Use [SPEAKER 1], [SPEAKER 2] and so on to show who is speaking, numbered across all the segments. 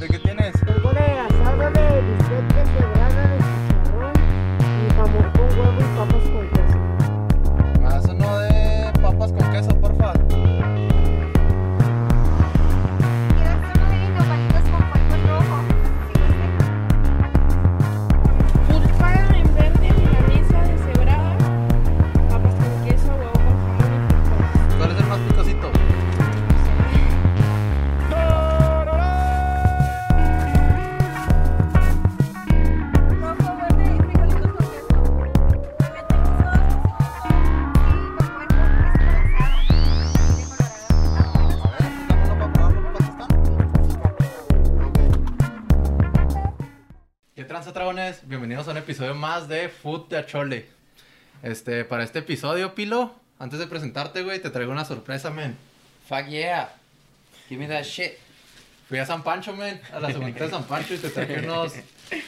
[SPEAKER 1] ¿De qué tienes?
[SPEAKER 2] Tengo de asado de bistec de cebrada de chicharrón y jamón con huevo y papas con queso.
[SPEAKER 1] Más uno Ah, de papas con queso, porfa.
[SPEAKER 3] Quiero hacer uno de nopalitos con polvo rojo. Si
[SPEAKER 4] Tulpan Pues
[SPEAKER 3] gusta.
[SPEAKER 4] en verde, milanesa deshebrada, papas con queso, huevo con jamón y frijoles.
[SPEAKER 1] ¿Cuál es el más picosito? A ver,
[SPEAKER 3] Rojo, verde y frijolitos con queso. Le metemos dos y con puerco es colorado. De colorado.
[SPEAKER 1] pues dame uno para probarlo, ¿cuántos están? ¿Qué tranza, dragones? Bienvenidos a un episodio más de Food de Achole. Este, para este episodio, Pilo, antes de presentarte, güey, te traigo una sorpresa, men.
[SPEAKER 5] Fuck yeah. Give me that shit.
[SPEAKER 1] Fui a San Pancho, men, a la segunda de San Pancho y te traje unos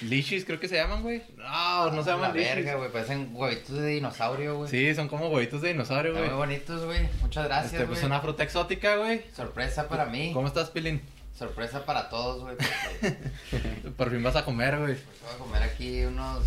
[SPEAKER 1] lichis, creo que se llaman, güey. No, no se
[SPEAKER 5] La
[SPEAKER 1] llaman lichis.
[SPEAKER 5] verga, güey. Parecen huevitos de dinosaurio, güey.
[SPEAKER 1] Sí, son como huevitos de dinosaurio,
[SPEAKER 5] Están
[SPEAKER 1] güey.
[SPEAKER 5] muy bonitos, güey. Muchas Ah, gracias,
[SPEAKER 1] Este,
[SPEAKER 5] güey.
[SPEAKER 1] pues una fruta exótica, güey.
[SPEAKER 5] Sorpresa para mí.
[SPEAKER 1] ¿Cómo estás, Pilín?
[SPEAKER 5] Sorpresa para todos, güey. porque
[SPEAKER 1] Por fin vas a comer, güey.
[SPEAKER 5] Voy a comer aquí unos...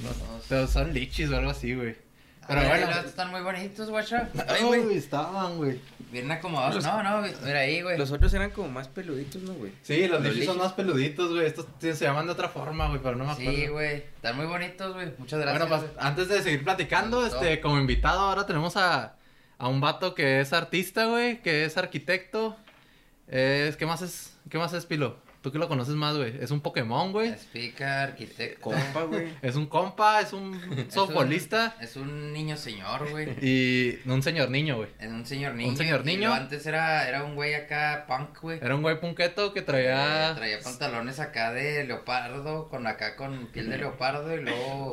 [SPEAKER 5] unos-
[SPEAKER 1] Pero son lichis o algo así, güey. Pero
[SPEAKER 5] Ah, mira,
[SPEAKER 1] bueno.
[SPEAKER 5] estos Están muy bonitos, guacha. Ay,
[SPEAKER 1] Ay,
[SPEAKER 5] güey.
[SPEAKER 1] güey, estaban, güey.
[SPEAKER 5] Bien acomodados. No, no, güey. Mira ahí, güey.
[SPEAKER 6] Los otros eran como más peluditos, ¿no, güey?
[SPEAKER 1] Sí, los lichis son
[SPEAKER 5] lichis.
[SPEAKER 1] más peluditos, güey. Estos t- se llaman de otra forma, güey, pero no me acuerdo.
[SPEAKER 5] Sí, güey. Están muy bonitos, güey. Muchas
[SPEAKER 1] Bueno, pues,
[SPEAKER 5] gracias. güey.
[SPEAKER 1] antes de seguir platicando,
[SPEAKER 5] Me gustó.
[SPEAKER 1] este, como invitado ahora tenemos a, a un vato que es artista, güey, que es arquitecto. Es, ¿qué más es? ¿Qué más es, Pilo? Tú que lo conoces más, güey. Es un Pokémon, güey.
[SPEAKER 5] Explica, arquitecto.
[SPEAKER 6] Compa, güey.
[SPEAKER 1] Es un compa, es un
[SPEAKER 5] Es un-
[SPEAKER 1] softbolista
[SPEAKER 5] Es un niño señor, güey.
[SPEAKER 1] y un señor niño, güey.
[SPEAKER 5] Es un señor niño.
[SPEAKER 1] señor
[SPEAKER 5] y
[SPEAKER 1] niño.
[SPEAKER 5] luego Antes era, era un güey acá punk, güey.
[SPEAKER 1] Era un güey punqueto que
[SPEAKER 5] Eh,
[SPEAKER 1] traía
[SPEAKER 5] Traía pantalones acá de leopardo, con acá con piel de leopardo y luego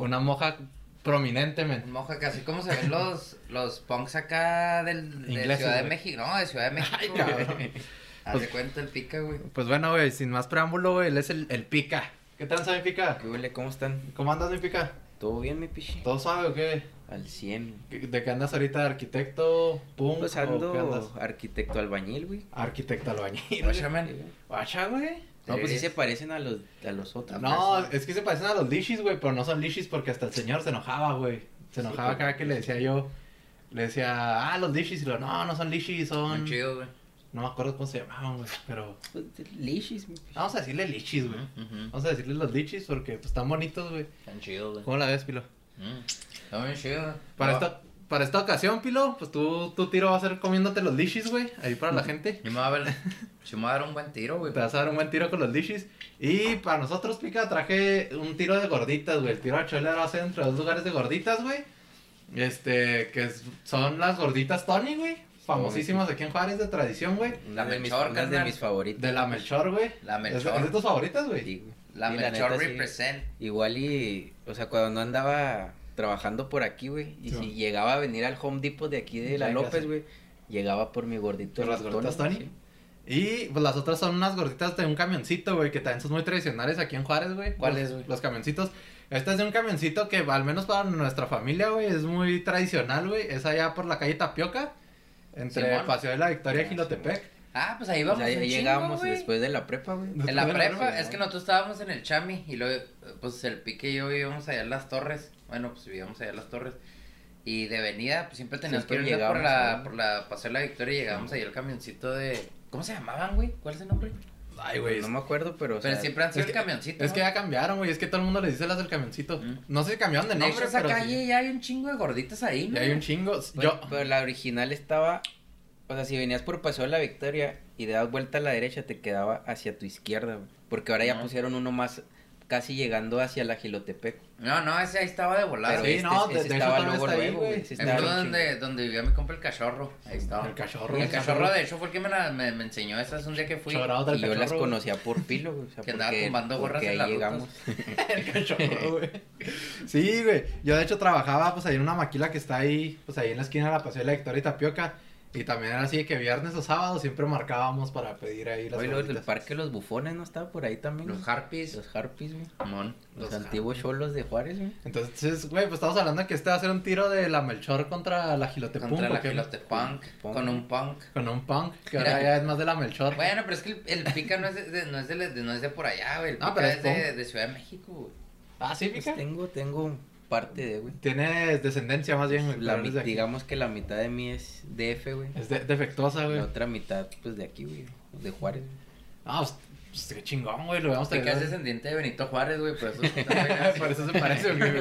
[SPEAKER 1] una moja prominente, men.
[SPEAKER 5] un moja casi como se ven los, los punks acá del, de
[SPEAKER 1] Ingleses,
[SPEAKER 5] Ciudad de
[SPEAKER 1] güey.
[SPEAKER 5] México. No, de Ciudad de México. güey.
[SPEAKER 1] cabrón.
[SPEAKER 5] Haz de cuenta el pica, güey.
[SPEAKER 1] Pues bueno, güey, sin más preámbulo, güey, él es el, el pica. ¿Qué tal, mi pica?
[SPEAKER 6] ¿Qué huele? ¿Cómo están?
[SPEAKER 1] ¿Cómo andas, mi pica?
[SPEAKER 6] ¿Todo bien, mi pichi?
[SPEAKER 1] ¿Todo suave o qué?
[SPEAKER 6] Al 100.
[SPEAKER 1] ¿Qué- ¿De qué andas ahorita? ¿Arquitecto? ¿Pum?
[SPEAKER 6] Pues
[SPEAKER 1] ¿Qué
[SPEAKER 6] ando
[SPEAKER 1] andas?
[SPEAKER 6] arquitecto albañil, güey.
[SPEAKER 1] Arquitecto albañil.
[SPEAKER 5] Oye,
[SPEAKER 1] güey.
[SPEAKER 5] man,
[SPEAKER 1] Guacha, güey.
[SPEAKER 6] No, pues sí
[SPEAKER 5] ¿Eres?
[SPEAKER 6] se parecen a los, a los otros.
[SPEAKER 1] No, es que se parecen a los lishis, güey, pero no son lishis porque hasta el señor se enojaba, güey. Se enojaba cada que le decía yo. Le decía, ah, los lishis. Y lo, no, no son lishis, son.
[SPEAKER 5] Muy chido, güey.
[SPEAKER 1] No me acuerdo cómo se llamaban, güey, pero.
[SPEAKER 6] Pues, de- Lishis, mi pichi.
[SPEAKER 1] Vamos a decirle lichis, güey.
[SPEAKER 5] Ujú.
[SPEAKER 1] Vamos a decirle los lichis porque pues, están bonitos, güey.
[SPEAKER 5] Están chidos, güey.
[SPEAKER 1] ¿Cómo la ves, Pilo?
[SPEAKER 5] Mm, Está muy chido. güey.
[SPEAKER 1] Para,
[SPEAKER 5] No,
[SPEAKER 1] esta, para esta ocasión, Pilo, pues tú, tu tiro va a ser comiéndote los lichis, güey. Ahí para la gente.
[SPEAKER 5] Yo me voy a ver. Yo me voy a dar un buen tiro,
[SPEAKER 1] Te
[SPEAKER 5] güey.
[SPEAKER 1] vas a dar un buen tiro con los lichis. Y para nosotros, Pica, traje un tiro de gorditas, güey. El tiro a Cholera va a ser entre dos lugares de gorditas, güey. Este, que es- son las gorditas Tony, güey. Famosísimas aquí en Juárez de tradición, güey.
[SPEAKER 6] Una
[SPEAKER 5] la
[SPEAKER 6] de mis,
[SPEAKER 5] mejor,
[SPEAKER 6] unas de
[SPEAKER 5] carnal.
[SPEAKER 6] mis favoritas.
[SPEAKER 1] De la Melchor, güey.
[SPEAKER 5] La Melchor.
[SPEAKER 1] ¿Es, es de tus favoritas, güey?
[SPEAKER 6] Sí, güey.
[SPEAKER 5] La
[SPEAKER 6] Sí,
[SPEAKER 5] Melchor
[SPEAKER 6] neta, sí.
[SPEAKER 5] represent.
[SPEAKER 6] Igual y, o sea, cuando andaba trabajando por aquí, güey, y
[SPEAKER 1] Sí,
[SPEAKER 6] si
[SPEAKER 1] man.
[SPEAKER 6] llegaba a venir al Home Depot de aquí de La
[SPEAKER 1] Ya, ya
[SPEAKER 6] López,
[SPEAKER 1] sé.
[SPEAKER 6] güey, llegaba por mi gordito.
[SPEAKER 1] ¿Por las
[SPEAKER 6] Tony,
[SPEAKER 1] gorditas Tony?
[SPEAKER 6] sí.
[SPEAKER 1] Y pues las otras son unas gorditas de un camioncito, güey, que también son muy tradicionales aquí en Juárez, güey.
[SPEAKER 5] ¿Cuáles,
[SPEAKER 1] Los-
[SPEAKER 5] güey?
[SPEAKER 1] Los camioncitos. Esta es de un camioncito que, al menos para nuestra familia, güey, es muy tradicional, güey. Es allá por la calle Tapioca, entre
[SPEAKER 5] Simón.
[SPEAKER 1] Paseo de la Victoria y
[SPEAKER 6] Ah,
[SPEAKER 1] Gilotepec.
[SPEAKER 5] Ah, pues ahí
[SPEAKER 6] Pues
[SPEAKER 5] vamos.
[SPEAKER 6] ahí
[SPEAKER 5] un chingo,
[SPEAKER 6] llegábamos
[SPEAKER 5] güey.
[SPEAKER 6] después de la prepa, güey.
[SPEAKER 1] No
[SPEAKER 5] En la
[SPEAKER 1] tuve
[SPEAKER 5] prepa,
[SPEAKER 1] prepa,
[SPEAKER 5] es que
[SPEAKER 1] güey.
[SPEAKER 5] nosotros estábamos en el Chami y luego, eh, pues el pique y yo vivíamos allá en las torres. Bueno, pues vivíamos allá en las torres. Y de venida, pues siempre teníamos
[SPEAKER 6] Siempre
[SPEAKER 5] que irnos por
[SPEAKER 6] llegábamos,
[SPEAKER 5] la,
[SPEAKER 6] ¿no?
[SPEAKER 5] por la Paseo de la Victoria y llegábamos allá al camioncito de. ¿Cómo se llamaban, güey? ¿Cuál es el nombre?
[SPEAKER 1] Ay, güey.
[SPEAKER 6] No
[SPEAKER 1] es-
[SPEAKER 6] me acuerdo, Pues, pero, o
[SPEAKER 5] Pero
[SPEAKER 6] sea,
[SPEAKER 5] siempre han sido
[SPEAKER 1] es
[SPEAKER 5] el
[SPEAKER 1] que-
[SPEAKER 5] camioncito.
[SPEAKER 1] Es que
[SPEAKER 5] ¿no?
[SPEAKER 1] ya cambiaron, güey. Es que todo el mundo le dice las del camioncito.
[SPEAKER 5] Mm.
[SPEAKER 1] No sé si cambiaron de
[SPEAKER 5] de hecho,
[SPEAKER 1] nombre,
[SPEAKER 5] esa
[SPEAKER 1] pero sí.
[SPEAKER 5] calle ya hay un chingo de gorditas ahí, ¿no?
[SPEAKER 1] Ya hay un chingo. Yo,
[SPEAKER 6] Pero, pero la original estaba, o sea, si venías por Paseo de la Victoria y dabas vuelta a la derecha, te quedaba hacia tu izquierda, güey. Porque ahora ya
[SPEAKER 5] Ajá.
[SPEAKER 6] pusieron uno más, casi llegando hacia la Gilotepec.
[SPEAKER 5] No, no, ese ahí estaba de volado.
[SPEAKER 6] Pero
[SPEAKER 1] Ah,
[SPEAKER 6] este
[SPEAKER 1] Sí,
[SPEAKER 5] güey.
[SPEAKER 1] no, de- de hecho
[SPEAKER 6] estaba
[SPEAKER 1] todavía
[SPEAKER 6] luego,
[SPEAKER 1] está ahí,
[SPEAKER 6] luego, güey.
[SPEAKER 1] güey.
[SPEAKER 6] Ese
[SPEAKER 5] Me
[SPEAKER 6] estaba
[SPEAKER 5] acuerdo
[SPEAKER 6] bien
[SPEAKER 5] donde, donde vivía mi compa el cachorro. Ahí estaba.
[SPEAKER 1] el cachorro.
[SPEAKER 5] Y el cachorro, de hecho, fue el que me, la- me, me enseñó esas un día que fui.
[SPEAKER 1] Chorado
[SPEAKER 6] chido.
[SPEAKER 1] del
[SPEAKER 6] Y yo las
[SPEAKER 1] cachorro, güey.
[SPEAKER 6] conocía por pilo, güey. O sea,
[SPEAKER 5] Que andaba
[SPEAKER 6] porque-
[SPEAKER 5] tumbando gorras
[SPEAKER 6] porque
[SPEAKER 5] en
[SPEAKER 6] ahí
[SPEAKER 5] las rutas.
[SPEAKER 6] llegamos.
[SPEAKER 1] El cachorro, güey. Sí, güey. Yo de hecho trabajaba pues ahí en una maquila que está ahí, pues ahí en la esquina de la Paseo de la Victoria y Tapioca. Y también era así que viernes o sábado siempre marcábamos para pedir ahí las
[SPEAKER 6] Oye, luego el
[SPEAKER 1] gorditas.
[SPEAKER 6] parque de los bufones no estaba por ahí también.
[SPEAKER 5] Los
[SPEAKER 6] güey?
[SPEAKER 5] Harpies.
[SPEAKER 6] Los Harpies, güey.
[SPEAKER 5] Mon.
[SPEAKER 6] Los,
[SPEAKER 1] Los
[SPEAKER 6] antiguos cholos de Juárez, güey.
[SPEAKER 1] Entonces, güey, pues estamos hablando que este va a ser un tiro de la Melchor contra la Gilotepunk.
[SPEAKER 5] Contra
[SPEAKER 1] ¿o
[SPEAKER 5] la
[SPEAKER 1] qué?
[SPEAKER 5] Gilotepunk.
[SPEAKER 6] Punk.
[SPEAKER 5] Con un punk.
[SPEAKER 1] Con un punk, que
[SPEAKER 5] Mira.
[SPEAKER 1] ahora ya es más de la Melchor.
[SPEAKER 5] Bueno, pero es que el, el pica no es de, de- no es de, la- de- no es de por allá, güey. El
[SPEAKER 1] No,
[SPEAKER 5] pica
[SPEAKER 1] pero es
[SPEAKER 5] es de,
[SPEAKER 1] punk.
[SPEAKER 5] de Ciudad de México, güey.
[SPEAKER 1] ah, sí,
[SPEAKER 6] Pues
[SPEAKER 1] pica.
[SPEAKER 6] tengo, tengo parte de, güey.
[SPEAKER 1] Tienes descendencia más bien, güey.
[SPEAKER 6] La,
[SPEAKER 1] pero
[SPEAKER 6] mi-
[SPEAKER 1] eres de aquí.
[SPEAKER 6] digamos que la mitad de mí es DF, güey.
[SPEAKER 1] Es de- defectuosa, güey.
[SPEAKER 6] La otra mitad, pues de aquí, güey. De Juárez. güey.
[SPEAKER 1] Ah, pues, pues, qué chingón, güey. Lo vamos a
[SPEAKER 5] Pica es
[SPEAKER 1] tener.
[SPEAKER 5] descendiente de Benito Juárez, güey. Por eso, está peinado así.
[SPEAKER 1] Por eso se parece, güey.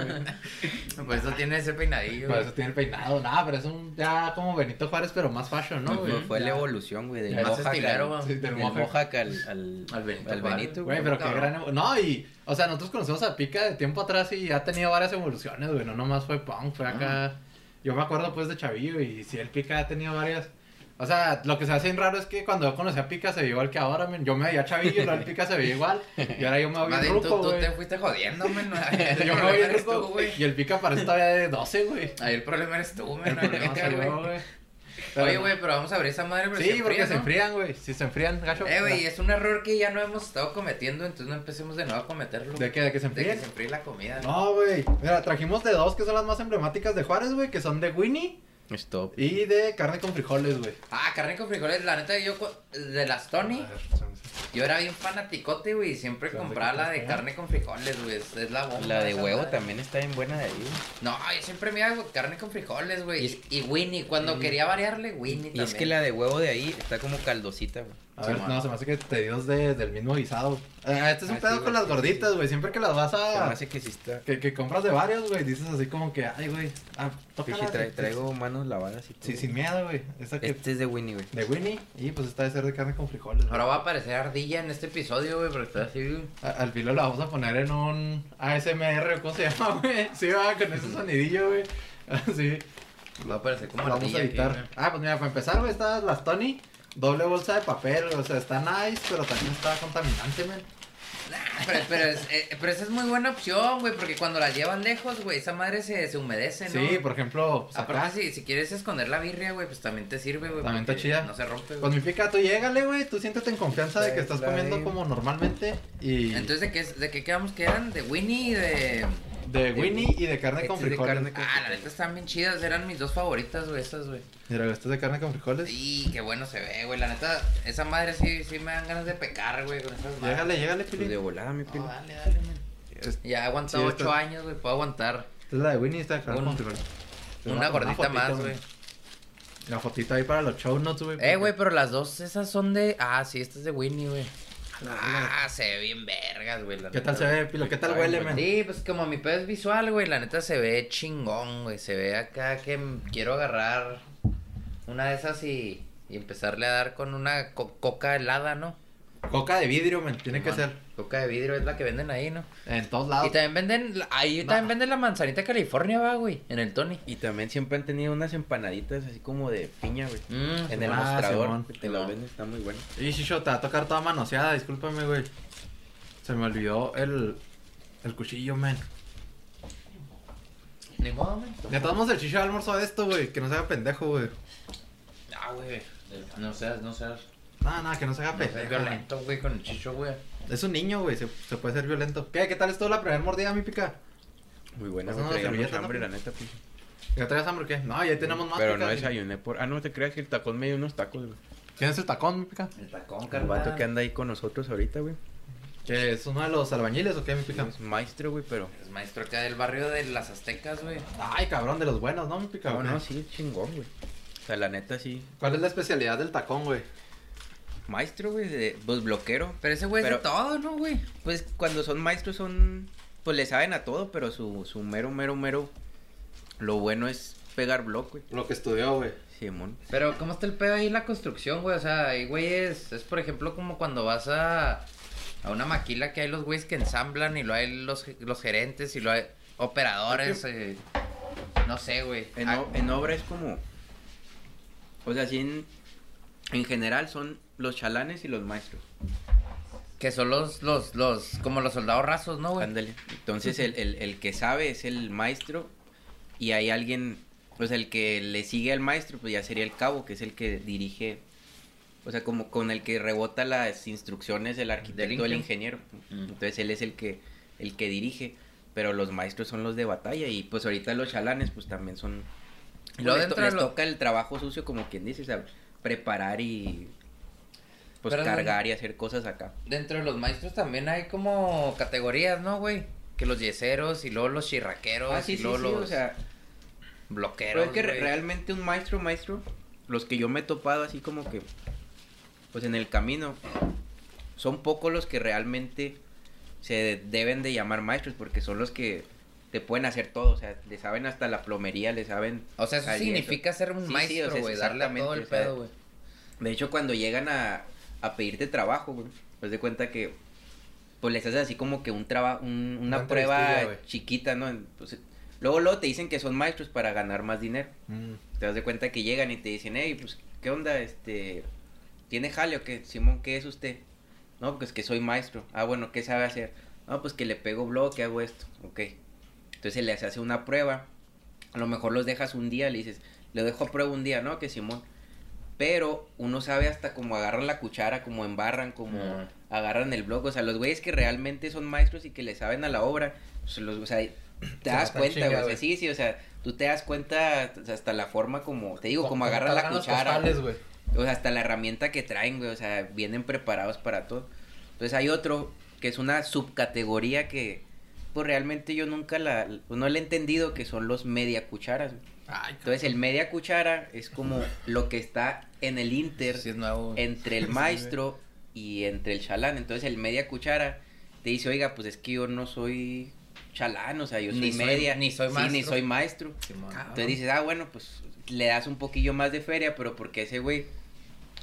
[SPEAKER 5] por eso tiene ese peinadillo,
[SPEAKER 1] Por
[SPEAKER 5] güey.
[SPEAKER 1] eso tiene el peinado. Nah, pero es un ya como Benito Juárez, pero más fashion, ¿no,
[SPEAKER 6] Fue-
[SPEAKER 1] güey?
[SPEAKER 6] Fue la
[SPEAKER 1] Ya.
[SPEAKER 6] evolución, güey. Del
[SPEAKER 5] Ya más
[SPEAKER 6] Mojaca
[SPEAKER 5] estilero,
[SPEAKER 6] al-
[SPEAKER 5] güey.
[SPEAKER 1] Sí, del
[SPEAKER 6] del
[SPEAKER 1] Mojaca.
[SPEAKER 6] Mojaca al, al,
[SPEAKER 5] Al Benito
[SPEAKER 6] al
[SPEAKER 5] Juárez.
[SPEAKER 6] Benito, güey.
[SPEAKER 1] Güey, pero qué
[SPEAKER 5] Cabrón.
[SPEAKER 1] gran evo- No, y, o sea, nosotros conocemos a Pica de tiempo atrás y ha tenido varias evoluciones, güey. No nomás fue punk, fue
[SPEAKER 5] Ah.
[SPEAKER 1] acá. Yo me acuerdo pues de Chavillo y sí, el Pica ha tenido varias. O sea, lo que se hace bien raro es que cuando yo conocí a Pica se veía igual que ahora, men. Yo me veía Chavillo y luego el Pica se veía igual. Y ahora yo me voy
[SPEAKER 5] Más
[SPEAKER 1] bien
[SPEAKER 5] bien, tú,
[SPEAKER 1] ruco,
[SPEAKER 5] tú
[SPEAKER 1] güey.
[SPEAKER 5] te fuiste jodiendo, men. no,
[SPEAKER 1] Yo me voy bien
[SPEAKER 5] eres tú,
[SPEAKER 1] ruco,
[SPEAKER 5] güey.
[SPEAKER 1] Y el Pica parece todavía de 12, güey.
[SPEAKER 5] Ahí el problema eres tú, men.
[SPEAKER 1] El
[SPEAKER 5] no,
[SPEAKER 1] problema
[SPEAKER 5] neta,
[SPEAKER 1] salió,
[SPEAKER 5] güey.
[SPEAKER 1] güey. Pero-
[SPEAKER 5] Oye, güey, pero vamos a abrir esa madre. pero
[SPEAKER 1] Sí, porque
[SPEAKER 5] enfría,
[SPEAKER 1] se
[SPEAKER 5] ¿no?
[SPEAKER 1] enfrían, güey. Si se enfrían, gacho.
[SPEAKER 5] Eh, güey, es un error que ya no hemos estado cometiendo, entonces no empecemos de nuevo a cometerlo.
[SPEAKER 1] ¿De qué? ¿De que se
[SPEAKER 5] De que
[SPEAKER 1] enfríen?
[SPEAKER 5] se enfríe la comida.
[SPEAKER 1] No, güey. Mira, trajimos de dos que son las más emblemáticas de Juárez, güey, que son de Winnie
[SPEAKER 6] Stop.
[SPEAKER 1] y de carne con frijoles, güey.
[SPEAKER 5] Ah, carne con frijoles, la neta, yo cu- de las Tony, yo era bien fanaticote, güey, y siempre
[SPEAKER 1] Las de
[SPEAKER 5] compraba la de
[SPEAKER 1] Coca-Cola.
[SPEAKER 5] carne con frijoles, güey, es, es la bomba.
[SPEAKER 6] La de
[SPEAKER 5] esa
[SPEAKER 6] huevo
[SPEAKER 5] madre.
[SPEAKER 6] también está bien buena de ahí. güey.
[SPEAKER 5] No, yo siempre me hago carne con frijoles, güey,
[SPEAKER 6] Y
[SPEAKER 5] y, y Winnie, cuando quería variarle, Winnie
[SPEAKER 6] Y
[SPEAKER 5] también.
[SPEAKER 6] es que la de huevo de ahí está como caldosita, güey.
[SPEAKER 1] A ver,
[SPEAKER 5] Sí,
[SPEAKER 1] no,
[SPEAKER 5] man.
[SPEAKER 1] se me hace que te dio de, del mismo guisado. Ah, este es un
[SPEAKER 6] Ah, sí,
[SPEAKER 1] pedo
[SPEAKER 6] güey,
[SPEAKER 1] con las
[SPEAKER 6] sí,
[SPEAKER 1] gorditas,
[SPEAKER 6] sí.
[SPEAKER 1] güey. Siempre que las vas
[SPEAKER 6] Se me
[SPEAKER 1] a.
[SPEAKER 6] hace que sí está.
[SPEAKER 1] Que, que compras de varios, güey. Dices así como que, ay, güey. Ah, tócala,
[SPEAKER 6] Fíjate, trae-
[SPEAKER 1] sí,
[SPEAKER 6] traigo manos lavadas y todo.
[SPEAKER 1] Sí, sin miedo, güey. Esa que.
[SPEAKER 6] Este es de Winnie, güey.
[SPEAKER 1] De Winnie. Y pues esta de ser de carne con frijoles. güey.
[SPEAKER 5] Ahora va a aparecer ardilla en este episodio, güey, pero está así, güey.
[SPEAKER 1] A- Al filo la vamos a poner en un ASMR, o ¿cómo se llama, güey? Sí, va, con ese sonidillo, güey. Así.
[SPEAKER 5] va a aparecer como
[SPEAKER 1] Vamos
[SPEAKER 5] ardilla.
[SPEAKER 1] a
[SPEAKER 5] aquí,
[SPEAKER 1] editar.
[SPEAKER 5] güey.
[SPEAKER 1] ah, pues mira, para empezar, güey, estas las Tony. Doble bolsa de papel, o sea, está nice, pero también está contaminante, men.
[SPEAKER 5] Pero, pero, es- eh, pero esa es muy buena opción, güey, porque cuando la llevan lejos, güey, esa madre se, se humedece, ¿no?
[SPEAKER 1] Sí, por ejemplo, pues, acá,
[SPEAKER 5] Aparte, Ah, si, si quieres esconder la birria, güey, pues también te sirve, güey.
[SPEAKER 1] También está
[SPEAKER 5] porque
[SPEAKER 1] chida.
[SPEAKER 5] No se rompe,
[SPEAKER 1] Con mi
[SPEAKER 5] güey.
[SPEAKER 1] pica, tú llégale, güey, tú siéntete en confianza de que estás
[SPEAKER 6] Está
[SPEAKER 1] comiendo
[SPEAKER 6] bien.
[SPEAKER 1] como normalmente. Y
[SPEAKER 5] Entonces, ¿de qué, es- ¿de qué quedamos que eran? ¿De Winnie y de...?
[SPEAKER 1] de Winnie y de carne con
[SPEAKER 6] Este es de
[SPEAKER 1] frijoles.
[SPEAKER 6] carne con-
[SPEAKER 5] Ah, la neta están bien chidas, eran mis dos favoritas, güey, esas, güey.
[SPEAKER 1] Mira, güey, esto es de carne con frijoles.
[SPEAKER 5] Y qué bueno se ve, güey, la neta, esa madre sí, sí me dan ganas de pecar, güey, con esas madres.
[SPEAKER 1] Llégale, llégale,
[SPEAKER 6] Pues de
[SPEAKER 1] Fili.
[SPEAKER 6] volada, mi
[SPEAKER 5] No,
[SPEAKER 6] pila.
[SPEAKER 5] dale, dale, man.
[SPEAKER 1] Esta
[SPEAKER 5] Ya he aguantado
[SPEAKER 1] Sí,
[SPEAKER 5] ocho
[SPEAKER 1] está-
[SPEAKER 5] años, güey, puedo aguantar
[SPEAKER 1] es la de Winnie y esta de carne
[SPEAKER 5] Un-
[SPEAKER 1] con frijoles. Te voy
[SPEAKER 5] una
[SPEAKER 1] a poner
[SPEAKER 5] gordita
[SPEAKER 1] fotito,
[SPEAKER 5] más, güey.
[SPEAKER 1] La fotito ahí para los show notes, güey.
[SPEAKER 5] Eh, güey,
[SPEAKER 1] porque-
[SPEAKER 5] pero las dos esas son de... Ah, sí, esta es de Winnie, güey.
[SPEAKER 1] la
[SPEAKER 5] Ah, se ve bien vergas, güey. la
[SPEAKER 1] ¿Qué
[SPEAKER 5] neta,
[SPEAKER 1] tal se
[SPEAKER 5] güey.
[SPEAKER 1] ve, Pilo? ¿Qué tal
[SPEAKER 6] Ay,
[SPEAKER 1] huele,
[SPEAKER 6] güey.
[SPEAKER 1] men?
[SPEAKER 5] Sí, pues como mi pedo es visual, güey, la neta se ve chingón, güey. Se ve acá que m- quiero agarrar una de esas y, y empezarle a dar con una co- coca helada, ¿no?
[SPEAKER 1] Coca de vidrio, men, tiene que
[SPEAKER 5] Simón.
[SPEAKER 1] ser.
[SPEAKER 5] Coca de vidrio es la que venden ahí, ¿no?
[SPEAKER 1] En todos
[SPEAKER 6] Ah,
[SPEAKER 1] lados.
[SPEAKER 5] Y también venden, la- ahí
[SPEAKER 1] No.
[SPEAKER 5] también venden la manzanita California, va, güey, en el Tony.
[SPEAKER 6] Y también siempre han tenido unas empanaditas así como de piña, güey.
[SPEAKER 5] Mm,
[SPEAKER 6] En el
[SPEAKER 1] Ah, Simón.
[SPEAKER 6] mostrador. que Te lo
[SPEAKER 5] Simón.
[SPEAKER 6] venden, está muy bueno.
[SPEAKER 1] Y Shisho, te va a tocar toda manoseada, discúlpame, güey. Se me olvidó el, el cuchillo, men.
[SPEAKER 5] Ni modo, güey.
[SPEAKER 1] Le tomamos el Shisho de almuerzo de esto, güey. Que no se haga pendejo, güey.
[SPEAKER 5] Ah, güey. No seas, no seas,
[SPEAKER 1] Nada, nada, que no se haga
[SPEAKER 5] no
[SPEAKER 6] Pues,
[SPEAKER 1] pendejo.
[SPEAKER 5] seas
[SPEAKER 1] güey.
[SPEAKER 5] violento, güey, con el chicho, güey.
[SPEAKER 1] Es un niño, güey. Se, se puede ser violento. ¿Qué? ¿Qué tal estuvo la primera mordida, mi pica?
[SPEAKER 6] Muy buena,
[SPEAKER 1] Pásame una
[SPEAKER 6] me traía
[SPEAKER 1] servilleta,
[SPEAKER 6] mucha
[SPEAKER 1] Pues ¿no?
[SPEAKER 6] hambre, la neta, pinche.
[SPEAKER 1] ¿Ya traías hambre o qué? No, ya tenemos más.
[SPEAKER 6] Pero
[SPEAKER 1] pica,
[SPEAKER 6] no
[SPEAKER 1] güey.
[SPEAKER 6] desayuné por... Ah, no te creas que el tacón me dio unos tacos, güey.
[SPEAKER 1] ¿Tienes el tacón, mi pica?
[SPEAKER 5] El tacón,
[SPEAKER 6] El vato que
[SPEAKER 5] carnal.
[SPEAKER 6] anda ahí con nosotros ahorita, güey.
[SPEAKER 1] ¿Que es uno de los albañiles o qué, mi pica?
[SPEAKER 6] Es maestro, güey, pero...
[SPEAKER 5] Es maestro acá del barrio de las aztecas, güey.
[SPEAKER 1] Ay, cabrón, de los buenos, ¿no, mi pica?
[SPEAKER 6] No,
[SPEAKER 1] ¿O
[SPEAKER 6] no,
[SPEAKER 1] qué?
[SPEAKER 6] sí, chingón, güey. O sea, la neta, sí.
[SPEAKER 1] ¿Cuál es la especialidad del tacón, güey?
[SPEAKER 6] Maestro, güey, de, pues bloquero.
[SPEAKER 5] Pero ese güey es de
[SPEAKER 6] Pero-
[SPEAKER 5] todo, ¿no, güey?
[SPEAKER 6] Pues cuando son maestros son... Pues le saben a todo, pero su, su mero, mero, mero... Lo bueno es pegar bloque, güey.
[SPEAKER 1] Lo que estudió, güey.
[SPEAKER 6] Simón.
[SPEAKER 5] Pero, ¿cómo está el pedo ahí en la construcción, güey? O sea, ahí, güey, es, es por ejemplo como cuando vas a, a una maquila que hay los güeyes que ensamblan y lo hay los, los gerentes y lo hay operadores. eh, no sé, güey.
[SPEAKER 6] En,
[SPEAKER 5] Ah,
[SPEAKER 6] o- en obra es como... O sea, sí en... En general son los chalanes y los maestros.
[SPEAKER 5] que son los, los, los, como los soldados rasos, ¿no, güey?
[SPEAKER 6] Ándale. Entonces el, el- el que sabe es el maestro y hay alguien, O sea, el que le sigue al maestro, pues ya sería el cabo, que es el que dirige. O sea, como con el que rebota las instrucciones del arquitecto, del
[SPEAKER 5] ingen-
[SPEAKER 6] ingeniero.
[SPEAKER 5] Mm.
[SPEAKER 6] Entonces él es el que, el que dirige. Pero los maestros son los de batalla. Y pues ahorita los chalanes, pues también son.
[SPEAKER 5] Y luego
[SPEAKER 6] les, to-
[SPEAKER 5] dentro de
[SPEAKER 6] les
[SPEAKER 5] lo-
[SPEAKER 6] toca el trabajo sucio, como quien dice, o sea, preparar y. Pues
[SPEAKER 5] Pero es
[SPEAKER 6] cargar y hacer cosas acá.
[SPEAKER 5] Dentro de los maestros también hay como categorías, ¿no, güey? Que los yeseros y luego los chirraqueros
[SPEAKER 6] Ah, sí,
[SPEAKER 5] y
[SPEAKER 6] sí,
[SPEAKER 5] luego
[SPEAKER 6] sí,
[SPEAKER 5] los
[SPEAKER 6] o sea,
[SPEAKER 5] bloqueros.
[SPEAKER 6] Pero es que re-
[SPEAKER 5] güey.
[SPEAKER 6] realmente un maestro, maestro, los que yo me he topado así como que, pues en el camino, son pocos los que realmente se de- deben de llamar maestros porque son los que te pueden hacer todo, o sea, le saben hasta la plomería, le saben...
[SPEAKER 5] O sea, eso
[SPEAKER 6] al yeso.
[SPEAKER 5] significa ser
[SPEAKER 6] Sí,
[SPEAKER 5] un
[SPEAKER 6] sí,
[SPEAKER 5] maestro,
[SPEAKER 6] o sea,
[SPEAKER 5] güey. darle a todo
[SPEAKER 6] exactamente,
[SPEAKER 5] el
[SPEAKER 6] o sea,
[SPEAKER 5] pedo, güey.
[SPEAKER 6] De hecho, cuando llegan a, a pedirte trabajo, güey, pues de cuenta que, pues les haces así como que un trabajo, una,
[SPEAKER 1] Una entrevistilla,
[SPEAKER 6] prueba
[SPEAKER 1] güey.
[SPEAKER 6] chiquita, ¿no? Pues, luego, luego te dicen que son maestros para ganar más dinero.
[SPEAKER 1] Mm.
[SPEAKER 6] te das de cuenta que llegan y te dicen, hey, pues, ¿qué onda? Este, ¿tiene jale o qué? Simón, ¿qué es usted? No, pues que soy maestro. Ah, bueno, ¿qué sabe hacer? No, pues que le pego bloque, hago esto. Ok. Entonces se les hace una prueba. A lo mejor los dejas un día, le dices, le dejo a prueba un día, ¿no? Que Simón. Pero uno sabe hasta cómo agarran la cuchara, cómo embarran, cómo
[SPEAKER 5] Ujú.
[SPEAKER 6] agarran el bloque. O sea, los güeyes que realmente son maestros y que le saben a la obra, pues, los, o sea, te das
[SPEAKER 1] matan
[SPEAKER 6] cuenta, güey.
[SPEAKER 1] chinga,
[SPEAKER 6] O sea,
[SPEAKER 1] güey.
[SPEAKER 6] sí, sí, o sea, tú te das cuenta o sea, hasta la forma como, te digo, como agarran la
[SPEAKER 1] cargan los
[SPEAKER 6] cuchara.
[SPEAKER 1] costales, güey.
[SPEAKER 6] O sea, hasta la herramienta que traen, güey. O sea, vienen preparados para todo. Entonces hay otro que es una subcategoría que, pues realmente yo nunca la, no le he entendido que son los media cucharas. güey.
[SPEAKER 1] Ay,
[SPEAKER 6] Entonces el media cuchara es como lo que está en el inter
[SPEAKER 5] Sí, es nuevo. güey.
[SPEAKER 6] entre el maestro y entre el chalán. Entonces el media cuchara te dice, oiga, pues es que yo no soy chalán, o sea, yo soy
[SPEAKER 5] Ni soy-
[SPEAKER 6] media.
[SPEAKER 5] ni soy
[SPEAKER 6] Sí, ni
[SPEAKER 5] maestro.
[SPEAKER 6] soy maestro.
[SPEAKER 5] Simón.
[SPEAKER 6] Entonces dices, ah, bueno, pues le das un poquillo más de feria, pero porque ese güey,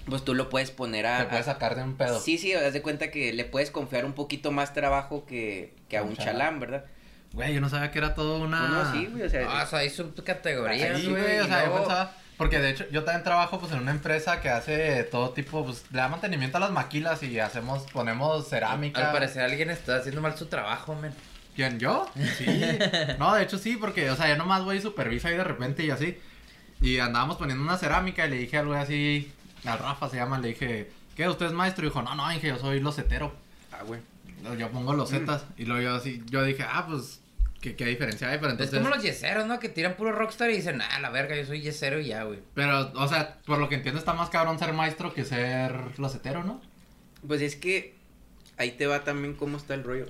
[SPEAKER 6] pues tú lo puedes poner a...
[SPEAKER 1] te puedes
[SPEAKER 6] a-
[SPEAKER 1] sacar de un pedo.
[SPEAKER 6] Ah, Sí, sí, haz de cuenta que le puedes confiar un poquito más trabajo que, que a
[SPEAKER 1] Un
[SPEAKER 6] un
[SPEAKER 1] chalán.
[SPEAKER 6] chalán, ¿verdad?
[SPEAKER 1] Güey, yo no sabía que era todo una.
[SPEAKER 6] No, no, sí, güey, o sea...
[SPEAKER 5] Ah, o sea, hay subcategorías,
[SPEAKER 1] Sí,
[SPEAKER 5] güey.
[SPEAKER 1] güey, o
[SPEAKER 5] y
[SPEAKER 1] sea, yo
[SPEAKER 5] luego-
[SPEAKER 1] pensaba, porque de hecho yo también trabajo pues en una empresa que hace todo tipo, pues le da mantenimiento a las maquilas y hacemos, ponemos cerámica.
[SPEAKER 5] Al parecer alguien está haciendo mal su trabajo, men.
[SPEAKER 1] ¿Quién, yo? Sí. No, de hecho sí, porque, o sea, yo nomás voy y superviso ahí de repente y así. Y andábamos poniendo una cerámica y le dije al güey así, al Rafa se llama, le dije, ¿qué? ¿Usted es maestro? Y dijo, no, no, dije, yo soy losetero.
[SPEAKER 6] Ah, güey.
[SPEAKER 1] Yo pongo losetas.
[SPEAKER 6] Mm.
[SPEAKER 1] Y luego yo así, yo dije, ah, pues, ¿qué, qué diferencia hay? Pero
[SPEAKER 6] Pues,
[SPEAKER 1] entonces...
[SPEAKER 5] es como los yeseros, ¿no? Que tiran puro rockstar y dicen, ah, la verga, yo soy yesero y ya, güey.
[SPEAKER 1] Pero, o sea, por lo que entiendo está más cabrón ser maestro que ser losetero, ¿no?
[SPEAKER 6] Pues es que ahí te va también cómo está el rollo.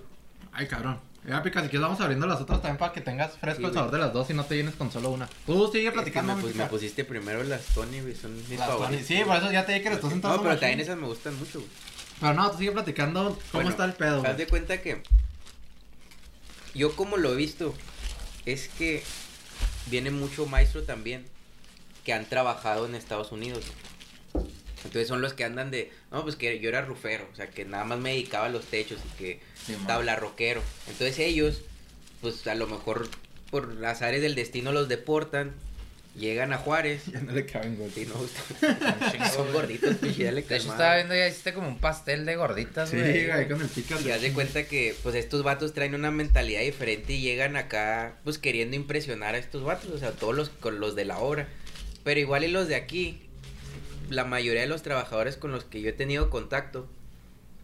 [SPEAKER 1] Ay, cabrón. Ya, pica, si quieres vamos abriendo las otras también para que tengas fresco
[SPEAKER 6] Sí,
[SPEAKER 1] el sabor de
[SPEAKER 6] güey.
[SPEAKER 1] las dos y no te llenes con solo una. Tú sigue platicando,
[SPEAKER 6] Es que pues, me,
[SPEAKER 1] Pica.
[SPEAKER 6] pus- me pusiste primero las Tony, güey, son mis
[SPEAKER 1] Las Tony-
[SPEAKER 6] favoritas.
[SPEAKER 1] Sí, por eso ya te dije que le estás entrando.
[SPEAKER 6] No, pero
[SPEAKER 1] machín.
[SPEAKER 6] también esas me gustan mucho, güey.
[SPEAKER 1] Pero no, tú sigue platicando cómo
[SPEAKER 6] Bueno,
[SPEAKER 1] está el pedo, güey.
[SPEAKER 6] Haz de cuenta que yo como lo he visto es que viene mucho maestro también que han trabajado en Estados Unidos. Entonces son los que andan de, no, pues que yo era rufero, o sea, que nada más me dedicaba a los techos y que
[SPEAKER 5] Simón.
[SPEAKER 6] tabla roquero. Entonces ellos, pues a lo mejor por azares del destino los deportan, llegan a Juárez.
[SPEAKER 1] Ya no le caben, güey.
[SPEAKER 6] Sí, no, son gorditos, pinche, dale
[SPEAKER 5] De hecho,
[SPEAKER 6] calmado.
[SPEAKER 5] estaba viendo, ya hiciste como un pastel de gorditas,
[SPEAKER 1] Sí,
[SPEAKER 5] güey.
[SPEAKER 1] güey, con el pica.
[SPEAKER 6] Y haz de cuenta que, pues, estos vatos traen una mentalidad diferente y llegan acá, pues, queriendo impresionar a estos vatos, o sea, todos los, con los de la obra. Pero igual y los de aquí, la mayoría de los trabajadores con los que yo he tenido contacto,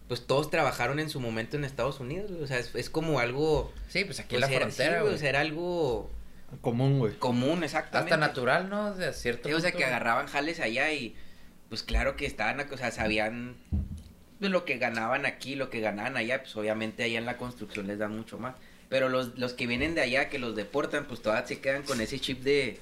[SPEAKER 6] pues, todos trabajaron en su momento en Estados Unidos, o sea, es, es como algo...
[SPEAKER 5] Sí, pues aquí
[SPEAKER 6] pues,
[SPEAKER 5] en la
[SPEAKER 6] era- sí,
[SPEAKER 5] frontera,
[SPEAKER 6] güey,
[SPEAKER 5] güey.
[SPEAKER 6] o sea, era algo
[SPEAKER 1] Común, güey.
[SPEAKER 6] común, exactamente.
[SPEAKER 5] Hasta natural, ¿no? De cierto
[SPEAKER 6] Sí, o sea,
[SPEAKER 5] punto,
[SPEAKER 6] que
[SPEAKER 5] güey.
[SPEAKER 6] agarraban jales allá y pues claro que estaban, ac- o sea, sabían pues, lo que ganaban aquí, lo que ganaban allá, pues obviamente allá en la construcción les dan mucho más. Pero los, los que vienen de allá, que los deportan, pues todavía se quedan con ese chip de,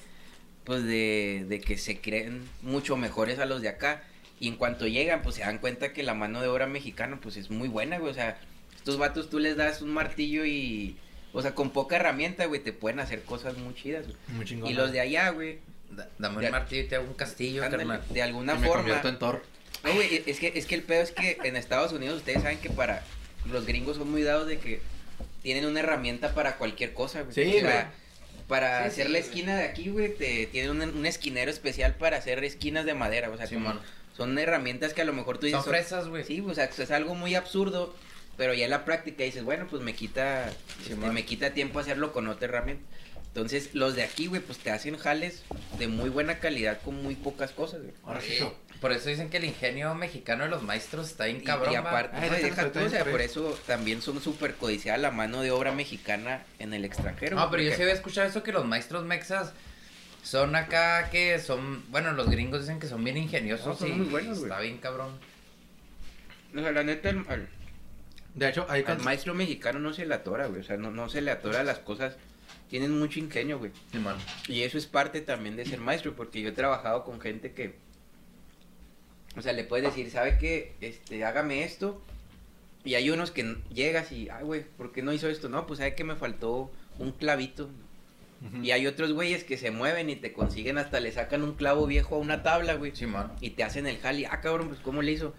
[SPEAKER 6] pues de, de que se creen mucho mejores a los de acá. Y en cuanto llegan, pues se dan cuenta que la mano de obra mexicana, pues es muy buena, güey. O sea, estos vatos tú les das un martillo y, o sea, con poca herramienta, güey, te pueden hacer cosas muy chidas, güey.
[SPEAKER 1] Muy chingón.
[SPEAKER 6] Y los
[SPEAKER 1] güey.
[SPEAKER 6] de allá, güey,
[SPEAKER 5] Da- Dame
[SPEAKER 6] Ya-
[SPEAKER 5] un martillo y te hago un castillo,
[SPEAKER 6] Ándale,
[SPEAKER 5] carnal.
[SPEAKER 6] de alguna
[SPEAKER 1] Y me
[SPEAKER 6] forma.
[SPEAKER 1] convierto en Thor.
[SPEAKER 6] No, güey, es que, es que el pedo es que en Estados Unidos ustedes saben que para los gringos son muy dados de que tienen una herramienta para cualquier cosa, güey.
[SPEAKER 1] Sí,
[SPEAKER 6] O sea, Para
[SPEAKER 5] Sí,
[SPEAKER 6] hacer
[SPEAKER 5] sí,
[SPEAKER 6] la
[SPEAKER 5] güey.
[SPEAKER 6] esquina de aquí, güey, te tienen un, un esquinero especial para hacer esquinas de madera, o sea,
[SPEAKER 5] Sí,
[SPEAKER 6] como-
[SPEAKER 5] mano.
[SPEAKER 6] son herramientas que a lo mejor tú dices...
[SPEAKER 5] Son fresas, güey.
[SPEAKER 6] Pues Sí, o sea, es algo muy absurdo, pero ya en la práctica dices, bueno, pues me quita,
[SPEAKER 5] Sí,
[SPEAKER 6] este,
[SPEAKER 5] man.
[SPEAKER 6] me quita tiempo hacerlo con otra herramienta. Entonces, los de aquí, güey, pues te hacen jales de muy buena calidad con muy pocas cosas, güey.
[SPEAKER 1] Ahora sí, yo.
[SPEAKER 5] Por eso dicen que el ingenio mexicano de los maestros está bien
[SPEAKER 6] Y-
[SPEAKER 5] cabrón.
[SPEAKER 6] Y
[SPEAKER 5] va.
[SPEAKER 6] aparte,
[SPEAKER 1] Ay,
[SPEAKER 6] no,
[SPEAKER 1] déjalo,
[SPEAKER 6] deja tú,
[SPEAKER 1] ahorita
[SPEAKER 6] o sea,
[SPEAKER 1] entra.
[SPEAKER 6] por eso también son súper codiciada la mano de obra mexicana en el extranjero.
[SPEAKER 5] No, pero yo
[SPEAKER 6] porque-
[SPEAKER 5] sí había escuchado eso que los maestros mexas son acá que son, bueno, los gringos dicen que son bien ingeniosos.
[SPEAKER 6] No, son
[SPEAKER 5] y
[SPEAKER 6] muy buenos, güey.
[SPEAKER 5] Está bien cabrón.
[SPEAKER 6] O sea, la neta, el- al,
[SPEAKER 1] De hecho, ahí
[SPEAKER 6] al
[SPEAKER 1] con-
[SPEAKER 6] maestro mexicano no se le atora, güey. O sea, no, no se le atora las cosas. Tienen mucho ingenio, güey.
[SPEAKER 5] Simón.
[SPEAKER 6] Y eso es parte también de ser maestro, porque yo he trabajado con gente que, o sea, le puedes decir, ¿sabe qué? Este, hágame esto. Y hay unos que n- llegas y, ay, güey, ¿por qué no hizo esto? No, pues, ¿sabe que me faltó un clavito?
[SPEAKER 1] Ujú.
[SPEAKER 6] Y hay otros güeyes que se mueven y te consiguen hasta le sacan un clavo viejo a una tabla, güey.
[SPEAKER 5] Simón.
[SPEAKER 6] Y te hacen el jali. Ah, cabrón, pues, ¿cómo le hizo?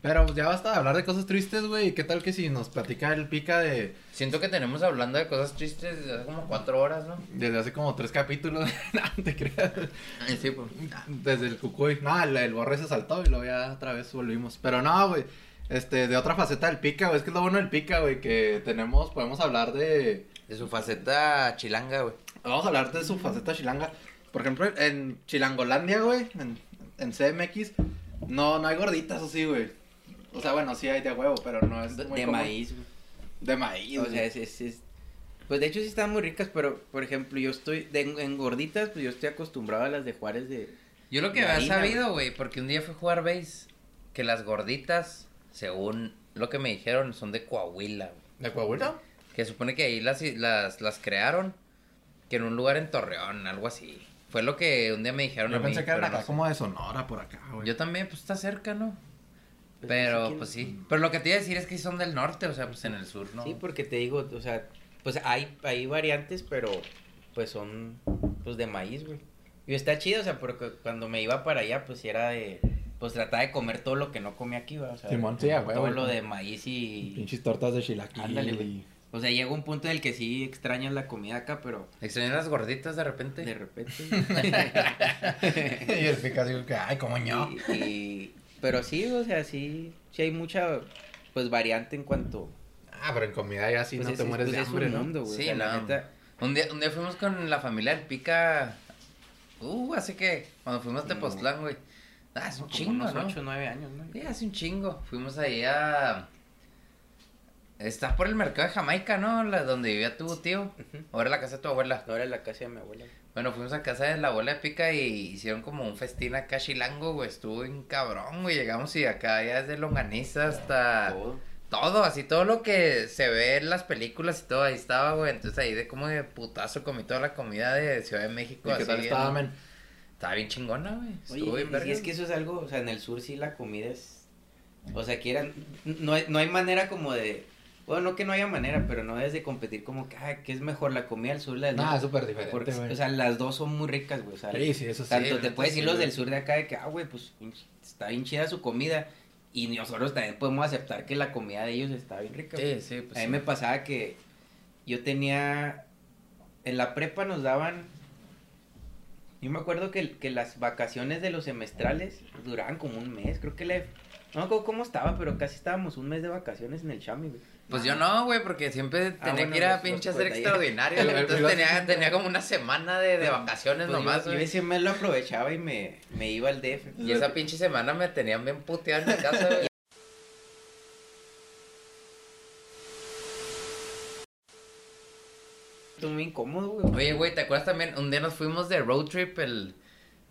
[SPEAKER 1] Pero pues, ya basta de hablar de cosas tristes, güey. ¿Qué tal que si nos platica el pica de
[SPEAKER 5] Siento que tenemos hablando de cosas tristes desde hace como cuatro horas, ¿no?
[SPEAKER 1] desde hace como tres capítulos? no te creas. Eh,
[SPEAKER 5] Sí, pues.
[SPEAKER 1] Desde el Cucuy. No, el, el borre se saltó y luego ya otra vez volvimos. Pero no, güey. Este, de otra faceta del pica, güey. Es que es lo bueno del pica, güey. Que tenemos, podemos hablar de.
[SPEAKER 5] De su faceta chilanga, güey.
[SPEAKER 1] Vamos a hablar de su faceta chilanga. Por ejemplo, en Chilangolandia, güey. En, en CMX. No, no hay gorditas, o sí, güey. O sea, bueno, sí hay de huevo, pero no es.
[SPEAKER 6] De,
[SPEAKER 1] muy
[SPEAKER 6] de
[SPEAKER 1] común.
[SPEAKER 6] maíz, güey.
[SPEAKER 1] De maíz,
[SPEAKER 6] O
[SPEAKER 1] güey.
[SPEAKER 6] sea, es, es- es- Pues, de hecho, sí están muy ricas, pero, por ejemplo, yo estoy, de, en gorditas, pues, yo estoy acostumbrado a las de Juárez de...
[SPEAKER 5] Yo lo que
[SPEAKER 6] De
[SPEAKER 5] había
[SPEAKER 6] harina,
[SPEAKER 5] sabido, güey, porque un día fui a jugar base, que las gorditas, según lo que me dijeron, son de Coahuila, güey.
[SPEAKER 1] ¿De Coahuila?
[SPEAKER 5] Que supone que ahí las, las, las crearon. Que en un lugar en Torreón, algo así. Fue lo que un día me dijeron a
[SPEAKER 1] Yo
[SPEAKER 5] mí,
[SPEAKER 1] pensé que
[SPEAKER 5] pero
[SPEAKER 1] eran
[SPEAKER 5] no
[SPEAKER 1] acá
[SPEAKER 5] sé.
[SPEAKER 1] como de Sonora, por acá, güey.
[SPEAKER 5] Yo también, pues está cerca, ¿no?
[SPEAKER 6] Pues, no sé
[SPEAKER 5] Pero,
[SPEAKER 6] quién-
[SPEAKER 5] pues sí. Pero lo que te iba a decir es que son del norte, o sea, pues en el sur, ¿no?
[SPEAKER 6] Sí, porque te digo, o sea, pues hay, hay variantes, pero pues son pues de maíz, güey. Y está chido, o sea, porque cuando me iba para allá, pues era de, pues trataba de comer todo lo que no comía aquí, güey. O sea,
[SPEAKER 1] Simón, sí, a huevo,
[SPEAKER 6] todo
[SPEAKER 1] güey.
[SPEAKER 6] lo de maíz y...
[SPEAKER 1] Pinches tortas de chilaquil.
[SPEAKER 6] Ándale,
[SPEAKER 1] y-
[SPEAKER 6] güey. O sea, llega un punto en el que sí extrañas la comida acá, pero
[SPEAKER 5] Extrañé las gorditas de repente.
[SPEAKER 6] de repente...
[SPEAKER 1] y el pica digo que, ay, como ño.
[SPEAKER 6] y, y- pero sí, o sea, sí, sí hay mucha, pues, variante en cuanto...
[SPEAKER 1] Ah, pero en comida ya sí
[SPEAKER 6] pues,
[SPEAKER 1] no
[SPEAKER 6] es-
[SPEAKER 1] te mueres
[SPEAKER 6] pues,
[SPEAKER 1] de
[SPEAKER 6] es un
[SPEAKER 1] hambre, ¿no?
[SPEAKER 6] mundo, güey.
[SPEAKER 5] Sí,
[SPEAKER 6] O sea, la
[SPEAKER 5] no.
[SPEAKER 6] neta,
[SPEAKER 5] Un día, un día fuimos con la familia del Pica. Uh, hace que cuando fuimos a Tepoztlán, güey. Ah, es un
[SPEAKER 6] como
[SPEAKER 5] chingo,
[SPEAKER 6] unos
[SPEAKER 5] ¿no?
[SPEAKER 6] 8 o 9 años, ¿no?
[SPEAKER 5] Sí, hace un chingo. Fuimos ahí a. Estás por el mercado de Jamaica, ¿no? La, donde vivía tu tío. Ahora la casa de tu abuela.
[SPEAKER 6] Ahora en la casa de mi abuela.
[SPEAKER 5] Bueno, fuimos a casa de la abuela de Pica y hicieron como un festín acá chilango, güey. Estuvo bien cabrón, güey. Llegamos y acá ya desde longaniza hasta
[SPEAKER 6] Todo.
[SPEAKER 5] todo, así todo lo que se ve en las películas y todo. Ahí estaba, güey. Entonces ahí de como de putazo comí toda la comida de Ciudad de México.
[SPEAKER 1] ¿Y qué
[SPEAKER 5] así
[SPEAKER 1] tal
[SPEAKER 5] bien-
[SPEAKER 1] estaba, men?
[SPEAKER 5] estaba bien chingona, güey. Estuvo
[SPEAKER 6] Oye,
[SPEAKER 5] bien
[SPEAKER 6] y- y,
[SPEAKER 5] verga.
[SPEAKER 6] es que eso es algo, o sea, en el sur sí la comida es, o sea, quieran, no hay, no hay manera como de, bueno, no que no haya manera, pero no es de competir como que, ah, ¿qué es mejor, la comida del sur, la del
[SPEAKER 1] Nada, es
[SPEAKER 6] norte?
[SPEAKER 1] súper diferente,
[SPEAKER 6] Porque,
[SPEAKER 1] güey.
[SPEAKER 6] o sea, las dos son muy ricas, güey, o sea,
[SPEAKER 1] sí, sí, eso sí.
[SPEAKER 6] tanto te
[SPEAKER 5] neta,
[SPEAKER 6] puedes
[SPEAKER 5] sí,
[SPEAKER 6] decir los
[SPEAKER 5] güey.
[SPEAKER 6] del sur de acá de que, ah, güey, pues, está bien chida su comida, y nosotros también podemos aceptar que la comida de ellos está bien rica,
[SPEAKER 5] Sí,
[SPEAKER 6] güey.
[SPEAKER 5] sí, pues.
[SPEAKER 6] a mí
[SPEAKER 5] sí.
[SPEAKER 6] me pasaba que yo tenía. En la prepa nos daban. Yo me acuerdo que, que las vacaciones de los semestrales duraban como un mes. Creo que le. No me acuerdo cómo estaba, pero casi estábamos un mes de vacaciones en el Chami, güey.
[SPEAKER 5] Pues yo no, güey, porque siempre tenía
[SPEAKER 6] Ah. bueno,
[SPEAKER 5] que ir a
[SPEAKER 6] los-
[SPEAKER 5] pinche
[SPEAKER 6] los
[SPEAKER 5] hacer
[SPEAKER 6] cuenta-
[SPEAKER 5] extraordinario, güey.
[SPEAKER 1] El- el-
[SPEAKER 5] Entonces
[SPEAKER 1] el-
[SPEAKER 5] tenía, tenía como una semana de, de
[SPEAKER 6] Pues,
[SPEAKER 5] vacaciones
[SPEAKER 6] Pues yo-
[SPEAKER 5] nomás,
[SPEAKER 6] yo,
[SPEAKER 5] güey.
[SPEAKER 6] ese mes lo aprovechaba y me, me iba al DF.
[SPEAKER 5] Y esa pinche semana me tenían bien puteado en mi casa, güey.
[SPEAKER 6] Estuvo muy incómodo, güey.
[SPEAKER 5] Oye, güey, ¿te acuerdas también? Un día nos fuimos de road trip, el.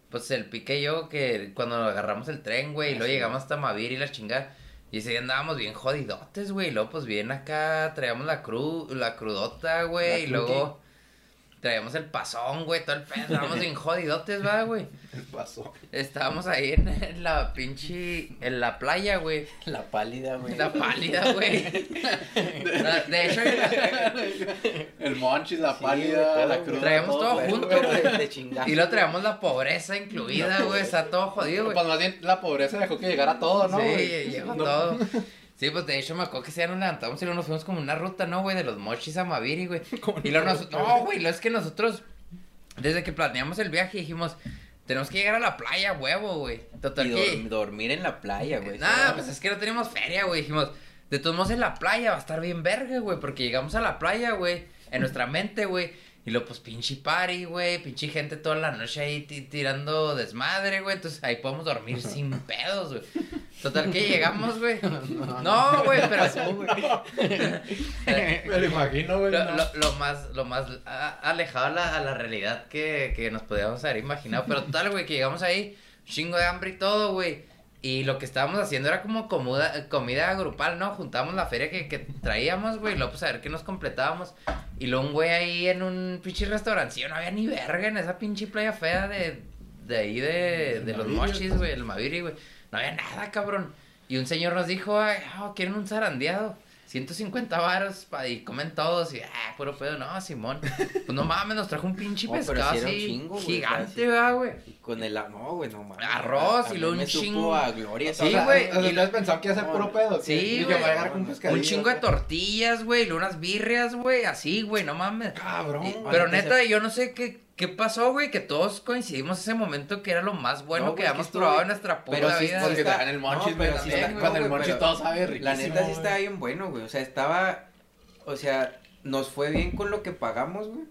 [SPEAKER 5] Pues el pique y yo, que cuando agarramos el tren, güey, y
[SPEAKER 6] Ah,
[SPEAKER 5] luego
[SPEAKER 6] sí.
[SPEAKER 5] llegamos hasta Mavir y la chingada. Y ese día andábamos bien jodidotes, güey. Y luego, pues bien acá, traíamos la cru, la crudota,
[SPEAKER 6] ¿La
[SPEAKER 5] güey. Y
[SPEAKER 6] cru
[SPEAKER 5] luego traíamos el pasón, güey, todo el pedo. Andábamos bien jodidotes, va, güey.
[SPEAKER 1] pasó.
[SPEAKER 5] Estábamos ahí en, en la pinche. En la playa, güey.
[SPEAKER 6] La pálida, güey.
[SPEAKER 5] La pálida, güey. La- De hecho,
[SPEAKER 1] El monchis, la
[SPEAKER 6] Sí,
[SPEAKER 1] pálida,
[SPEAKER 6] güey, todo,
[SPEAKER 1] la
[SPEAKER 6] güey.
[SPEAKER 1] cruda.
[SPEAKER 5] Traíamos todo
[SPEAKER 1] güey.
[SPEAKER 5] junto,
[SPEAKER 6] Pero
[SPEAKER 5] güey.
[SPEAKER 6] de- de chingazo.
[SPEAKER 5] y lo traemos la pobreza incluida, güey. Está todo
[SPEAKER 1] Pero,
[SPEAKER 5] jodido, güey.
[SPEAKER 1] Pues más bien la pobreza dejó que llegara todo, ¿no?
[SPEAKER 5] sí,
[SPEAKER 1] güey?
[SPEAKER 5] llegó
[SPEAKER 1] No.
[SPEAKER 5] todo. Sí, pues de hecho me acuerdo que ese día nos levantamos y luego nos fuimos como una ruta, ¿no, güey? De los mochis a Maviri, güey. Y luego nosotros... No, güey, lo es que nosotros, desde que planeamos el viaje, dijimos, tenemos que llegar a la playa, huevo, güey.
[SPEAKER 6] Y
[SPEAKER 5] Total que...
[SPEAKER 6] dor- dormir en la playa, güey.
[SPEAKER 5] Nah,
[SPEAKER 6] Eso-
[SPEAKER 5] pues es que no teníamos feria, güey. Dijimos, De todos modos, en la playa va a estar bien verga, güey. Porque llegamos a la playa, güey. En nuestra mente, güey. Y luego, pues, pinche party, güey. Pinche gente toda la noche ahí ti- tirando desmadre, güey. Entonces, ahí podemos dormir sin pedos, güey. Total, que llegamos, güey. No, güey, pero...
[SPEAKER 1] Me lo imagino, güey.
[SPEAKER 5] Lo,
[SPEAKER 1] no.
[SPEAKER 5] lo- lo más, lo más a- alejado a la, a la realidad que, que nos podíamos haber imaginado. Pero total, güey, que llegamos ahí, chingo de hambre y todo, güey. Y lo que estábamos haciendo era como comuda- comida grupal, ¿no? Juntábamos la feria que, que traíamos, güey. y Luego, pues, a ver qué nos completábamos. Y luego un güey ahí en un pinche restaurancillo. No había ni verga en esa pinche playa fea de, de ahí de, de los
[SPEAKER 1] Maviri,
[SPEAKER 5] mochis, güey. El Maviri, güey. No había nada, cabrón. Y un señor nos dijo, ay, ah, quieren un zarandeado. 150 varos pa- y comen todos y ah, puro pedo, no, Simón. Pues no mames, nos trajo un pinche
[SPEAKER 6] Oh, pero
[SPEAKER 5] pescado
[SPEAKER 6] sí era un
[SPEAKER 5] así
[SPEAKER 6] chingo, güey,
[SPEAKER 5] gigante,
[SPEAKER 6] casi.
[SPEAKER 5] ¿verdad, güey.
[SPEAKER 6] Con el amor, güey, no mames.
[SPEAKER 5] pues, Arroz
[SPEAKER 6] A- a
[SPEAKER 5] y
[SPEAKER 6] mí
[SPEAKER 5] luego un
[SPEAKER 6] me supo
[SPEAKER 5] chingo-
[SPEAKER 6] a gloria.
[SPEAKER 5] Sí,
[SPEAKER 1] O sea,
[SPEAKER 5] güey,
[SPEAKER 1] o sea,
[SPEAKER 5] y
[SPEAKER 1] ustedes pensaban que iba a ser puro pedo.
[SPEAKER 5] Sí,
[SPEAKER 1] que- y que
[SPEAKER 5] güey.
[SPEAKER 1] va a llegar con pescadillo.
[SPEAKER 5] Un chingo de tortillas, güey, y luego unas birrias, güey, así, güey, no mames.
[SPEAKER 1] Cabrón.
[SPEAKER 5] Y-
[SPEAKER 1] güey.
[SPEAKER 5] pero
[SPEAKER 6] ahorita
[SPEAKER 5] neta,
[SPEAKER 6] se-
[SPEAKER 5] yo no sé qué, qué pasó, güey, que todos coincidimos ese momento que era lo más bueno
[SPEAKER 6] No,
[SPEAKER 5] que
[SPEAKER 6] güey, es que
[SPEAKER 5] habíamos
[SPEAKER 6] estuvo
[SPEAKER 5] probado
[SPEAKER 6] bien.
[SPEAKER 5] en nuestra puta
[SPEAKER 6] Pero sí
[SPEAKER 5] vida.
[SPEAKER 1] Porque
[SPEAKER 6] está-
[SPEAKER 1] está en el monchis,
[SPEAKER 6] no,
[SPEAKER 1] güey.
[SPEAKER 6] pero
[SPEAKER 1] así
[SPEAKER 6] sí
[SPEAKER 1] está-
[SPEAKER 6] está-
[SPEAKER 1] Con el
[SPEAKER 6] güey,
[SPEAKER 1] monchis
[SPEAKER 6] pero-
[SPEAKER 1] todo sabe riquísimo.
[SPEAKER 6] La neta sí estaba
[SPEAKER 1] güey.
[SPEAKER 6] bien bueno, güey. O sea, estaba. O sea, nos fue bien con lo que pagamos, güey.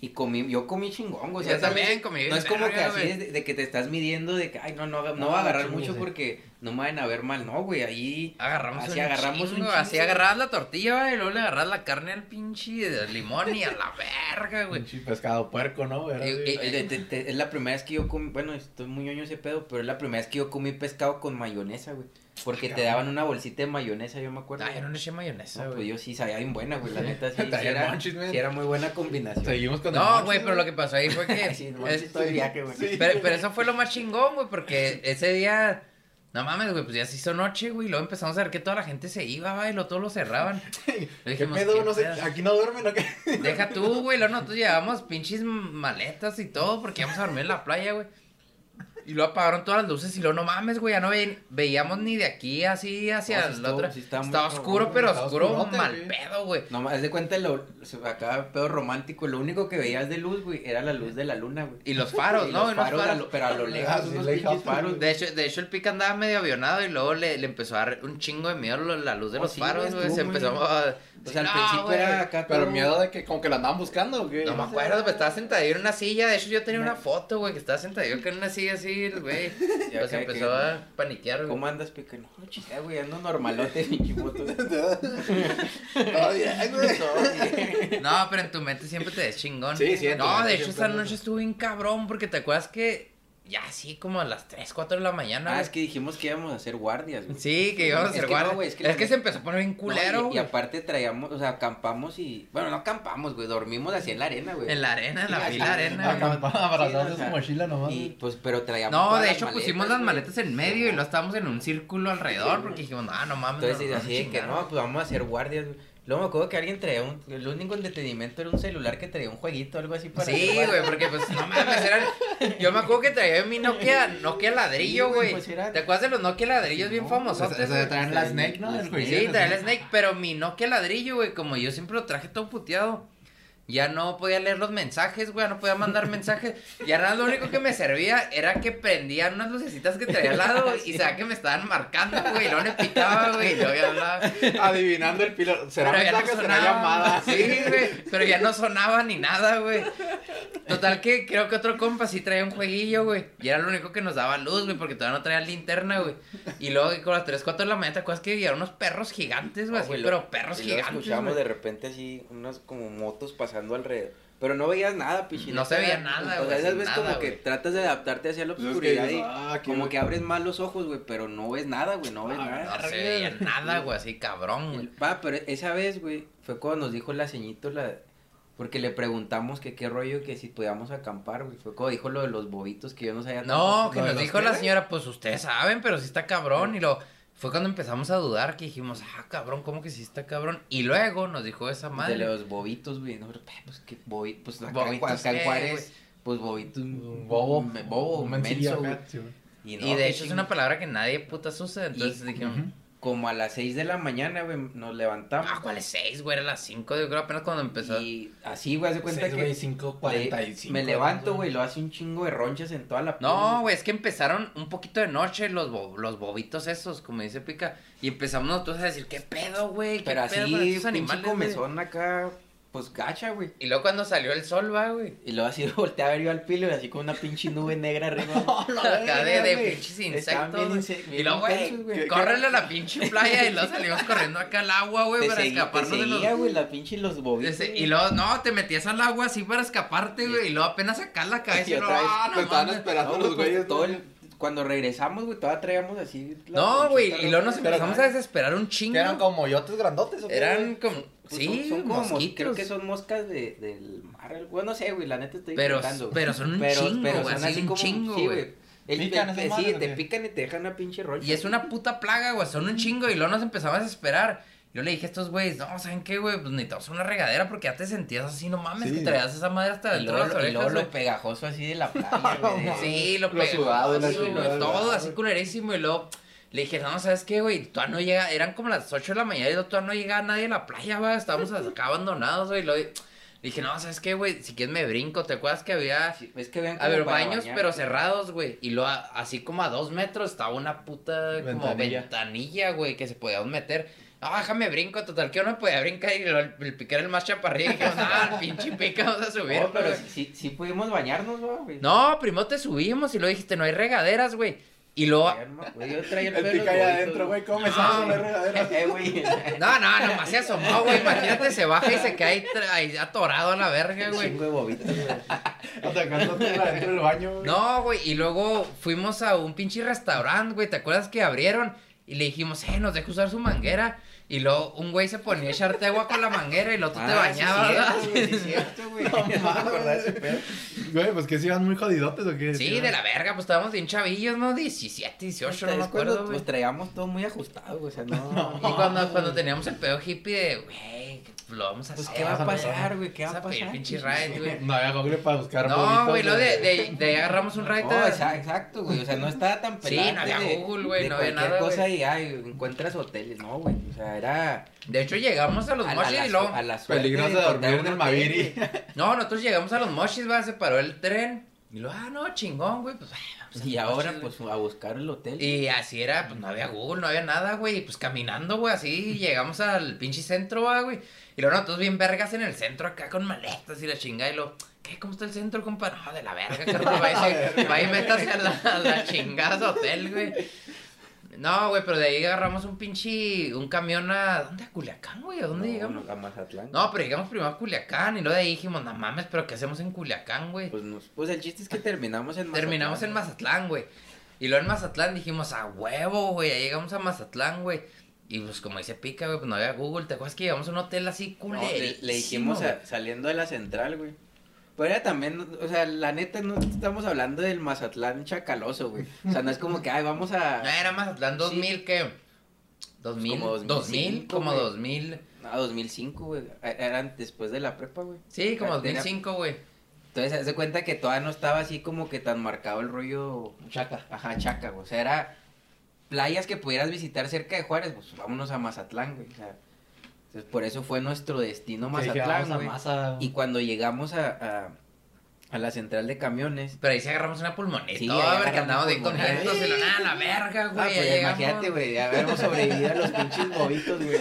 [SPEAKER 6] Y comí, yo comí chingón, güey. O sea,
[SPEAKER 5] Yo también comí bien
[SPEAKER 6] No es como
[SPEAKER 5] verga,
[SPEAKER 6] que así
[SPEAKER 5] güey.
[SPEAKER 6] es de, de que te estás midiendo de que, ay, no, no, haga- no
[SPEAKER 1] No,
[SPEAKER 6] va a agarrar
[SPEAKER 1] chingos,
[SPEAKER 6] mucho
[SPEAKER 1] sí.
[SPEAKER 6] porque no me van a ver mal. No, güey, ahí.
[SPEAKER 5] Agarramos
[SPEAKER 6] Así
[SPEAKER 5] un
[SPEAKER 6] agarramos un
[SPEAKER 5] chingo, así
[SPEAKER 6] chingo.
[SPEAKER 5] agarrabas la tortilla, güey, y luego le agarrabas la carne al pinche de limón y a la verga, güey.
[SPEAKER 1] Pinche pescado puerco, ¿no? Era
[SPEAKER 5] Y-
[SPEAKER 1] así.
[SPEAKER 5] y-
[SPEAKER 6] eh, de- de- de- es la primera vez que yo comí, bueno, estoy muy ñoño ese pedo, pero es la primera vez que yo comí pescado con mayonesa, güey. Porque te daban una bolsita de mayonesa, yo me acuerdo.
[SPEAKER 5] Ay, yo no le eché
[SPEAKER 6] No,
[SPEAKER 5] mayonesa,
[SPEAKER 6] pues
[SPEAKER 5] güey.
[SPEAKER 6] yo sí sabía bien buena, güey, la neta, sí, sí
[SPEAKER 1] Traía el
[SPEAKER 6] era,
[SPEAKER 1] monchis, güey.
[SPEAKER 6] sí era muy buena combinación.
[SPEAKER 1] Seguimos con el
[SPEAKER 5] No,
[SPEAKER 1] monchis,
[SPEAKER 5] güey, pero lo que pasó ahí fue que.
[SPEAKER 6] Sí, no,
[SPEAKER 5] es-
[SPEAKER 6] estoy de viaje, güey.
[SPEAKER 1] Sí.
[SPEAKER 5] pero, pero eso fue lo más chingón, güey, porque ese día. No mames, güey, pues ya se hizo noche, güey. y Luego empezamos a ver que toda la gente se iba, güey, y luego todos lo cerraban.
[SPEAKER 1] ¿Qué
[SPEAKER 5] dijimos,
[SPEAKER 1] pedo?
[SPEAKER 5] ¿qué
[SPEAKER 1] No sé,
[SPEAKER 5] pedo?
[SPEAKER 1] aquí no duermen, ¿o qué?
[SPEAKER 5] Deja tú, güey. Luego nosotros llevábamos pinches maletas y todo porque íbamos a dormir en la playa, güey. Y luego apagaron todas las luces y luego no mames, güey. Ya no ve- veíamos ni de aquí así hacia
[SPEAKER 6] No, sí
[SPEAKER 5] la
[SPEAKER 6] estuvo-
[SPEAKER 5] otra.
[SPEAKER 6] sí estaba
[SPEAKER 5] estaba,
[SPEAKER 6] muy cabrón,
[SPEAKER 5] oscuro,
[SPEAKER 1] güey,
[SPEAKER 5] pero
[SPEAKER 1] estaba
[SPEAKER 5] oscuro
[SPEAKER 1] oscurote,
[SPEAKER 5] mal
[SPEAKER 1] güey.
[SPEAKER 5] pedo, güey.
[SPEAKER 6] No, haz de cuenta, lo, acá pedo romántico, lo único que veías de luz, güey, era la luz de la luna, güey.
[SPEAKER 5] Y los faros,
[SPEAKER 6] Y
[SPEAKER 5] ¿no?
[SPEAKER 6] los
[SPEAKER 5] Y los
[SPEAKER 6] faros, a
[SPEAKER 5] faros.
[SPEAKER 6] lo- pero a lo lejos,
[SPEAKER 1] Ah, sí,
[SPEAKER 6] unos
[SPEAKER 1] lejos,
[SPEAKER 6] pinches faros.
[SPEAKER 5] De hecho, de hecho, el pica andaba medio avionado y luego le, le empezó a dar un chingo de miedo lo- la luz de
[SPEAKER 6] Oh,
[SPEAKER 5] los
[SPEAKER 6] sí,
[SPEAKER 5] faros,
[SPEAKER 6] güey,
[SPEAKER 5] güey.
[SPEAKER 6] estuvo
[SPEAKER 5] Se
[SPEAKER 6] muy
[SPEAKER 5] empezó
[SPEAKER 6] bien.
[SPEAKER 5] a.
[SPEAKER 6] O sea, al
[SPEAKER 5] No,
[SPEAKER 6] principio
[SPEAKER 5] güey.
[SPEAKER 6] era acá
[SPEAKER 1] Pero
[SPEAKER 6] todo-
[SPEAKER 1] miedo de que como que la andaban buscando, ¿o qué?
[SPEAKER 5] No me acuerdo, güey, estaba sentadillo en una silla. De hecho, yo tenía una foto, güey, que estaba sentadillo acá en una silla así, el güey.
[SPEAKER 6] Ya
[SPEAKER 5] Pues
[SPEAKER 6] acá de
[SPEAKER 5] empezó
[SPEAKER 6] que-
[SPEAKER 5] a paniquear, güey.
[SPEAKER 6] ¿Cómo andas, pica? No, chida, güey, ando normalote, pinche moto.
[SPEAKER 1] Ay, ay, güey.
[SPEAKER 5] No, pero en tu mente siempre te des chingón.
[SPEAKER 1] Sí, sí, en tu
[SPEAKER 5] No,
[SPEAKER 1] mente
[SPEAKER 5] de hecho,
[SPEAKER 1] siempre
[SPEAKER 5] esta
[SPEAKER 1] ando-
[SPEAKER 5] noche estuve bien cabrón porque te acuerdas que ya así como a las 3, 4 de la mañana.
[SPEAKER 6] Ah,
[SPEAKER 5] güey.
[SPEAKER 6] es que dijimos que íbamos a hacer guardias, güey.
[SPEAKER 5] Sí, que íbamos a
[SPEAKER 6] Es
[SPEAKER 5] hacer
[SPEAKER 6] que no,
[SPEAKER 5] guardia.
[SPEAKER 6] güey,
[SPEAKER 5] es
[SPEAKER 6] es
[SPEAKER 5] que,
[SPEAKER 6] que la neta-
[SPEAKER 5] se empezó a poner bien culero,
[SPEAKER 6] No, y- y,
[SPEAKER 5] güey.
[SPEAKER 6] aparte traíamos, o sea, acampamos y... Bueno, no acampamos, güey, dormimos así en la arena, güey.
[SPEAKER 5] En la arena, en la
[SPEAKER 6] Sí,
[SPEAKER 5] pila
[SPEAKER 6] así,
[SPEAKER 5] arena. güey.
[SPEAKER 1] Acampada, abrazada
[SPEAKER 6] Sí, o
[SPEAKER 1] su
[SPEAKER 6] sea,
[SPEAKER 1] mochila nomás.
[SPEAKER 6] Y, pues, pero traíamos
[SPEAKER 5] No,
[SPEAKER 6] todas
[SPEAKER 5] de hecho pusimos las
[SPEAKER 6] güey.
[SPEAKER 5] maletas en medio y lo estábamos en un círculo alrededor porque dijimos, ah, no mames.
[SPEAKER 6] Entonces,
[SPEAKER 5] nos van a
[SPEAKER 6] así de que
[SPEAKER 5] chingar".
[SPEAKER 6] no, pues vamos a hacer guardias. güey. Luego me acuerdo que alguien traía un. El único entretenimiento era un celular que traía un jueguito, algo así para.
[SPEAKER 5] Sí,
[SPEAKER 6] jugar.
[SPEAKER 5] güey, porque pues no mames, eran. Yo me acuerdo que traía mi Nokia, Nokia ladrillo,
[SPEAKER 6] Sí,
[SPEAKER 5] güey.
[SPEAKER 6] güey, pues, era-
[SPEAKER 5] ¿Te acuerdas de los Nokia ladrillos bien
[SPEAKER 6] No,
[SPEAKER 5] famosos?
[SPEAKER 1] Esa- esa de traer la Snake, ¿no? Del jueguillo de
[SPEAKER 5] Sí,
[SPEAKER 1] la
[SPEAKER 5] traía el
[SPEAKER 1] Snake.
[SPEAKER 5] Snake, pero mi Nokia ladrillo, güey, como yo siempre lo traje todo puteado. Ya no podía leer los mensajes, güey, ya no podía mandar mensajes. Y ahora lo único que me servía era que prendían unas lucecitas que traía al lado y sabía que me estaban marcando, güey. Y luego le picaba, güey, y luego ya hablaba.
[SPEAKER 1] Adivinando el piloto. ¿Será
[SPEAKER 5] Pero ya no
[SPEAKER 1] mensaje o será
[SPEAKER 5] sonaba.
[SPEAKER 1] llamada? pues
[SPEAKER 5] Sí, güey. Pero ya no sonaba ni nada, güey. Total que creo que otro compa sí traía un jueguillo, güey. Y era lo único que nos daba luz, güey, porque todavía no traía linterna, güey. Y luego que con las 3, 4 de la mañana, ¿te acuerdas que llegaron unos perros gigantes, güey?
[SPEAKER 6] Ah,
[SPEAKER 5] así,
[SPEAKER 6] güey, lo-
[SPEAKER 5] pero perros
[SPEAKER 6] y luego
[SPEAKER 5] gigantes.
[SPEAKER 6] Escuchábamos
[SPEAKER 5] güey.
[SPEAKER 6] de repente así unas como motos pasando alrededor. Pero no veías nada, pichi.
[SPEAKER 5] No se
[SPEAKER 6] te-
[SPEAKER 5] veía nada,
[SPEAKER 6] O
[SPEAKER 5] güey,
[SPEAKER 6] sea, esas
[SPEAKER 5] sin
[SPEAKER 6] veces
[SPEAKER 5] nada,
[SPEAKER 6] como que
[SPEAKER 5] güey.
[SPEAKER 6] tratas de adaptarte hacia la
[SPEAKER 1] Pues es que
[SPEAKER 6] oscuridad
[SPEAKER 1] dices,
[SPEAKER 6] y
[SPEAKER 1] ah, qué
[SPEAKER 6] como
[SPEAKER 1] bueno.
[SPEAKER 6] que abres mal los ojos, güey, pero no ves nada, güey, no ves
[SPEAKER 1] Ah,
[SPEAKER 6] nada.
[SPEAKER 5] No se veía nada, güey, así cabrón, güey.
[SPEAKER 6] Va, pero esa vez, güey, fue cuando nos dijo la ceñito la... Porque le preguntamos que qué rollo que si podíamos acampar, güey. Fue cuando dijo lo de los bobitos que yo no sabía
[SPEAKER 5] No,
[SPEAKER 6] tampoco.
[SPEAKER 5] que
[SPEAKER 1] ¿Lo de
[SPEAKER 5] nos
[SPEAKER 1] los
[SPEAKER 5] dijo la
[SPEAKER 1] perros?
[SPEAKER 5] señora, pues ustedes saben, pero sí está cabrón. Y lo fue cuando empezamos a dudar que dijimos, ah, cabrón, ¿cómo que sí está cabrón? Y luego nos dijo esa madre.
[SPEAKER 6] De los bobitos, güey. Nosotros, "Ah, pues que bobi... Pues acá, en
[SPEAKER 5] Bobitos, eh,
[SPEAKER 6] Cua- acá en
[SPEAKER 5] ¿qué,
[SPEAKER 6] Juárez, pues bobitos.
[SPEAKER 1] Un bobo.
[SPEAKER 6] me- bobo,
[SPEAKER 1] Un
[SPEAKER 6] menso,
[SPEAKER 1] mencillo
[SPEAKER 6] güey.
[SPEAKER 1] acá, sí, güey.
[SPEAKER 5] Y
[SPEAKER 6] no,
[SPEAKER 5] de
[SPEAKER 6] qué
[SPEAKER 5] hecho es
[SPEAKER 6] chingo.
[SPEAKER 5] una palabra que nadie putas usa, entonces
[SPEAKER 6] Y-
[SPEAKER 5] dijeron,
[SPEAKER 6] como a las 6 de la mañana, güey, nos levantamos.
[SPEAKER 5] Ah, ¿cuál es 6, güey? Era las 5, yo creo apenas cuando empezó.
[SPEAKER 6] Y así, güey, hace cuenta
[SPEAKER 1] Seis,
[SPEAKER 6] que
[SPEAKER 1] güey, cinco, cuarenta y
[SPEAKER 6] le-
[SPEAKER 1] cinco,
[SPEAKER 6] me levanto, güey, lo hace un chingo de ronchas en toda la
[SPEAKER 5] No, güey, es que empezaron un poquito de noche los, bo- los bobitos esos, como dice Pica, y empezamos nosotros a decir, ¿qué pedo, güey? ¿Qué
[SPEAKER 6] Pero
[SPEAKER 5] pedo con
[SPEAKER 6] así,
[SPEAKER 5] estos
[SPEAKER 6] pinche
[SPEAKER 5] animales, güey?"
[SPEAKER 6] comezón acá, pues gacha, güey.
[SPEAKER 5] Y luego cuando salió el sol, va, güey.
[SPEAKER 6] Y luego así volteé a ver yo al pilo y así con una pinche nube negra arriba.
[SPEAKER 5] Acá de, de
[SPEAKER 6] güey.
[SPEAKER 5] pinches
[SPEAKER 6] Estaban
[SPEAKER 5] insectos.
[SPEAKER 6] bien
[SPEAKER 5] güey.
[SPEAKER 6] inse- bien
[SPEAKER 5] y luego,
[SPEAKER 6] intensos, güey.
[SPEAKER 5] güey, córrele a la pinche playa y luego salimos corriendo acá al agua, güey,
[SPEAKER 6] Te
[SPEAKER 5] para
[SPEAKER 6] seguí- te
[SPEAKER 5] escaparnos de los.
[SPEAKER 6] seguía, güey, la pinche y los bobitos.
[SPEAKER 5] Ese-
[SPEAKER 6] güey.
[SPEAKER 5] y luego, no, te metías al agua así para escaparte, güey. Y luego apenas sacar la cabeza y,
[SPEAKER 6] Y
[SPEAKER 5] luego,
[SPEAKER 6] otra vez,
[SPEAKER 5] ah,
[SPEAKER 1] Pues
[SPEAKER 5] no
[SPEAKER 1] estaban
[SPEAKER 5] mames.
[SPEAKER 1] esperando
[SPEAKER 6] No,
[SPEAKER 1] los
[SPEAKER 6] güey, pues,
[SPEAKER 1] güeyes,
[SPEAKER 6] todo
[SPEAKER 1] ¿no?
[SPEAKER 6] el- Cuando regresamos, güey, todavía traíamos así. la
[SPEAKER 5] No, güey.
[SPEAKER 6] conchita
[SPEAKER 5] Y luego nos
[SPEAKER 6] roja.
[SPEAKER 5] empezamos a desesperar un chingo.
[SPEAKER 1] Que eran como yotes grandotes, ¿o qué,
[SPEAKER 5] Eran
[SPEAKER 1] güey?
[SPEAKER 5] como-
[SPEAKER 6] Pues son-
[SPEAKER 5] sí,
[SPEAKER 6] son como mos-
[SPEAKER 5] mosquitos.
[SPEAKER 6] Creo que son moscas de, del mar. el- Bueno, no sé, güey, la neta estoy
[SPEAKER 5] Pero-
[SPEAKER 6] inventando, güey.
[SPEAKER 5] pero son un chingo, güey, así un chingo,
[SPEAKER 6] sí,
[SPEAKER 5] güey.
[SPEAKER 6] El-
[SPEAKER 1] Pican esas
[SPEAKER 6] el- sí,
[SPEAKER 1] madres,
[SPEAKER 6] te
[SPEAKER 1] güey.
[SPEAKER 6] pican y te dejan una pinche rocha.
[SPEAKER 5] Y es una puta plaga, güey. Son un chingo. Y luego nos empezamos a desesperar. Yo le dije a estos güeyes, no, ¿saben qué, güey? Pues necesitamos una regadera porque ya te sentías así, no mames,
[SPEAKER 1] Sí.
[SPEAKER 5] que traías esa madre hasta
[SPEAKER 6] Y
[SPEAKER 5] dentro de
[SPEAKER 6] luego,
[SPEAKER 5] las
[SPEAKER 6] lo- y luego
[SPEAKER 5] orejas,
[SPEAKER 6] lo
[SPEAKER 5] güey.
[SPEAKER 6] pegajoso así de la playa, güey. de-
[SPEAKER 5] Sí, lo,
[SPEAKER 1] Lo sudado,
[SPEAKER 5] pegado,
[SPEAKER 1] la
[SPEAKER 5] güey,
[SPEAKER 1] chingada.
[SPEAKER 5] Todo así culerísimo. Y luego le dije, no, ¿sabes qué, güey? Todavía no llega. Eran como las 8 de la mañana y luego todavía no llegaba nadie a la playa, güey. Estábamos acá abandonados, güey. Y luego le dije, no, ¿sabes qué, güey? Si quieres me brinco. ¿Te acuerdas que había,
[SPEAKER 6] Sí, Es que vean
[SPEAKER 5] a ver,
[SPEAKER 6] como para
[SPEAKER 5] baños,
[SPEAKER 6] bañar.
[SPEAKER 5] pero cerrados, güey? Y luego, a- así como a dos metros, estaba una puta como
[SPEAKER 1] Ventanilla.
[SPEAKER 5] ventanilla, güey, que se podían meter. Ah, déjame brinco, total, que yo no podía brincar y luego el, el pique era el más chaparrillo. Y dije, no, el pinche pica, vamos a subir.
[SPEAKER 6] No, pero
[SPEAKER 5] güey".
[SPEAKER 6] sí, sí, sí pudimos bañarnos, ¿no, güey.
[SPEAKER 5] No, primero te subimos y luego dijiste, no hay regaderas, güey. Y luego,
[SPEAKER 6] Ya, no, güey, Yo traía el,
[SPEAKER 1] El
[SPEAKER 6] pelo
[SPEAKER 1] pica ahí
[SPEAKER 6] bonito,
[SPEAKER 1] adentro, güey, ¿cómo me
[SPEAKER 5] Ah,
[SPEAKER 1] sale la regadera?
[SPEAKER 6] Eh, güey.
[SPEAKER 5] no, no, nomás se asomó, güey. Imagínate, se baja y se cae ahí tra- ahí atorado a la verga, güey.
[SPEAKER 6] Chingo de bobitos, güey.
[SPEAKER 1] Atacándote adentro del baño, güey.
[SPEAKER 5] No, güey, y luego fuimos a un pinche restaurante, güey. ¿Te acuerdas que abrieron? Y le dijimos, eh, nos deja usar su manguera. Y luego un güey se ponía a echarte agua con la manguera y luego tú te
[SPEAKER 6] Ah, sí
[SPEAKER 5] bañabas. ¿verdad?
[SPEAKER 6] es cierto, güey, sí es cierto, güey. No me acordaba de ese pedo.
[SPEAKER 1] Güey, pues que si iban muy jodidotes o qué. "Ah,
[SPEAKER 5] Sí, de la verga, pues estábamos bien chavillos, ¿no? 17, 18, no me
[SPEAKER 6] Es cuando
[SPEAKER 5] acuerdo, güey.
[SPEAKER 6] Nos traíamos pues, todo muy ajustado, güey. O sea, no.
[SPEAKER 5] Y cuando, cuando teníamos el pedo hippie de, güey, lo vamos a hacer.
[SPEAKER 6] Pues, ¿qué va a
[SPEAKER 1] no,
[SPEAKER 6] pasar, güey? ¿Qué va
[SPEAKER 5] Vamos
[SPEAKER 6] a
[SPEAKER 5] a pedir
[SPEAKER 6] pasar?
[SPEAKER 5] pinche ride, güey.
[SPEAKER 1] No había Google para buscar
[SPEAKER 5] No,
[SPEAKER 1] bobitos,
[SPEAKER 5] güey, lo de, de, de ahí agarramos un raid.
[SPEAKER 6] No, exa- Oh, exacto, güey. O sea, no estaba tan
[SPEAKER 5] Sí,
[SPEAKER 6] pelante
[SPEAKER 5] no había
[SPEAKER 6] de-
[SPEAKER 5] Google, güey,
[SPEAKER 6] de
[SPEAKER 5] no había
[SPEAKER 6] cualquier
[SPEAKER 5] nada,
[SPEAKER 6] cosa y ay, encuentras hoteles, no, güey. O sea, era
[SPEAKER 5] De hecho, llegamos a los
[SPEAKER 6] a, la- a
[SPEAKER 5] moshis
[SPEAKER 6] la,
[SPEAKER 5] y luego.
[SPEAKER 6] a la suerte.
[SPEAKER 1] Peligroso de
[SPEAKER 6] encontrar
[SPEAKER 1] dormir en
[SPEAKER 6] un
[SPEAKER 1] el
[SPEAKER 6] hotel,
[SPEAKER 1] Maviri.
[SPEAKER 6] güey.
[SPEAKER 5] No, nosotros llegamos a los moshis, va, se paró el tren. Y luego, ah, no, chingón, güey, pues, ah, vamos a
[SPEAKER 6] Y
[SPEAKER 5] los
[SPEAKER 6] ahora,
[SPEAKER 5] moshis, güey.
[SPEAKER 6] pues, a buscar el hotel.
[SPEAKER 5] Y así era, pues no había Google, no había nada, güey. Y pues caminando, güey, así llegamos al pinche centro, va, güey. Y luego nosotros bien vergas en el centro acá con maletas y la chingada. Y luego, ¿qué? ¿Cómo está el centro, compa? No, de la verga, carnal. Vaya, vaya y métase a la, a la chingada su hotel, güey. No, güey, pero de ahí agarramos un pinche, un camión a, ¿dónde? ¿A Culiacán, güey? ¿A dónde
[SPEAKER 6] No,
[SPEAKER 5] llegamos?
[SPEAKER 6] A Mazatlán.
[SPEAKER 5] No, pero llegamos primero a Culiacán y luego de ahí dijimos, no mames, pero ¿qué hacemos en Culiacán, güey?
[SPEAKER 6] Pues, nos- pues el chiste es que terminamos en Mazatlán.
[SPEAKER 5] Terminamos en Mazatlán, güey. Y luego en Mazatlán dijimos, a huevo, güey, ya llegamos a Mazatlán, güey. Y pues como dice Pica, güey, pues no había Google, ¿te acuerdas que llegamos a un hotel así
[SPEAKER 6] No,
[SPEAKER 5] culerísimo?
[SPEAKER 6] le, le dijimos
[SPEAKER 5] güey?
[SPEAKER 6] a- saliendo de la central, güey. Pero era también, o sea, la neta no estamos hablando del Mazatlán chacaloso, güey. O sea, no es como que, ay, vamos a...
[SPEAKER 5] No, era Mazatlán 2000, ¿qué? 2000,
[SPEAKER 6] Pues, Como
[SPEAKER 5] 2000,
[SPEAKER 6] 2005,
[SPEAKER 5] como
[SPEAKER 6] güey.
[SPEAKER 5] 2000,
[SPEAKER 6] No, 2005, güey. E- Eran después de la prepa, güey.
[SPEAKER 5] sí, como
[SPEAKER 6] Tenía-
[SPEAKER 5] 2005, güey.
[SPEAKER 6] Entonces, se cuenta que todavía no estaba así como que tan marcado el rollo.
[SPEAKER 1] Chaca.
[SPEAKER 6] Ajá, chaca, güey. O sea, era playas que pudieras visitar cerca de Juárez, pues vámonos a Mazatlán, güey. O sea, entonces, por eso fue nuestro destino Mazatlán, güey. Y cuando llegamos a, a, a la central de camiones.
[SPEAKER 5] Pero ahí sí agarramos una pulmoneta,
[SPEAKER 6] Sí,
[SPEAKER 5] sí,
[SPEAKER 6] ahí
[SPEAKER 5] porque
[SPEAKER 6] agarramos
[SPEAKER 5] andábamos bien
[SPEAKER 6] pulmoneta.
[SPEAKER 5] contentos, y lo nada, la verga,
[SPEAKER 6] Ah,
[SPEAKER 5] güey, ya
[SPEAKER 6] pues,
[SPEAKER 5] llegamos.
[SPEAKER 6] imagínate, güey, de habernos sobrevivido a los pinches bobitos, güey.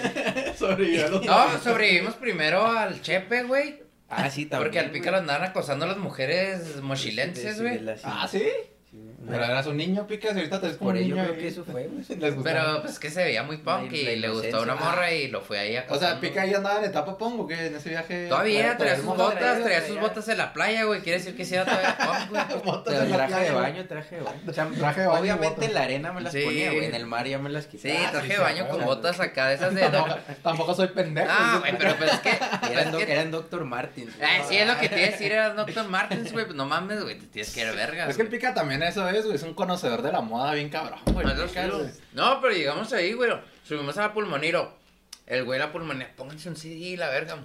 [SPEAKER 1] Sobrevivió a los
[SPEAKER 5] No, sobrevivimos primero al Chepe, güey,
[SPEAKER 6] Ah, sí, también.
[SPEAKER 5] porque al
[SPEAKER 6] güey. Pues,
[SPEAKER 5] Pica lo andaban acosando las mujeres mochilenses,
[SPEAKER 6] Sí,
[SPEAKER 5] güey.
[SPEAKER 6] de la- sí.
[SPEAKER 1] Ah, ¿sí?
[SPEAKER 6] Sí,
[SPEAKER 1] Pero
[SPEAKER 6] güey.
[SPEAKER 1] eras un niño, picas, y ahorita te ves como
[SPEAKER 6] Por
[SPEAKER 1] un
[SPEAKER 6] ello
[SPEAKER 1] niño.
[SPEAKER 6] creo
[SPEAKER 1] ahí.
[SPEAKER 6] que eso fue, güey.
[SPEAKER 1] Les gustaba.
[SPEAKER 5] Pero pues que se veía muy punk
[SPEAKER 6] La-
[SPEAKER 5] y
[SPEAKER 6] la
[SPEAKER 5] le gustó
[SPEAKER 6] inocencia.
[SPEAKER 5] una morra y lo fue ahí a
[SPEAKER 1] O sea, Pica ya andaba en etapa pongo, que en ese viaje.
[SPEAKER 5] Todavía traía
[SPEAKER 1] traer
[SPEAKER 5] sus
[SPEAKER 1] motos,
[SPEAKER 5] botas, traía, sus botas en la playa, güey. Quiere decir que sí era todavía punk, güey.
[SPEAKER 1] motos
[SPEAKER 6] Pero
[SPEAKER 1] en la
[SPEAKER 6] traje de
[SPEAKER 1] playa,
[SPEAKER 6] baño, traje de baño. O sea,
[SPEAKER 1] Traje de baño,
[SPEAKER 6] Obviamente
[SPEAKER 1] botas.
[SPEAKER 6] en la arena me las
[SPEAKER 5] Sí.
[SPEAKER 6] ponía, güey. En el mar ya me las quité.
[SPEAKER 5] Sí,
[SPEAKER 1] Ah,
[SPEAKER 5] traje
[SPEAKER 1] sí,
[SPEAKER 5] de
[SPEAKER 1] sí,
[SPEAKER 5] baño
[SPEAKER 1] güey,
[SPEAKER 5] con
[SPEAKER 1] la-
[SPEAKER 5] botas acá de esas de...
[SPEAKER 1] Tampoco, tampoco soy pendejo.
[SPEAKER 5] Ah, güey, pero pues es que...
[SPEAKER 6] Eran,
[SPEAKER 5] pues, es
[SPEAKER 6] doc-
[SPEAKER 5] que-
[SPEAKER 6] eran Dr. Martins. güey.
[SPEAKER 5] Ah, sí, es lo que te iba a decir, eras Dr. Martens, güey. Pues no mames, güey, te tienes que ir vergas.
[SPEAKER 1] Es que el
[SPEAKER 5] güey.
[SPEAKER 1] Pica también eso es, güey. Es un conocedor de la moda bien cabrón, güey.
[SPEAKER 5] No, es
[SPEAKER 1] Pica,
[SPEAKER 5] lo
[SPEAKER 1] güey.
[SPEAKER 5] que- Pues, No, pero llegamos ahí, güey. Subimos a la pulmonero. El güey de la pulmonera, pónganse un CD, la verga.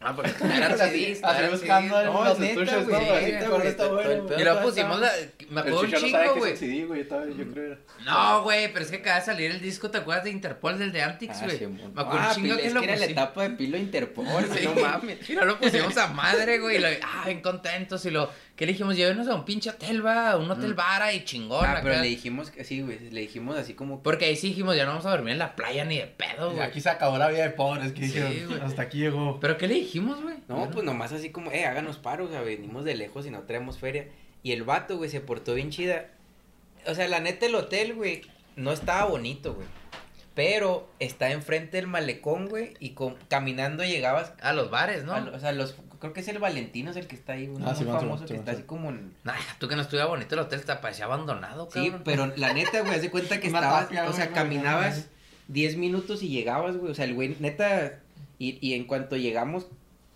[SPEAKER 5] Ah, porque eran
[SPEAKER 1] Así,
[SPEAKER 5] CDs,
[SPEAKER 1] así
[SPEAKER 5] eran
[SPEAKER 1] buscando
[SPEAKER 5] CDs.
[SPEAKER 1] en
[SPEAKER 5] No,
[SPEAKER 1] los
[SPEAKER 5] neta,
[SPEAKER 1] estuches,
[SPEAKER 5] güey,
[SPEAKER 1] ¿no? Así,
[SPEAKER 5] neta,
[SPEAKER 1] ¿te
[SPEAKER 5] güey,
[SPEAKER 1] acuerdas,
[SPEAKER 5] todo
[SPEAKER 1] güey?
[SPEAKER 5] el pedo. Y luego pusimos la... Me
[SPEAKER 1] El
[SPEAKER 5] acuerdo un
[SPEAKER 1] Chicho no sabe
[SPEAKER 5] chingo,
[SPEAKER 1] que es un
[SPEAKER 5] güey.
[SPEAKER 1] CD, güey, yo estaba- yo creo era.
[SPEAKER 5] No, güey, pero es que acaba de salir el disco, ¿te acuerdas de Interpol, del de Antics,
[SPEAKER 6] Ah,
[SPEAKER 5] güey?
[SPEAKER 6] sí,
[SPEAKER 5] me
[SPEAKER 6] amor.
[SPEAKER 5] acuerdo un
[SPEAKER 6] Ah,
[SPEAKER 5] chingo
[SPEAKER 6] Pilo,
[SPEAKER 5] que
[SPEAKER 6] es
[SPEAKER 5] lo
[SPEAKER 6] que era la
[SPEAKER 5] pusimos.
[SPEAKER 6] etapa de Pilo Interpol, güey,
[SPEAKER 5] Sí.
[SPEAKER 6] no mames.
[SPEAKER 5] Y no lo pusimos a madre, güey. y lo- ah, bien contentos. Y lo que le dijimos, llévenos a un pinche hotel, va, a un hotel vara y chingón.
[SPEAKER 6] Mm. Ah, pero
[SPEAKER 5] acá.
[SPEAKER 6] le dijimos que sí, güey, le dijimos así como
[SPEAKER 5] Porque ahí sí dijimos, ya no vamos a dormir en la playa ni de pedo, güey.
[SPEAKER 1] Aquí se acabó la vida de pobres, que
[SPEAKER 5] Sí,
[SPEAKER 1] dijeron,
[SPEAKER 5] güey.
[SPEAKER 1] hasta aquí llegó.
[SPEAKER 5] ¿Pero qué le dijimos, güey?
[SPEAKER 6] No, pues nomás así como, eh, háganos paro, o sea, venimos de lejos y no traemos feria. Y el vato, güey, se portó bien chida. O sea, la neta, el hotel, güey, no estaba bonito, güey. Pero está enfrente del malecón, güey, y con- caminando llegabas.
[SPEAKER 5] A los bares, ¿no?
[SPEAKER 6] a lo- o sea, los, creo que es el Valentino, es el que está ahí, uno
[SPEAKER 1] Ah, sí,
[SPEAKER 6] muy
[SPEAKER 1] Simón,
[SPEAKER 6] famoso,
[SPEAKER 1] Simón,
[SPEAKER 6] que
[SPEAKER 1] Simón,
[SPEAKER 6] está así
[SPEAKER 1] Simón.
[SPEAKER 6] como en-
[SPEAKER 5] Nah, tú que no estuviera bonito el hotel, te parecía abandonado,
[SPEAKER 6] Sí,
[SPEAKER 5] Oh,
[SPEAKER 6] pues.
[SPEAKER 5] cabrón.
[SPEAKER 6] pero la neta, güey, haz de cuenta que
[SPEAKER 1] Una
[SPEAKER 6] estabas,
[SPEAKER 1] tapia,
[SPEAKER 6] o
[SPEAKER 1] güey,
[SPEAKER 6] sea,
[SPEAKER 1] una-
[SPEAKER 6] caminabas 10 minutos y llegabas, güey, o sea, el güey, neta, y, y en cuanto llegamos,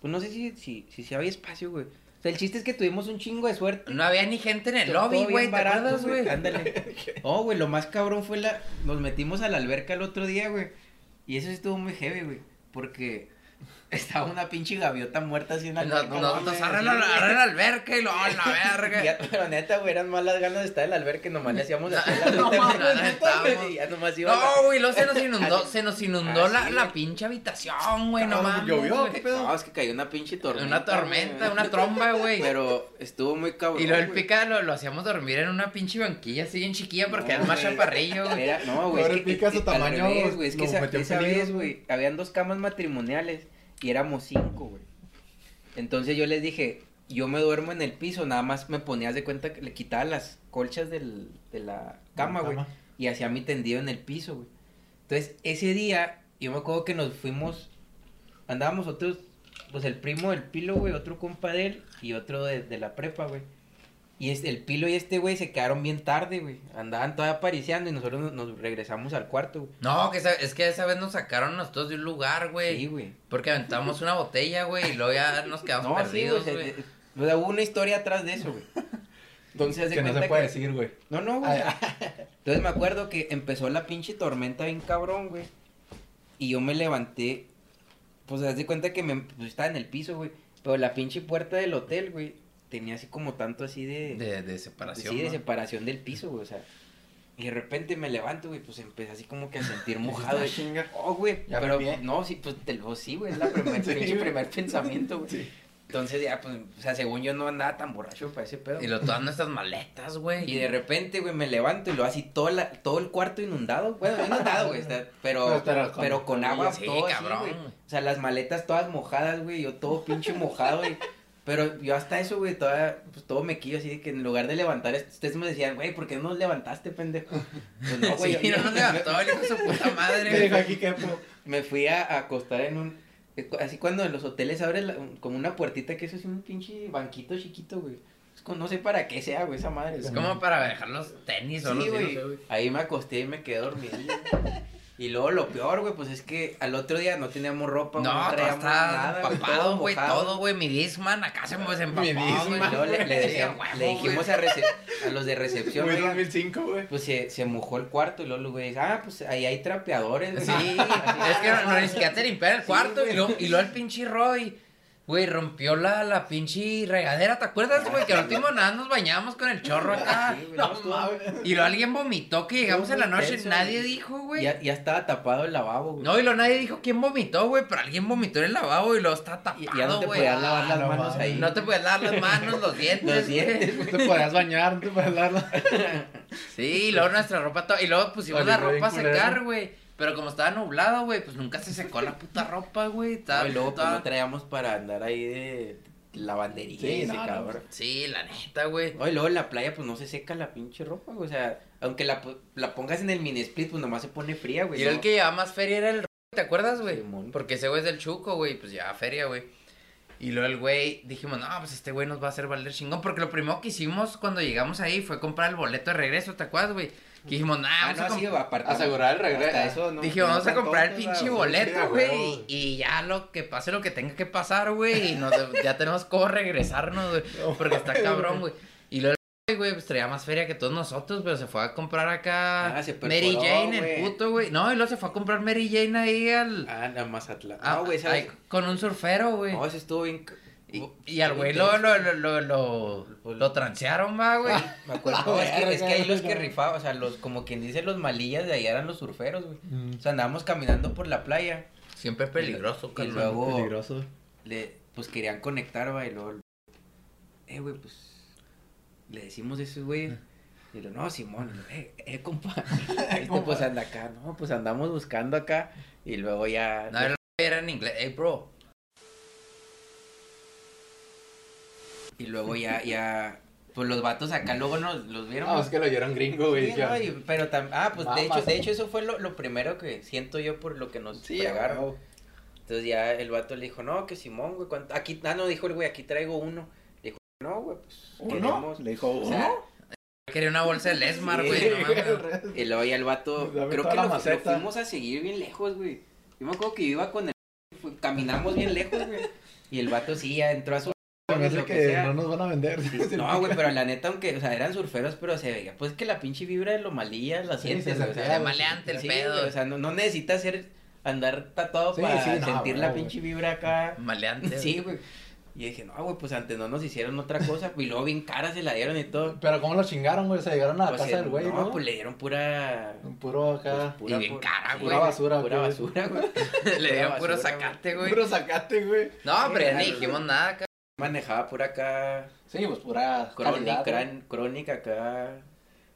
[SPEAKER 6] pues no sé si, si, si, si había espacio, güey. O sea, el chiste es que tuvimos un chingo de suerte.
[SPEAKER 5] No había ni gente en el
[SPEAKER 6] Todo
[SPEAKER 5] lobby,
[SPEAKER 6] bien
[SPEAKER 5] güey. ¿Te
[SPEAKER 6] barato,
[SPEAKER 5] acuerdas, güey?
[SPEAKER 6] Ándale. No, güey, lo más cabrón fue la... Nos metimos a la alberca el otro día, güey. Y eso sí estuvo muy heavy, güey. Porque estaba una pinche gaviota muerta así en la
[SPEAKER 5] Nos,
[SPEAKER 6] alberca.
[SPEAKER 5] nos,
[SPEAKER 6] mames,
[SPEAKER 5] nos agarran a
[SPEAKER 6] sí,
[SPEAKER 5] la,
[SPEAKER 6] güey.
[SPEAKER 5] agarran a la alberca y lo a la verga.
[SPEAKER 6] Ya, pero neta, güey, eran malas ganas de estar en la alberca y nomás le hacíamos así a la
[SPEAKER 5] No,
[SPEAKER 6] neta,
[SPEAKER 5] mames,
[SPEAKER 6] güey,
[SPEAKER 5] neta,
[SPEAKER 6] neta, güey,
[SPEAKER 5] güey.
[SPEAKER 6] y ya nomás iba
[SPEAKER 5] No, güey, luego se nos inundó, se nos inundó
[SPEAKER 6] Ah, sí,
[SPEAKER 5] la,
[SPEAKER 6] güey.
[SPEAKER 5] la pinche habitación, güey, no
[SPEAKER 1] Cabrón,
[SPEAKER 5] mames.
[SPEAKER 1] llovió,
[SPEAKER 5] güey.
[SPEAKER 1] qué
[SPEAKER 6] No,
[SPEAKER 1] pedo.
[SPEAKER 6] es que cayó una pinche tormenta.
[SPEAKER 5] Una tormenta,
[SPEAKER 6] güey.
[SPEAKER 5] una tromba, güey.
[SPEAKER 6] Pero estuvo muy cabrón,
[SPEAKER 5] Y luego el
[SPEAKER 6] güey.
[SPEAKER 5] pica lo, lo hacíamos dormir en una pinche banquilla así bien chiquilla porque
[SPEAKER 6] No,
[SPEAKER 5] era más
[SPEAKER 6] güey.
[SPEAKER 5] chaparrillo, güey.
[SPEAKER 6] Era- no, güey.
[SPEAKER 1] Ahora
[SPEAKER 6] es que-
[SPEAKER 1] pica
[SPEAKER 6] es que
[SPEAKER 1] su
[SPEAKER 6] al
[SPEAKER 1] tamaño,
[SPEAKER 6] revés, güey. Es que
[SPEAKER 1] lo
[SPEAKER 6] esa,
[SPEAKER 1] metió en
[SPEAKER 6] esa
[SPEAKER 1] peligro,
[SPEAKER 6] vez, güey, habían dos camas matrimoniales y éramos cinco, güey. Entonces yo les dije, yo me duermo en el piso, nada más me ponías de cuenta que le quitaba las colchas del, de la cama, güey.
[SPEAKER 1] Cama.
[SPEAKER 6] Y hacía mi tendido en el piso, güey. Entonces ese día, yo me acuerdo que nos fuimos, andábamos otros, pues el primo del pilo, güey, otro compa de él y otro de, de la prepa, güey. Y este, el Pilo y este güey se quedaron bien tarde, güey. Andaban todavía apariciando y nosotros nos, nos regresamos al cuarto, güey.
[SPEAKER 5] No, que esa- es que esa vez nos sacaron nosotros de un lugar,
[SPEAKER 6] Sí,
[SPEAKER 5] güey.
[SPEAKER 6] güey.
[SPEAKER 5] Porque aventamos una botella, güey, y luego ya nos quedamos
[SPEAKER 6] No,
[SPEAKER 5] perdidos,
[SPEAKER 6] sí, güey.
[SPEAKER 5] güey.
[SPEAKER 6] se- se- o sea, hubo una historia atrás de eso, güey. Entonces, haz de
[SPEAKER 1] Que no
[SPEAKER 6] cuenta
[SPEAKER 1] se puede
[SPEAKER 6] que-
[SPEAKER 1] decir, güey.
[SPEAKER 6] No, no, güey.
[SPEAKER 1] Ah.
[SPEAKER 6] Entonces me acuerdo que empezó la pinche tormenta bien cabrón, güey. Y yo me levanté. Pues haz de cuenta que me pues, estaba en el piso, güey. Pero la pinche puerta del hotel, güey, tenía así como tanto así pues,
[SPEAKER 5] de, de separación.
[SPEAKER 6] Sí, de
[SPEAKER 5] ¿no?
[SPEAKER 6] separación del piso, güey, o sea. Y de repente me levanto, güey, pues empecé así como que a sentir mojado.
[SPEAKER 1] Ah,
[SPEAKER 6] güey.
[SPEAKER 1] chinga.
[SPEAKER 6] Oh, güey,
[SPEAKER 1] Ya me
[SPEAKER 6] pero
[SPEAKER 1] pie.
[SPEAKER 6] no, sí, pues te lo sí, güey, es la primer,
[SPEAKER 1] Sí,
[SPEAKER 6] pinche
[SPEAKER 1] güey.
[SPEAKER 6] primer pensamiento, güey.
[SPEAKER 1] Sí.
[SPEAKER 6] Entonces ya, pues, o sea, según yo no andaba tan borracho para ese pedo.
[SPEAKER 5] Y lo todas nuestras maletas, güey.
[SPEAKER 6] Y de repente, güey, me levanto y lo así todo, la- todo el cuarto inundado. Bueno, no inundado, güey, está- pero,
[SPEAKER 1] Pero, pero con-
[SPEAKER 6] pero con agua
[SPEAKER 5] Sí,
[SPEAKER 6] todo así,
[SPEAKER 5] cabrón,
[SPEAKER 6] güey.
[SPEAKER 5] güey.
[SPEAKER 6] O sea, las maletas todas mojadas, güey, yo todo pinche mojado, güey. Pero yo hasta eso, güey, toda, pues, todo me quillo así de que en lugar de levantar, esto, ustedes me decían, güey, ¿por qué no nos levantaste, pendejo? Pues no, güey,
[SPEAKER 5] Sí,
[SPEAKER 6] yo-
[SPEAKER 5] no nos levantó el hijo de su puta madre,
[SPEAKER 1] Me
[SPEAKER 5] güey.
[SPEAKER 1] dijo aquí que po-
[SPEAKER 6] me fui a, a acostar en un... eh, Así cuando en los hoteles abren la- como una puertita que eso es un pinche banquito chiquito, güey. Es como- no sé para qué sea, güey, esa madre.
[SPEAKER 5] Es
[SPEAKER 6] güey.
[SPEAKER 5] como para dejar los tenis o los
[SPEAKER 6] Sí, güey. Ahí me acosté y me quedé dormido. y luego lo peor, güey, pues es que al otro día no teníamos ropa,
[SPEAKER 5] No,
[SPEAKER 6] güey, no
[SPEAKER 5] todo
[SPEAKER 6] traíamos
[SPEAKER 5] está
[SPEAKER 6] nada, güey, todo
[SPEAKER 5] empapado, güey,
[SPEAKER 6] mojado.
[SPEAKER 5] todo, güey. Mi Disman acá se pues empapó,
[SPEAKER 1] Mi
[SPEAKER 5] güey.
[SPEAKER 1] Discman.
[SPEAKER 6] Y luego le, le
[SPEAKER 5] Sí,
[SPEAKER 6] decía-
[SPEAKER 5] a huevo,
[SPEAKER 6] le dijimos
[SPEAKER 5] güey.
[SPEAKER 6] a, rece- a los de recepción,
[SPEAKER 1] Güey,
[SPEAKER 6] oigan,
[SPEAKER 1] 2005, güey.
[SPEAKER 6] pues se, se mojó el cuarto y luego los güeyes, ah, pues ahí hay trapeadores, güey.
[SPEAKER 5] Sí,
[SPEAKER 6] Así,
[SPEAKER 5] es que no, no, ni siquiera te limpiaron el cuarto y luego, y luego el pinche Roy, güey, rompió la, la pinche regadera, ¿te acuerdas, güey? Que al último nada nos bañábamos con el chorro acá.
[SPEAKER 6] sí, güey,
[SPEAKER 1] No
[SPEAKER 6] ah, no, estuvo-
[SPEAKER 1] mames.
[SPEAKER 5] Y luego alguien vomitó que llegamos en la
[SPEAKER 6] Estuvo muy
[SPEAKER 5] noche y
[SPEAKER 6] tenso,
[SPEAKER 5] nadie
[SPEAKER 6] güey.
[SPEAKER 5] dijo, güey.
[SPEAKER 6] ya, ya estaba tapado el lavabo, güey.
[SPEAKER 5] No, y luego nadie dijo quién vomitó, güey, pero alguien vomitó en el lavabo y luego está
[SPEAKER 6] Y- ya no
[SPEAKER 5] tapado,
[SPEAKER 6] te
[SPEAKER 5] güey.
[SPEAKER 6] podías lavar las
[SPEAKER 1] no
[SPEAKER 6] manos
[SPEAKER 1] mames.
[SPEAKER 6] ahí.
[SPEAKER 5] No te puedes lavar las manos, los dientes,
[SPEAKER 6] Los dientes,
[SPEAKER 5] güey.
[SPEAKER 1] No te podías bañar, no te podías lavar.
[SPEAKER 5] Sí, y luego nuestra ropa toda. Y luego pusimos
[SPEAKER 1] Valió
[SPEAKER 5] la ropa a
[SPEAKER 1] bien culero.
[SPEAKER 5] secar, güey. Pero como estaba nublado, güey, pues nunca se secó la puta ropa, güey.
[SPEAKER 6] No,
[SPEAKER 5] Estaba-
[SPEAKER 6] y luego pues,
[SPEAKER 5] estaba-
[SPEAKER 6] no traíamos para andar ahí de lavandería
[SPEAKER 1] Sí,
[SPEAKER 6] y ese
[SPEAKER 1] no, no,
[SPEAKER 5] pues,
[SPEAKER 6] cabrón.
[SPEAKER 5] Sí, la neta, güey.
[SPEAKER 6] No, y luego en la playa, pues no se seca la pinche ropa, güey. O sea, aunque la, po- la pongas en el mini split, pues nomás se pone fría, güey.
[SPEAKER 5] Y el que llevaba más feria era el Ro- ¿te acuerdas, güey?
[SPEAKER 6] Simón.
[SPEAKER 5] Porque ese güey es del Chuco, güey, pues llevaba feria, güey. Y luego el güey, dijimos, no, pues este güey nos va a hacer valer chingón. Porque lo primero que hicimos cuando llegamos ahí fue comprar el boleto de regreso, ¿te acuerdas, güey? Que dijimos, nah,
[SPEAKER 6] Ah,
[SPEAKER 5] vamos a
[SPEAKER 6] no,
[SPEAKER 5] comp-
[SPEAKER 6] sí, apartado.
[SPEAKER 1] Asegurar el regreso.
[SPEAKER 6] Hasta eso, no.
[SPEAKER 5] Dije, vamos a comprar el pinche boleto, güey.
[SPEAKER 1] güey.
[SPEAKER 5] Y y ya lo que pase, lo que tenga que pasar, güey. Y nos, ya tenemos cómo regresarnos, güey. Porque está cabrón, güey. Y luego Ay, güey, pues traía más feria que todos nosotros, pero se fue a comprar acá
[SPEAKER 6] Ah, se
[SPEAKER 5] Mary
[SPEAKER 6] perforó,
[SPEAKER 5] Jane,
[SPEAKER 6] güey.
[SPEAKER 5] el puto, güey. No, y luego se fue a comprar Mary Jane ahí al...
[SPEAKER 7] Ah, la Mazatlán.
[SPEAKER 5] a-
[SPEAKER 6] no, güey, ¿sabes?
[SPEAKER 5] ahí con un surfero, güey.
[SPEAKER 6] No, ese estuvo bien.
[SPEAKER 5] Y, y al güey lo, lo, lo, lo, lo, lo transearon, va, güey.
[SPEAKER 6] Ah, Me acuerdo, no, es, que, es que ahí los que rifaban, o sea, los, como quien dice, los malillas de allá eran los surferos, güey.
[SPEAKER 1] Mm,
[SPEAKER 6] O sea, andábamos caminando por la playa
[SPEAKER 5] Siempre peligroso,
[SPEAKER 6] y
[SPEAKER 5] cabrón.
[SPEAKER 6] luego
[SPEAKER 1] Peligroso.
[SPEAKER 6] le, pues querían conectar, va, y luego, eh, güey, pues, le decimos eso, güey.
[SPEAKER 1] Ah.
[SPEAKER 6] Y lo, no, Simón, eh, eh, compa. Este, pues anda acá, no, pues andamos buscando acá. Y luego ya.
[SPEAKER 5] No, era, era en inglés. Hey, bro.
[SPEAKER 6] Y luego ya, ya. Pues los vatos acá luego nos los vieron.
[SPEAKER 1] No, Ah, es que lo oyeron gringo, güey.
[SPEAKER 6] Sí,
[SPEAKER 1] dijeron,
[SPEAKER 6] no, y- pero tam- ah, pues de hecho,
[SPEAKER 1] Mamas.
[SPEAKER 6] de hecho eso fue lo, lo primero que siento yo por lo que nos
[SPEAKER 1] Sí, ah.
[SPEAKER 6] fregaron.
[SPEAKER 1] a huevo.
[SPEAKER 6] Entonces ya el vato le dijo, no, que Simón, güey, ¿cuánto? aquí, ah, no, dijo el güey, aquí traigo uno. Le dijo, no, güey, pues queremos.
[SPEAKER 1] Le dijo,
[SPEAKER 6] O sea,
[SPEAKER 5] Quería una bolsa de Lesmar,
[SPEAKER 6] Sí,
[SPEAKER 5] güey. no mames.
[SPEAKER 6] y luego ya el vato,
[SPEAKER 1] Dame toda
[SPEAKER 6] creo que
[SPEAKER 1] Pues, la
[SPEAKER 6] lo, lo
[SPEAKER 1] maceta.
[SPEAKER 6] fuimos a seguir bien lejos, güey. Yo me acuerdo que iba con el, fu- caminamos bien lejos, güey. Y el vato sí, ya entró a su...
[SPEAKER 1] Me
[SPEAKER 6] lo
[SPEAKER 1] parece
[SPEAKER 6] que
[SPEAKER 1] que
[SPEAKER 6] sea.
[SPEAKER 1] no nos van a vender.
[SPEAKER 6] No, güey, pero la neta, aunque, o sea, eran surferos, pero se veía, pues que la pinche vibra de lo malía, la
[SPEAKER 1] Sí,
[SPEAKER 6] sientes,
[SPEAKER 1] se
[SPEAKER 6] güey, o sea,
[SPEAKER 1] sentía,
[SPEAKER 5] de maleante el
[SPEAKER 6] Sí,
[SPEAKER 5] pedo.
[SPEAKER 6] güey, o sea, no, no necesitas ser, andar tatuado
[SPEAKER 1] Sí,
[SPEAKER 6] para
[SPEAKER 1] sí, no,
[SPEAKER 6] sentir
[SPEAKER 1] güey,
[SPEAKER 6] la
[SPEAKER 1] güey.
[SPEAKER 6] pinche vibra acá.
[SPEAKER 5] Maleante.
[SPEAKER 6] Sí, güey. Y dije, no, güey, pues antes no nos hicieron otra cosa. Y luego bien cara se la dieron y todo.
[SPEAKER 1] Pero cómo lo chingaron, güey. Se llegaron a la
[SPEAKER 6] Pues,
[SPEAKER 1] casa
[SPEAKER 6] eh,
[SPEAKER 1] del Ah, güey,
[SPEAKER 6] no,
[SPEAKER 1] ¿no?
[SPEAKER 6] pues le dieron pura.
[SPEAKER 1] Un Puro acá.
[SPEAKER 6] pues, pura-
[SPEAKER 5] Y bien
[SPEAKER 6] pura-
[SPEAKER 5] cara,
[SPEAKER 6] sí,
[SPEAKER 5] güey.
[SPEAKER 1] Pura basura,
[SPEAKER 6] Pura
[SPEAKER 1] güey.
[SPEAKER 6] basura, güey.
[SPEAKER 5] Le dio puro
[SPEAKER 6] basura,
[SPEAKER 5] sacate, güey.
[SPEAKER 1] Puro sacate, güey.
[SPEAKER 5] No, hombre, ya ni
[SPEAKER 6] Sí,
[SPEAKER 5] dijimos nada, cabrón.
[SPEAKER 6] Manejaba pura acá.
[SPEAKER 1] Sí, pues pura
[SPEAKER 6] Crónica,
[SPEAKER 1] calidad, güey.
[SPEAKER 6] cran- crónica acá.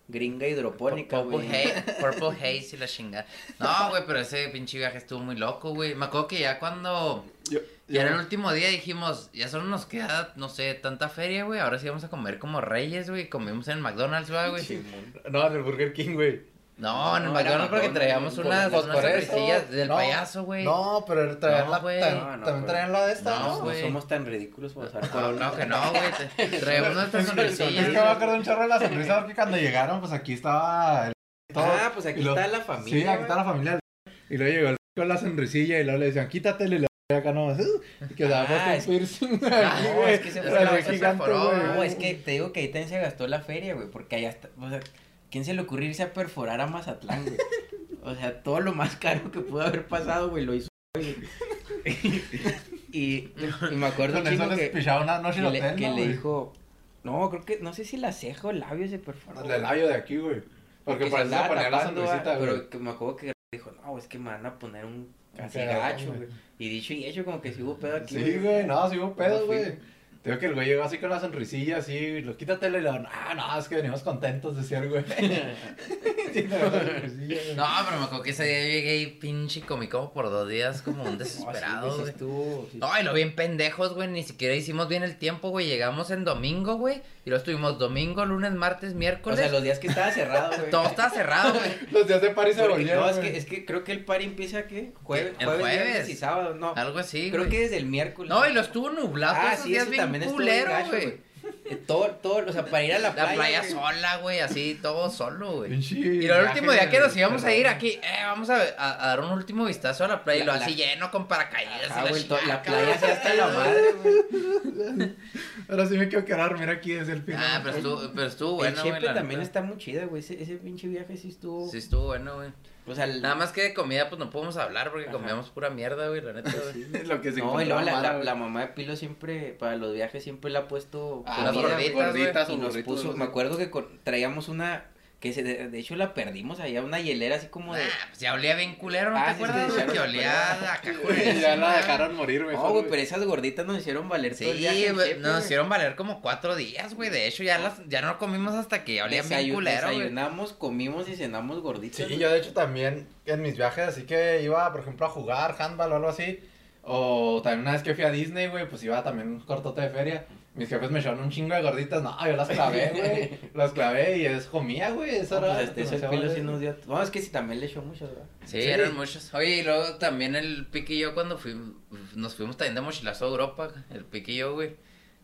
[SPEAKER 6] Gringa hidropónica,
[SPEAKER 5] Purple
[SPEAKER 6] güey.
[SPEAKER 5] Haze, Purple Haze y la chingada. No, güey, pero ese pinche viaje estuvo muy loco, güey. Me acuerdo que ya cuando.
[SPEAKER 1] Yo-
[SPEAKER 5] Ya
[SPEAKER 1] yo-
[SPEAKER 5] en el último día dijimos, ya solo nos queda, no sé, tanta feria, güey. Ahora sí vamos a comer como reyes, güey. Comimos en McDonald's, ¿va, güey.
[SPEAKER 6] Simón.
[SPEAKER 1] No, en el Burger King, güey.
[SPEAKER 5] No, en el
[SPEAKER 6] No, era
[SPEAKER 5] McDonald's porque
[SPEAKER 6] McDonald's,
[SPEAKER 5] traíamos
[SPEAKER 6] güey.
[SPEAKER 5] unas,
[SPEAKER 6] Pues
[SPEAKER 5] unas
[SPEAKER 6] por eso,
[SPEAKER 5] sorpresillas del
[SPEAKER 1] no,
[SPEAKER 5] payaso, güey.
[SPEAKER 1] No, pero traer
[SPEAKER 5] No,
[SPEAKER 1] la,
[SPEAKER 5] güey.
[SPEAKER 1] tam-
[SPEAKER 6] No, no,
[SPEAKER 1] también
[SPEAKER 6] güey.
[SPEAKER 1] traían la de esta,
[SPEAKER 5] No,
[SPEAKER 1] ¿no?
[SPEAKER 6] No
[SPEAKER 5] güey.
[SPEAKER 6] somos tan ridículos por usar
[SPEAKER 5] No,
[SPEAKER 6] corona.
[SPEAKER 5] no, que no, güey. te- Traíamos nuestras
[SPEAKER 1] Es que me
[SPEAKER 5] sorpresillas.
[SPEAKER 1] acuerdo un chorro de la sonrisa porque cuando llegaron, pues aquí estaba el...
[SPEAKER 6] Ah, pues aquí
[SPEAKER 1] Y lo-
[SPEAKER 6] está la familia.
[SPEAKER 1] Sí, aquí está la familia. Y luego llegó el con la sonrisilla y luego le decían, quítatele la verga acá nomás. "Uh", Y que
[SPEAKER 6] Ah,
[SPEAKER 1] daba un
[SPEAKER 6] es-
[SPEAKER 1] piercing.
[SPEAKER 5] Ah,
[SPEAKER 1] aquí,
[SPEAKER 5] no,
[SPEAKER 1] güey.
[SPEAKER 5] es que se-
[SPEAKER 1] O
[SPEAKER 5] es
[SPEAKER 1] sea,
[SPEAKER 5] que la
[SPEAKER 1] de
[SPEAKER 5] cosa
[SPEAKER 1] gigante,
[SPEAKER 5] foró,
[SPEAKER 1] güey.
[SPEAKER 6] No, es que te digo que ahí también se gastó la feria, güey, porque allá está, o sea, ¿quién se le ocurrió irse a perforar a Mazatlán, güey? O sea, todo lo más caro que pudo haber pasado, güey, lo hizo, güey. Y, y me acuerdo un
[SPEAKER 1] Con eso
[SPEAKER 6] chingo
[SPEAKER 1] les
[SPEAKER 6] que,
[SPEAKER 1] pichaba una noche
[SPEAKER 6] que
[SPEAKER 1] en
[SPEAKER 6] le,
[SPEAKER 1] hotel,
[SPEAKER 6] que
[SPEAKER 1] ¿no,
[SPEAKER 6] le
[SPEAKER 1] güey?
[SPEAKER 6] dijo, no, creo que, no sé si la ceja o el labio se perforó.
[SPEAKER 1] Del labio de aquí, güey. Porque
[SPEAKER 6] se
[SPEAKER 1] por eso se
[SPEAKER 6] andaba
[SPEAKER 1] ponía la
[SPEAKER 6] tapando,
[SPEAKER 1] sonrisita,
[SPEAKER 6] ah,
[SPEAKER 1] güey.
[SPEAKER 6] Pero que me acuerdo que dijo, no, es que me van a poner un casi
[SPEAKER 1] Un cagadón,
[SPEAKER 6] gacho,
[SPEAKER 1] güey.
[SPEAKER 6] güey. Y dicho y hecho, como que si hubo pedo aquí.
[SPEAKER 1] Sí, güey, no, sí hubo
[SPEAKER 6] No
[SPEAKER 1] pedo,
[SPEAKER 6] fui.
[SPEAKER 1] güey. Te digo que el güey llegó así con la sonrisilla, así, y lo quítatele y le digo, ah, no, es que venimos contentos de ser, güey. Sí, la sonrisilla, güey.
[SPEAKER 5] No, pero me acuerdo que ese día llegué y pinche comí como por dos días, como un desesperado, güey.
[SPEAKER 6] Estuvo, sí.
[SPEAKER 5] No, y lo bien pendejos, güey. Ni siquiera hicimos bien el tiempo, güey. Llegamos en domingo, güey. Y lo estuvimos domingo, lunes, martes,
[SPEAKER 6] O
[SPEAKER 5] miércoles.
[SPEAKER 6] sea, los días que estaba cerrado, güey.
[SPEAKER 5] Todo estaba cerrado, güey.
[SPEAKER 1] Los días de París se
[SPEAKER 6] Porque,
[SPEAKER 1] volvieron,
[SPEAKER 6] no, es
[SPEAKER 1] güey.
[SPEAKER 6] que, es que creo que el party empieza, ¿qué? Jueves,
[SPEAKER 5] El
[SPEAKER 6] jueves,
[SPEAKER 5] jueves.
[SPEAKER 6] viernes y sábado, no.
[SPEAKER 5] Algo así,
[SPEAKER 6] creo
[SPEAKER 5] güey.
[SPEAKER 6] que desde el miércoles.
[SPEAKER 5] No, y lo estuvo nublado.
[SPEAKER 6] Ah,
[SPEAKER 5] todos esos
[SPEAKER 6] sí,
[SPEAKER 5] días
[SPEAKER 6] eso
[SPEAKER 5] bien
[SPEAKER 6] también estuvo bien
[SPEAKER 5] culero,
[SPEAKER 6] gacho,
[SPEAKER 5] güey.
[SPEAKER 6] Eh, Todo, todo, o sea, para ir a la
[SPEAKER 5] La
[SPEAKER 6] playa.
[SPEAKER 5] playa,
[SPEAKER 6] güey.
[SPEAKER 5] sola, güey. Así, todo solo, güey.
[SPEAKER 1] Pinche
[SPEAKER 5] Y luego el
[SPEAKER 1] viaje,
[SPEAKER 5] último día que
[SPEAKER 1] güey,
[SPEAKER 5] nos íbamos a ir
[SPEAKER 1] perrón.
[SPEAKER 5] aquí, eh, vamos a, a- a dar un último vistazo a la playa. y lo
[SPEAKER 6] La-
[SPEAKER 5] así lleno con paracaídas.
[SPEAKER 6] Ah,
[SPEAKER 5] y la,
[SPEAKER 6] güey, to-
[SPEAKER 5] chingada,
[SPEAKER 6] la playa
[SPEAKER 5] cabrón.
[SPEAKER 6] se hasta la madre, güey.
[SPEAKER 1] Ahora sí me quiero quedar a dormir aquí desde el final.
[SPEAKER 5] Ah, pero estuvo, pero estuvo
[SPEAKER 6] el
[SPEAKER 5] bueno, güey.
[SPEAKER 6] Chepe
[SPEAKER 5] la
[SPEAKER 6] también
[SPEAKER 5] neta.
[SPEAKER 6] está muy chida, güey. Ese, ese pinche viaje sí estuvo.
[SPEAKER 5] Sí, estuvo bueno, güey.
[SPEAKER 6] O sea,
[SPEAKER 5] Nada más que de comida, pues no podemos hablar porque
[SPEAKER 6] Ajá.
[SPEAKER 5] comíamos pura mierda, güey, la neta, güey.
[SPEAKER 1] Lo que se
[SPEAKER 6] No,
[SPEAKER 1] encontró
[SPEAKER 6] y luego la,
[SPEAKER 1] Mara,
[SPEAKER 6] la,
[SPEAKER 1] güey.
[SPEAKER 6] la mamá de Pilo siempre, para los viajes, siempre le ha puesto.
[SPEAKER 1] Ah,
[SPEAKER 5] las
[SPEAKER 1] las
[SPEAKER 6] comida, güey.
[SPEAKER 5] gorditas,
[SPEAKER 1] gorditas
[SPEAKER 6] y
[SPEAKER 1] o
[SPEAKER 6] nos
[SPEAKER 1] burritos,
[SPEAKER 6] puso,
[SPEAKER 1] no
[SPEAKER 6] me
[SPEAKER 1] sé.
[SPEAKER 6] acuerdo que con- traíamos una, que se, de, de hecho la perdimos allá, una hielera así como de...
[SPEAKER 5] Nah, pues ya olía bien culero, ¿no
[SPEAKER 6] Ah,
[SPEAKER 5] te
[SPEAKER 6] sí,
[SPEAKER 5] acuerdas?
[SPEAKER 6] sí,
[SPEAKER 5] güey?
[SPEAKER 6] sí,
[SPEAKER 5] que
[SPEAKER 6] sí,
[SPEAKER 5] olía
[SPEAKER 6] sí,
[SPEAKER 5] a
[SPEAKER 1] Güey,
[SPEAKER 5] cajuela.
[SPEAKER 1] Ya la dejaron morir,
[SPEAKER 6] No,
[SPEAKER 1] mejor,
[SPEAKER 6] güey, pero esas gorditas nos hicieron valer todo el viaje.
[SPEAKER 5] Sí,
[SPEAKER 6] el
[SPEAKER 5] güey,
[SPEAKER 6] jefe,
[SPEAKER 5] nos
[SPEAKER 6] güey.
[SPEAKER 5] hicieron valer como cuatro días, güey. De hecho, ya las, ya no comimos hasta que ya olía bien
[SPEAKER 6] Desayu-
[SPEAKER 5] culero, güey.
[SPEAKER 6] Desayunamos, comimos y cenamos gorditas.
[SPEAKER 1] Sí,
[SPEAKER 6] güey.
[SPEAKER 1] yo de hecho también en mis viajes, así que iba, por ejemplo, a jugar handball o algo así. O también una vez que fui a Disney, güey, pues iba también un cortote de feria. Mis jefes me echaron un chingo de gorditas. No, yo las clavé, güey. Las clavé y es comía, güey. Eso
[SPEAKER 6] No, pues,
[SPEAKER 1] era.
[SPEAKER 6] este, ese
[SPEAKER 1] demasiado
[SPEAKER 6] Pilo sí
[SPEAKER 1] de-
[SPEAKER 6] nos dio- No, es que sí también le echó mucho, ¿verdad?
[SPEAKER 5] Sí,
[SPEAKER 1] Sí.
[SPEAKER 5] eran muchos. Oye, y luego también el Piqui y yo cuando fui- nos fuimos también de mochilazo a Europa, el Piqui y yo, güey.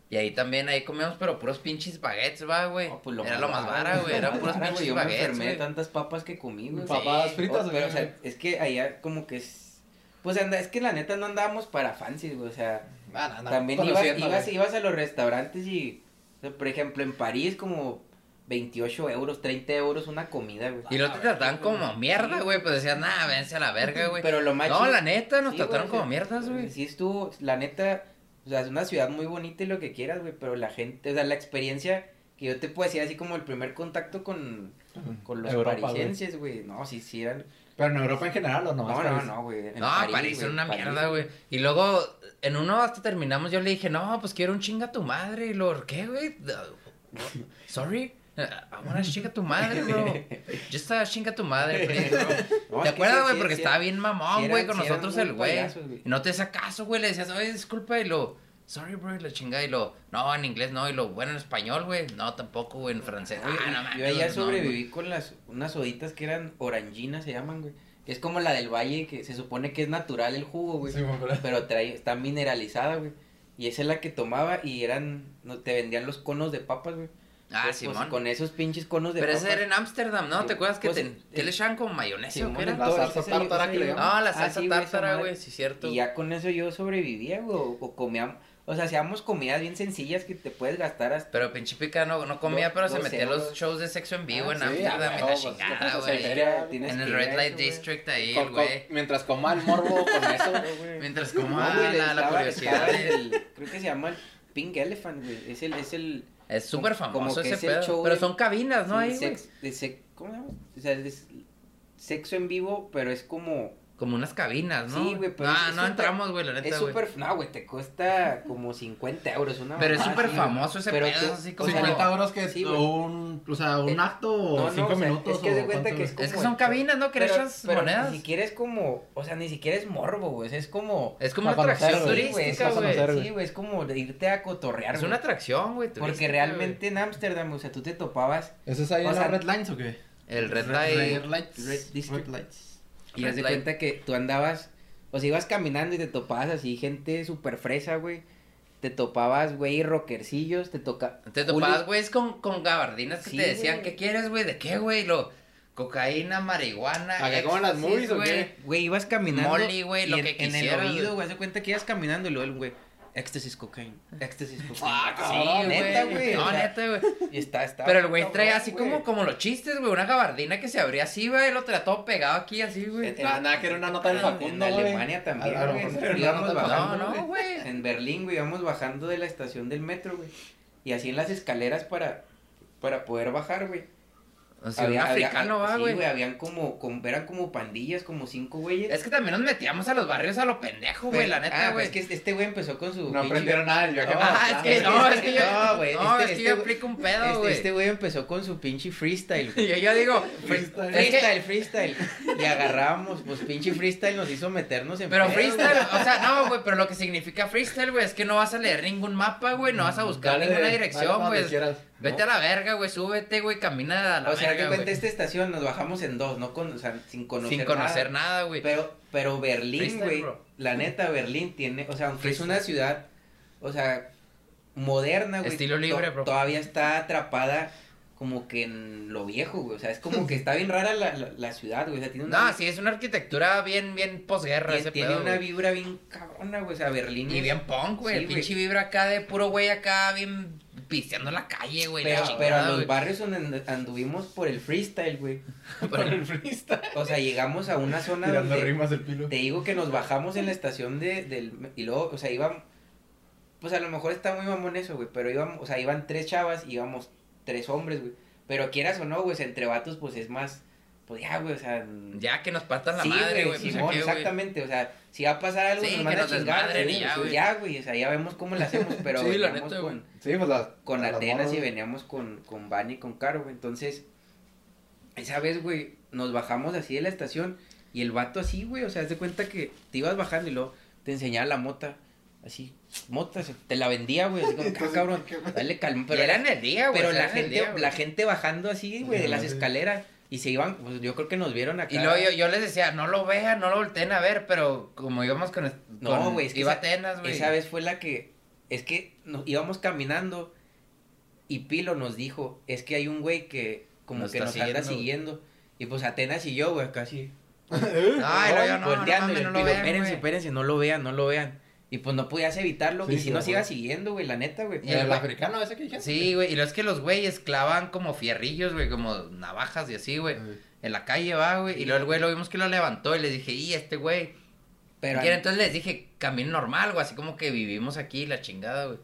[SPEAKER 5] Y ahí también, ahí comíamos, pero puros pinches baguettes, va, güey.
[SPEAKER 6] No, pues,
[SPEAKER 5] era lo más
[SPEAKER 6] barato,
[SPEAKER 5] barato, güey.
[SPEAKER 6] lo
[SPEAKER 5] Era
[SPEAKER 6] más
[SPEAKER 5] puros
[SPEAKER 6] barato, Ah, güey.
[SPEAKER 5] pinches
[SPEAKER 6] Yo me
[SPEAKER 5] baguettes,
[SPEAKER 6] enfermé de
[SPEAKER 5] güey.
[SPEAKER 6] tantas papas que comí, güey.
[SPEAKER 1] Papas
[SPEAKER 5] Sí.
[SPEAKER 1] fritas,
[SPEAKER 6] Oh, pero, o
[SPEAKER 1] güey.
[SPEAKER 6] sea, es que allá como que es... Pues anda, es que la neta no andábamos para fancies, güey, o sea...
[SPEAKER 1] Ah, no, no,
[SPEAKER 6] También ibas,
[SPEAKER 1] conociendo,
[SPEAKER 6] ibas,
[SPEAKER 1] güey.
[SPEAKER 6] ibas a los restaurantes y, o sea, por ejemplo, en París, como 28 euros, 30 euros una comida, Ah, güey.
[SPEAKER 5] Y luego te trataban como mierda, güey. Pues decían, nada, vence a la verga, güey.
[SPEAKER 6] Pero lo más
[SPEAKER 5] No,
[SPEAKER 6] chido-
[SPEAKER 5] la neta, nos
[SPEAKER 6] Sí, güey,
[SPEAKER 5] trataron
[SPEAKER 6] o
[SPEAKER 5] como
[SPEAKER 6] sea,
[SPEAKER 5] mierdas, güey.
[SPEAKER 6] Sí estuvo, la neta, o sea, es una ciudad muy bonita y lo que quieras, güey, pero la gente, o sea, la experiencia que yo te puedo decir así como el primer contacto con, con los
[SPEAKER 1] Europa, güey.
[SPEAKER 6] parisienses, güey, no, sí, sí eran,
[SPEAKER 1] Pero en Europa en general o
[SPEAKER 6] no,
[SPEAKER 1] nomás
[SPEAKER 6] no,
[SPEAKER 1] París?
[SPEAKER 6] no, güey. en
[SPEAKER 5] No, París, era
[SPEAKER 6] güey,
[SPEAKER 5] una
[SPEAKER 6] París.
[SPEAKER 5] mierda, güey. Y luego, en uno hasta terminamos, yo le dije, no, pues quiero un chinga a tu madre. Y luego, ¿qué, güey? Sorry. I want a chinga a tu madre, bro. Just a chinga a tu madre, please, bro.
[SPEAKER 6] No,
[SPEAKER 5] ¿Te
[SPEAKER 6] es que
[SPEAKER 5] acuerdas,
[SPEAKER 6] sí,
[SPEAKER 5] güey?
[SPEAKER 6] sí,
[SPEAKER 5] Porque
[SPEAKER 6] sí
[SPEAKER 5] estaba
[SPEAKER 6] eran-
[SPEAKER 5] bien mamón,
[SPEAKER 6] sí
[SPEAKER 5] güey,
[SPEAKER 6] eran-
[SPEAKER 5] con
[SPEAKER 6] sí eran
[SPEAKER 5] nosotros
[SPEAKER 6] muy
[SPEAKER 5] el güey.
[SPEAKER 6] payasos, güey.
[SPEAKER 5] Y no te hacía caso, güey. Le decías, oye, disculpa. Y lo, sorry, bro. Y lo chingada. Y lo, no, en inglés no. Y lo, bueno, en español, güey. No, tampoco, güey, en francés.
[SPEAKER 6] Oye,
[SPEAKER 5] Ah, no,
[SPEAKER 6] yo
[SPEAKER 5] mames,
[SPEAKER 6] allá
[SPEAKER 5] no,
[SPEAKER 6] sobreviví con las unas soditas que eran oranginas, se llaman, güey. Que es como la del valle, que se supone que es natural el jugo, güey.
[SPEAKER 1] Sí, me acuerdo.
[SPEAKER 6] pero trae, está mineralizada, güey. Y esa es la que tomaba y eran, no, te vendían los conos de papas, güey.
[SPEAKER 5] Ah,
[SPEAKER 6] Pues, pues,
[SPEAKER 5] Simón.
[SPEAKER 6] Con esos pinches conos de
[SPEAKER 5] Pero
[SPEAKER 6] papas.
[SPEAKER 5] ese era en Ámsterdam, ¿no?
[SPEAKER 6] Sí,
[SPEAKER 5] ¿Te acuerdas que,
[SPEAKER 6] pues,
[SPEAKER 5] te, que
[SPEAKER 6] eh,
[SPEAKER 5] le echaban como mayonesa o
[SPEAKER 6] Simón,
[SPEAKER 5] qué era?
[SPEAKER 1] la
[SPEAKER 6] todo,
[SPEAKER 1] salsa
[SPEAKER 6] ese- ese-
[SPEAKER 1] tártara
[SPEAKER 6] ese-
[SPEAKER 1] que le
[SPEAKER 6] ese-
[SPEAKER 1] llaman.
[SPEAKER 5] No, la
[SPEAKER 6] Ah,
[SPEAKER 5] salsa
[SPEAKER 6] sí, güey, esa
[SPEAKER 5] tártara,
[SPEAKER 6] madre.
[SPEAKER 5] güey, sí, cierto.
[SPEAKER 6] Y ya con eso yo sobrevivía, güey, o, o comíamos, o sea, hacíamos comidas bien sencillas que te puedes gastar hasta...
[SPEAKER 5] Pero pinche pica no, no comía,
[SPEAKER 6] Dos-
[SPEAKER 5] pero se
[SPEAKER 6] dos
[SPEAKER 5] metía a los
[SPEAKER 6] euros.
[SPEAKER 5] shows de sexo en vivo
[SPEAKER 6] Ah,
[SPEAKER 5] en
[SPEAKER 6] sí,
[SPEAKER 5] Ámsterdam
[SPEAKER 1] ah, no,
[SPEAKER 5] y la
[SPEAKER 1] pues,
[SPEAKER 5] chingada,
[SPEAKER 1] ¿cómo se
[SPEAKER 5] güey.
[SPEAKER 1] feria?
[SPEAKER 6] Tienes
[SPEAKER 5] En el
[SPEAKER 6] que ir
[SPEAKER 5] Red
[SPEAKER 6] a
[SPEAKER 5] Light
[SPEAKER 6] eso, güey.
[SPEAKER 5] District ahí,
[SPEAKER 1] Con-
[SPEAKER 5] el
[SPEAKER 1] con-
[SPEAKER 5] güey.
[SPEAKER 1] mientras coma el morbo con eso, güey.
[SPEAKER 5] Mientras
[SPEAKER 6] No,
[SPEAKER 5] como
[SPEAKER 6] güey,
[SPEAKER 5] ah, la, la
[SPEAKER 6] estaba-
[SPEAKER 5] curiosidad.
[SPEAKER 6] estaba
[SPEAKER 5] de-
[SPEAKER 6] el- creo que se llama el Pink Elephant, güey. Es el, es el...
[SPEAKER 5] Es súper
[SPEAKER 6] como-
[SPEAKER 5] famoso
[SPEAKER 6] como que
[SPEAKER 5] ese
[SPEAKER 6] es el
[SPEAKER 5] pedo.
[SPEAKER 6] show
[SPEAKER 5] Pero
[SPEAKER 6] de-
[SPEAKER 5] son cabinas, Ah, ¿no?
[SPEAKER 6] sí,
[SPEAKER 5] Ahí, güey.
[SPEAKER 6] sex- de sex- ¿Cómo se llama? O sea, es sexo en vivo, pero es como...
[SPEAKER 5] Como unas cabinas, ¿no?
[SPEAKER 6] Sí, güey, pero
[SPEAKER 5] Ah,
[SPEAKER 6] es
[SPEAKER 5] no
[SPEAKER 6] súper-
[SPEAKER 5] entramos, güey, la
[SPEAKER 6] Es
[SPEAKER 5] neta, güey.
[SPEAKER 6] súper... No, güey, te cuesta como 50 euros una
[SPEAKER 5] Pero es
[SPEAKER 6] mamada
[SPEAKER 5] súper
[SPEAKER 6] así, güey.
[SPEAKER 5] famoso ese
[SPEAKER 6] Pero
[SPEAKER 5] pedo,
[SPEAKER 6] tú-
[SPEAKER 5] es así
[SPEAKER 6] o
[SPEAKER 5] como-
[SPEAKER 6] sea,
[SPEAKER 1] 50 euros que es
[SPEAKER 6] Sí, güey.
[SPEAKER 1] un, o sea, un
[SPEAKER 6] Eh,
[SPEAKER 1] acto
[SPEAKER 6] no, no,
[SPEAKER 1] 5
[SPEAKER 6] o sea,
[SPEAKER 1] minutos.
[SPEAKER 6] es que haz de
[SPEAKER 1] o
[SPEAKER 6] cuenta
[SPEAKER 1] cuánto,
[SPEAKER 6] que es
[SPEAKER 1] güey.
[SPEAKER 5] Es que
[SPEAKER 6] como
[SPEAKER 5] son
[SPEAKER 6] el-
[SPEAKER 5] cabinas, ¿no? Que le
[SPEAKER 6] Pero-
[SPEAKER 5] echas
[SPEAKER 6] pero
[SPEAKER 5] monedas.
[SPEAKER 6] Ni siquiera es como, o sea, ni siquiera es morbo, güey. o sea, Es como.
[SPEAKER 5] Es como una
[SPEAKER 1] Para conocer,
[SPEAKER 5] atracción
[SPEAKER 1] güey.
[SPEAKER 6] Sí, güey, es
[SPEAKER 5] turística,
[SPEAKER 6] como-
[SPEAKER 1] para conocer,
[SPEAKER 5] güey.
[SPEAKER 1] güey.
[SPEAKER 6] sí, güey, es como de irte a cotorrear.
[SPEAKER 5] Es una
[SPEAKER 6] güey.
[SPEAKER 5] atracción, güey. turística,
[SPEAKER 6] Porque
[SPEAKER 5] güey.
[SPEAKER 6] realmente en Ámsterdam, o sea, tú te topabas
[SPEAKER 1] ¿Eso es ahí
[SPEAKER 6] o
[SPEAKER 1] en
[SPEAKER 6] sea,
[SPEAKER 1] la Red Lines o qué?
[SPEAKER 5] El Red
[SPEAKER 1] Red
[SPEAKER 5] Light.
[SPEAKER 1] Lights.
[SPEAKER 6] Red District.
[SPEAKER 1] Red Lights.
[SPEAKER 6] y
[SPEAKER 5] Red
[SPEAKER 6] haz de
[SPEAKER 5] light.
[SPEAKER 6] cuenta que tú andabas, o sea, ibas caminando y te topabas así gente súper fresa, güey. Te topabas, güey, rockercillos, te toca.
[SPEAKER 5] Te
[SPEAKER 6] Julios-
[SPEAKER 5] topabas, güey, es con, con gabardinas que
[SPEAKER 6] Sí,
[SPEAKER 5] te decían,
[SPEAKER 6] güey.
[SPEAKER 5] ¿qué quieres, güey? ¿De qué, güey? Lo, cocaína, marihuana.
[SPEAKER 1] ¿A que como en las
[SPEAKER 5] éxtasis,
[SPEAKER 1] movies o qué?
[SPEAKER 6] Güey, ibas caminando.
[SPEAKER 5] Molly, güey,
[SPEAKER 6] y
[SPEAKER 5] lo
[SPEAKER 6] en,
[SPEAKER 5] que
[SPEAKER 6] en el
[SPEAKER 5] quisieras,
[SPEAKER 6] oído,
[SPEAKER 5] güey.
[SPEAKER 6] güey, haz de cuenta que ibas caminando y luego el güey, éxtasis cocaine, éxtasis cocaine.
[SPEAKER 5] Sí,
[SPEAKER 1] Ah,
[SPEAKER 5] güey.
[SPEAKER 6] neta, güey.
[SPEAKER 5] No,
[SPEAKER 6] o sea,
[SPEAKER 5] neta, güey.
[SPEAKER 6] Y está, está.
[SPEAKER 5] Pero el güey
[SPEAKER 6] cabrón,
[SPEAKER 5] traía así
[SPEAKER 6] güey.
[SPEAKER 5] como, como los chistes, güey. Una gabardina que se abría así, güey. Lo traía todo pegado aquí, así, güey.
[SPEAKER 6] En-
[SPEAKER 1] Eh, Nada, nada, que era una nota del
[SPEAKER 6] en-
[SPEAKER 1] Facundo,
[SPEAKER 6] En
[SPEAKER 1] güey.
[SPEAKER 6] Alemania también,
[SPEAKER 1] A- a lo
[SPEAKER 6] güey.
[SPEAKER 1] mejor era una
[SPEAKER 6] Íbamos
[SPEAKER 1] nota del
[SPEAKER 5] No,
[SPEAKER 6] bajando,
[SPEAKER 5] no,
[SPEAKER 6] güey.
[SPEAKER 5] güey.
[SPEAKER 6] En Berlín, güey, íbamos bajando de la estación del metro, güey. Y así en las escaleras para, para poder bajar, güey.
[SPEAKER 5] O sea, Pues un africano va,
[SPEAKER 6] ah, sí,
[SPEAKER 5] güey.
[SPEAKER 6] habían como, como- eran como pandillas, como cinco güeyes.
[SPEAKER 5] Es que también nos metíamos a los barrios a lo pendejo, güey.
[SPEAKER 6] Pero-
[SPEAKER 5] La
[SPEAKER 6] ah,
[SPEAKER 5] neta,
[SPEAKER 6] pues
[SPEAKER 5] güey.
[SPEAKER 6] es que este- este güey empezó con su.
[SPEAKER 1] No
[SPEAKER 6] pinche-
[SPEAKER 1] aprendieron nada del viaje.
[SPEAKER 6] No,
[SPEAKER 1] para
[SPEAKER 5] Ah, es
[SPEAKER 1] Atlanta,
[SPEAKER 5] que
[SPEAKER 1] güey.
[SPEAKER 5] no, es que yo.
[SPEAKER 6] No, güey,
[SPEAKER 5] No,
[SPEAKER 6] este-
[SPEAKER 5] es que
[SPEAKER 6] este
[SPEAKER 5] yo
[SPEAKER 6] güey-
[SPEAKER 5] aplico un pedo,
[SPEAKER 6] Este, este
[SPEAKER 5] güey.
[SPEAKER 6] güey empezó con su pinche freestyle.
[SPEAKER 5] Y
[SPEAKER 6] güey.
[SPEAKER 5] yo- yo digo, pues,
[SPEAKER 1] Freestyle.
[SPEAKER 5] es que-
[SPEAKER 6] Freestyle, freestyle. Y agarrábamos, pues pinche freestyle nos hizo meternos en.
[SPEAKER 5] Pero
[SPEAKER 6] pedos,
[SPEAKER 5] freestyle, o sea, no, güey, pero lo que significa freestyle, güey, es que no vas a leer ningún mapa, güey, no
[SPEAKER 6] Mm,
[SPEAKER 5] vas a buscar
[SPEAKER 1] Dale,
[SPEAKER 5] ninguna
[SPEAKER 1] dale
[SPEAKER 5] dirección,
[SPEAKER 1] donde
[SPEAKER 5] güey.
[SPEAKER 1] quieras.
[SPEAKER 5] Vete a la verga, güey, súbete, güey, camina a la
[SPEAKER 6] O sea, que
[SPEAKER 5] verga,
[SPEAKER 6] cuenta
[SPEAKER 5] güey.
[SPEAKER 6] esta estación, nos bajamos en dos, no con, o sea, sin conocer
[SPEAKER 5] Sin conocer nada, güey.
[SPEAKER 6] Pero, pero Berlín,
[SPEAKER 5] Freestyle,
[SPEAKER 6] güey,
[SPEAKER 5] bro.
[SPEAKER 6] la neta, Berlín tiene, o sea, aunque es una ciudad, o sea, moderna, güey.
[SPEAKER 5] Estilo libre,
[SPEAKER 6] to-
[SPEAKER 5] bro.
[SPEAKER 6] Todavía está atrapada como que en lo viejo, güey, o sea, es como que está bien rara la, la, la ciudad, güey, o sea, tiene una...
[SPEAKER 5] No, sí, es una arquitectura bien, bien posguerra
[SPEAKER 6] tiene,
[SPEAKER 5] ese
[SPEAKER 6] tiene
[SPEAKER 5] pedo,
[SPEAKER 6] una
[SPEAKER 5] güey.
[SPEAKER 6] vibra bien cabrona, güey, o sea, Berlín
[SPEAKER 5] Y
[SPEAKER 6] es-
[SPEAKER 5] bien punk, güey,
[SPEAKER 6] Sí,
[SPEAKER 5] el pinche vibra acá de puro güey acá, bien pisteando en la calle, güey. la
[SPEAKER 6] Pero,
[SPEAKER 5] chingada,
[SPEAKER 6] pero a los
[SPEAKER 5] güey.
[SPEAKER 6] barrios donde and- anduvimos por el freestyle, güey.
[SPEAKER 1] Por el freestyle.
[SPEAKER 6] O sea, llegamos a una zona
[SPEAKER 1] Tirando
[SPEAKER 6] donde,
[SPEAKER 1] rimas del pilo.
[SPEAKER 6] Te digo que nos bajamos en la estación de, del... Y luego, o sea, iban... Pues a lo mejor está muy mamón eso, güey, pero íbamos... O sea, iban tres chavas y íbamos tres hombres, güey. Pero quieras o no, güey, entre vatos, pues es más... Pues ya, güey, o sea... n-
[SPEAKER 5] Ya que nos partan la
[SPEAKER 6] sí,
[SPEAKER 5] madre, güey. pues,
[SPEAKER 6] Simón,
[SPEAKER 5] ¿a qué, güey?
[SPEAKER 6] exactamente. O sea, si va a pasar algo,
[SPEAKER 5] Sí,
[SPEAKER 6] nos van
[SPEAKER 5] que
[SPEAKER 6] a
[SPEAKER 5] nos
[SPEAKER 6] chingar.
[SPEAKER 5] desmadren y
[SPEAKER 6] güey,
[SPEAKER 5] ya,
[SPEAKER 6] pues,
[SPEAKER 5] güey.
[SPEAKER 6] Ya, güey, o sea, ya vemos cómo lo hacemos, pero
[SPEAKER 5] Sí, la
[SPEAKER 6] veníamos
[SPEAKER 5] neta,
[SPEAKER 6] con,
[SPEAKER 1] Sí, pues las.
[SPEAKER 6] con
[SPEAKER 1] las
[SPEAKER 6] Atenas
[SPEAKER 1] morras,
[SPEAKER 6] y
[SPEAKER 1] güey.
[SPEAKER 6] veníamos con, con Van y con Caro, güey. Entonces, esa vez, güey, nos bajamos así de la estación y el vato así, güey, o sea, haz de cuenta que te ibas bajando y luego te enseñaba la mota, así, mota, se- te la vendía, güey, así como, "Ah, cabrón, dale calma,
[SPEAKER 5] Pero
[SPEAKER 6] pero,
[SPEAKER 5] era
[SPEAKER 6] era-
[SPEAKER 5] en el día, güey.
[SPEAKER 6] pero
[SPEAKER 5] o sea,
[SPEAKER 6] la
[SPEAKER 5] era en el
[SPEAKER 6] gente,
[SPEAKER 5] día, güey.
[SPEAKER 6] la gente bajando así, güey, de las
[SPEAKER 1] Ajá.
[SPEAKER 6] escaleras y se iban, pues yo creo que nos vieron acá.
[SPEAKER 5] Y luego yo, yo les decía, no lo vean, no lo volteen a ver, pero como íbamos con.
[SPEAKER 6] No, güey, es que
[SPEAKER 5] Iba a
[SPEAKER 6] esa-
[SPEAKER 5] Atenas, güey.
[SPEAKER 6] Esa vez fue la que. Es que nos íbamos caminando y Pilo nos dijo: Es que hay un güey que como
[SPEAKER 5] Nos
[SPEAKER 6] que
[SPEAKER 5] está
[SPEAKER 6] nos anda
[SPEAKER 5] siguiendo,
[SPEAKER 6] siguiendo. Y pues Atenas y yo, güey, casi.
[SPEAKER 5] Ay, no, Ah, yo no, no,
[SPEAKER 6] volteando,
[SPEAKER 5] mames,
[SPEAKER 6] y
[SPEAKER 5] no
[SPEAKER 6] el
[SPEAKER 5] lo
[SPEAKER 6] Pilo,
[SPEAKER 5] vean,
[SPEAKER 6] espérense,
[SPEAKER 5] güey".
[SPEAKER 6] espérense, no lo vean, no lo vean. Y pues no podías evitarlo.
[SPEAKER 1] Sí,
[SPEAKER 6] y si nos
[SPEAKER 1] claro.
[SPEAKER 6] iba siguiendo, güey, la neta, güey.
[SPEAKER 5] Y el
[SPEAKER 1] el
[SPEAKER 5] güey-
[SPEAKER 1] africano ese que dijiste.
[SPEAKER 5] Eh, Sí, güey, y lo es que los güeyes clavan como fierrillos, güey, como navajas y así, güey.
[SPEAKER 1] Sí.
[SPEAKER 5] En la calle va, güey. Y luego el güey lo vimos que lo levantó y le dije, y este güey.
[SPEAKER 6] Pero,
[SPEAKER 5] ¿Quiere?
[SPEAKER 6] an-
[SPEAKER 5] Entonces les dije, camino normal, güey, así como que vivimos aquí, la chingada, güey.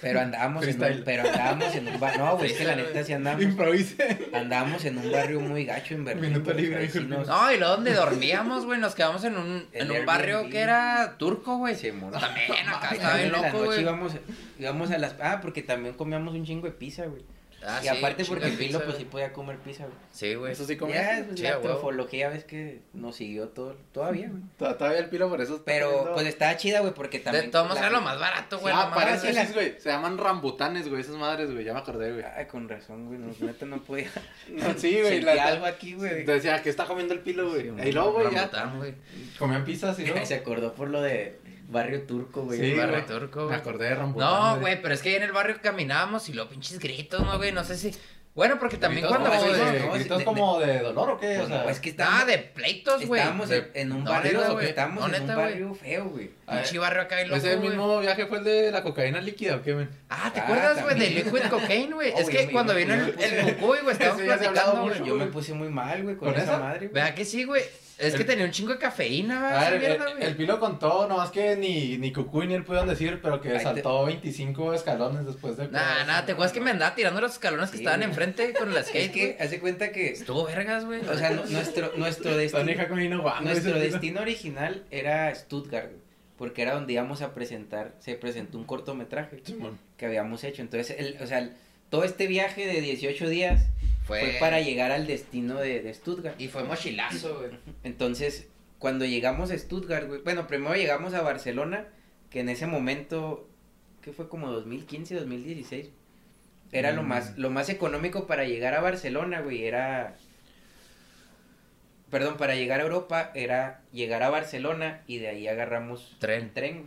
[SPEAKER 6] pero andábamos en
[SPEAKER 1] Freestyle.
[SPEAKER 6] un, pero andábamos en un bar- No, güey, es que la neta sí andábamos.
[SPEAKER 1] Improvise.
[SPEAKER 6] Andábamos en un barrio muy gacho en Berlín.
[SPEAKER 1] Minuto
[SPEAKER 6] güey,
[SPEAKER 1] libre,
[SPEAKER 6] ahí sí
[SPEAKER 1] hijo de
[SPEAKER 6] nos-
[SPEAKER 5] No, y luego donde dormíamos, güey, nos quedamos en un,
[SPEAKER 6] El
[SPEAKER 5] en un
[SPEAKER 6] Airbnb.
[SPEAKER 5] barrio que era turco, güey.
[SPEAKER 6] Simón.
[SPEAKER 5] También acá
[SPEAKER 6] A
[SPEAKER 5] estaba
[SPEAKER 6] las
[SPEAKER 5] bien
[SPEAKER 6] nueve de la
[SPEAKER 5] loco,
[SPEAKER 6] noche
[SPEAKER 5] güey.
[SPEAKER 6] íbamos, íbamos a las. Ah, porque también comíamos un chingo de pizza, güey.
[SPEAKER 5] Ah,
[SPEAKER 6] y
[SPEAKER 5] sí,
[SPEAKER 6] aparte,
[SPEAKER 5] chingo
[SPEAKER 6] porque
[SPEAKER 5] de
[SPEAKER 6] Pilo,
[SPEAKER 5] pizza,
[SPEAKER 6] pues sí
[SPEAKER 5] güey.
[SPEAKER 6] podía comer pizza, güey.
[SPEAKER 5] Sí, güey.
[SPEAKER 1] Eso sí
[SPEAKER 6] Ya,
[SPEAKER 1] comía.
[SPEAKER 6] pues,
[SPEAKER 5] Sí, a
[SPEAKER 6] la
[SPEAKER 5] huevo.
[SPEAKER 6] trofología ves que nos siguió todo, todavía, güey.
[SPEAKER 1] Todavía el pilo por eso. está
[SPEAKER 6] Pero,
[SPEAKER 1] comiendo-
[SPEAKER 6] pues estaba chida, güey, porque
[SPEAKER 5] De
[SPEAKER 6] también.
[SPEAKER 5] todos modos
[SPEAKER 6] la-
[SPEAKER 5] era lo más barato, güey.
[SPEAKER 1] Ah,
[SPEAKER 5] la madre.
[SPEAKER 1] paréntesis,
[SPEAKER 6] las-
[SPEAKER 1] güey. Se llaman rambutanes, güey. Esas madres, güey. Ya me acordé, güey.
[SPEAKER 6] Ay, con razón, güey, no, neta no podía.
[SPEAKER 1] No, sí, güey.
[SPEAKER 6] Sentí
[SPEAKER 1] la- la-
[SPEAKER 6] algo aquí, güey.
[SPEAKER 1] Decía que está comiendo el pilo, güey.
[SPEAKER 6] Sí,
[SPEAKER 1] y luego, güey, ya.
[SPEAKER 5] Rambután, güey.
[SPEAKER 1] Comían pizzas y
[SPEAKER 6] Se acordó por lo de barrio turco, güey.
[SPEAKER 1] Sí,
[SPEAKER 6] el barrio
[SPEAKER 5] Barrio
[SPEAKER 1] güey.
[SPEAKER 5] turco,
[SPEAKER 1] Me
[SPEAKER 5] güey.
[SPEAKER 1] acordé de rambután.
[SPEAKER 5] No, güey, pero es que ahí en el barrio caminábamos y los pinches gritos, ¿no, güey? No sé si. Bueno, porque también
[SPEAKER 1] ¿Gritos
[SPEAKER 5] cuando.
[SPEAKER 1] como
[SPEAKER 6] güey,
[SPEAKER 1] de-
[SPEAKER 6] no, sí,
[SPEAKER 1] ¿Gritos
[SPEAKER 6] de-
[SPEAKER 1] como de dolor o qué?
[SPEAKER 6] Pues
[SPEAKER 1] O
[SPEAKER 6] no,
[SPEAKER 1] sea,
[SPEAKER 6] es que
[SPEAKER 5] Ah,
[SPEAKER 6] estábamos,
[SPEAKER 5] de pleitos, güey.
[SPEAKER 6] estábamos en, en un
[SPEAKER 5] No,
[SPEAKER 6] barrio,
[SPEAKER 5] neta, güey.
[SPEAKER 6] estábamos
[SPEAKER 5] No,
[SPEAKER 6] en
[SPEAKER 5] neta,
[SPEAKER 6] un
[SPEAKER 5] güey.
[SPEAKER 6] barrio feo, güey.
[SPEAKER 5] Pinche barrio acá y loco,
[SPEAKER 1] ¿Ese
[SPEAKER 5] güey.
[SPEAKER 1] mismo viaje fue el de la cocaína líquida o qué, men?
[SPEAKER 5] Ah, ¿te
[SPEAKER 6] pues Ah,
[SPEAKER 5] acuerdas, güey, de
[SPEAKER 6] también.
[SPEAKER 5] Liquid Cocaine, güey?
[SPEAKER 6] Oh,
[SPEAKER 5] es
[SPEAKER 6] yo
[SPEAKER 5] que
[SPEAKER 6] me-
[SPEAKER 5] cuando
[SPEAKER 6] yo
[SPEAKER 5] vino
[SPEAKER 6] me
[SPEAKER 5] el,
[SPEAKER 6] puse-
[SPEAKER 5] el cucuy, güey, estábamos
[SPEAKER 1] Ese ya se ha
[SPEAKER 5] platicando,
[SPEAKER 1] hablado
[SPEAKER 5] Ah, güey.
[SPEAKER 1] mucho,
[SPEAKER 6] Yo me puse muy mal, güey, con,
[SPEAKER 1] ¿Con
[SPEAKER 6] esa
[SPEAKER 1] esa?
[SPEAKER 6] madre, güey.
[SPEAKER 5] ¿Verdad que sí, güey? Es que
[SPEAKER 1] El-
[SPEAKER 5] tenía un chingo de cafeína, güey,
[SPEAKER 1] Ah,
[SPEAKER 5] esa
[SPEAKER 1] el,
[SPEAKER 5] mierda,
[SPEAKER 1] el,
[SPEAKER 5] güey.
[SPEAKER 1] el pilo contó, nomás que ni, ni Cucu y ni él pudieron decir, pero que
[SPEAKER 6] Ahí te-
[SPEAKER 1] saltó 25 escalones después de.
[SPEAKER 5] Nah, nah, ¿te acuerdas que me andaba tirando los escalones que
[SPEAKER 6] Sí,
[SPEAKER 5] estaban
[SPEAKER 6] güey.
[SPEAKER 5] enfrente con las
[SPEAKER 6] Es
[SPEAKER 5] skate,
[SPEAKER 6] que,
[SPEAKER 5] güey?
[SPEAKER 6] hace cuenta que,
[SPEAKER 5] Estuvo vergas, güey.
[SPEAKER 6] o sea, no- nuestro, nuestro destino,
[SPEAKER 1] Tonija con vino guango,
[SPEAKER 6] este nuestro
[SPEAKER 1] dice el Pilo.
[SPEAKER 6] destino original era Stuttgart, güey, porque era donde íbamos a presentar, se presentó un cortometraje
[SPEAKER 1] Simón.
[SPEAKER 6] que habíamos hecho, entonces, el- o sea, el- todo este viaje de 18 días fue para llegar al destino de, de Stuttgart.
[SPEAKER 5] Y fue mochilazo, güey.
[SPEAKER 6] Entonces, cuando llegamos a Stuttgart, güey, bueno, primero llegamos a Barcelona, que en ese momento, que fue como 2015, 2016, era lo
[SPEAKER 1] Mm.
[SPEAKER 6] más, lo más económico para llegar a Barcelona, güey, era, perdón, para llegar a Europa era llegar a Barcelona y de ahí agarramos el
[SPEAKER 5] Tren.
[SPEAKER 6] tren. güey.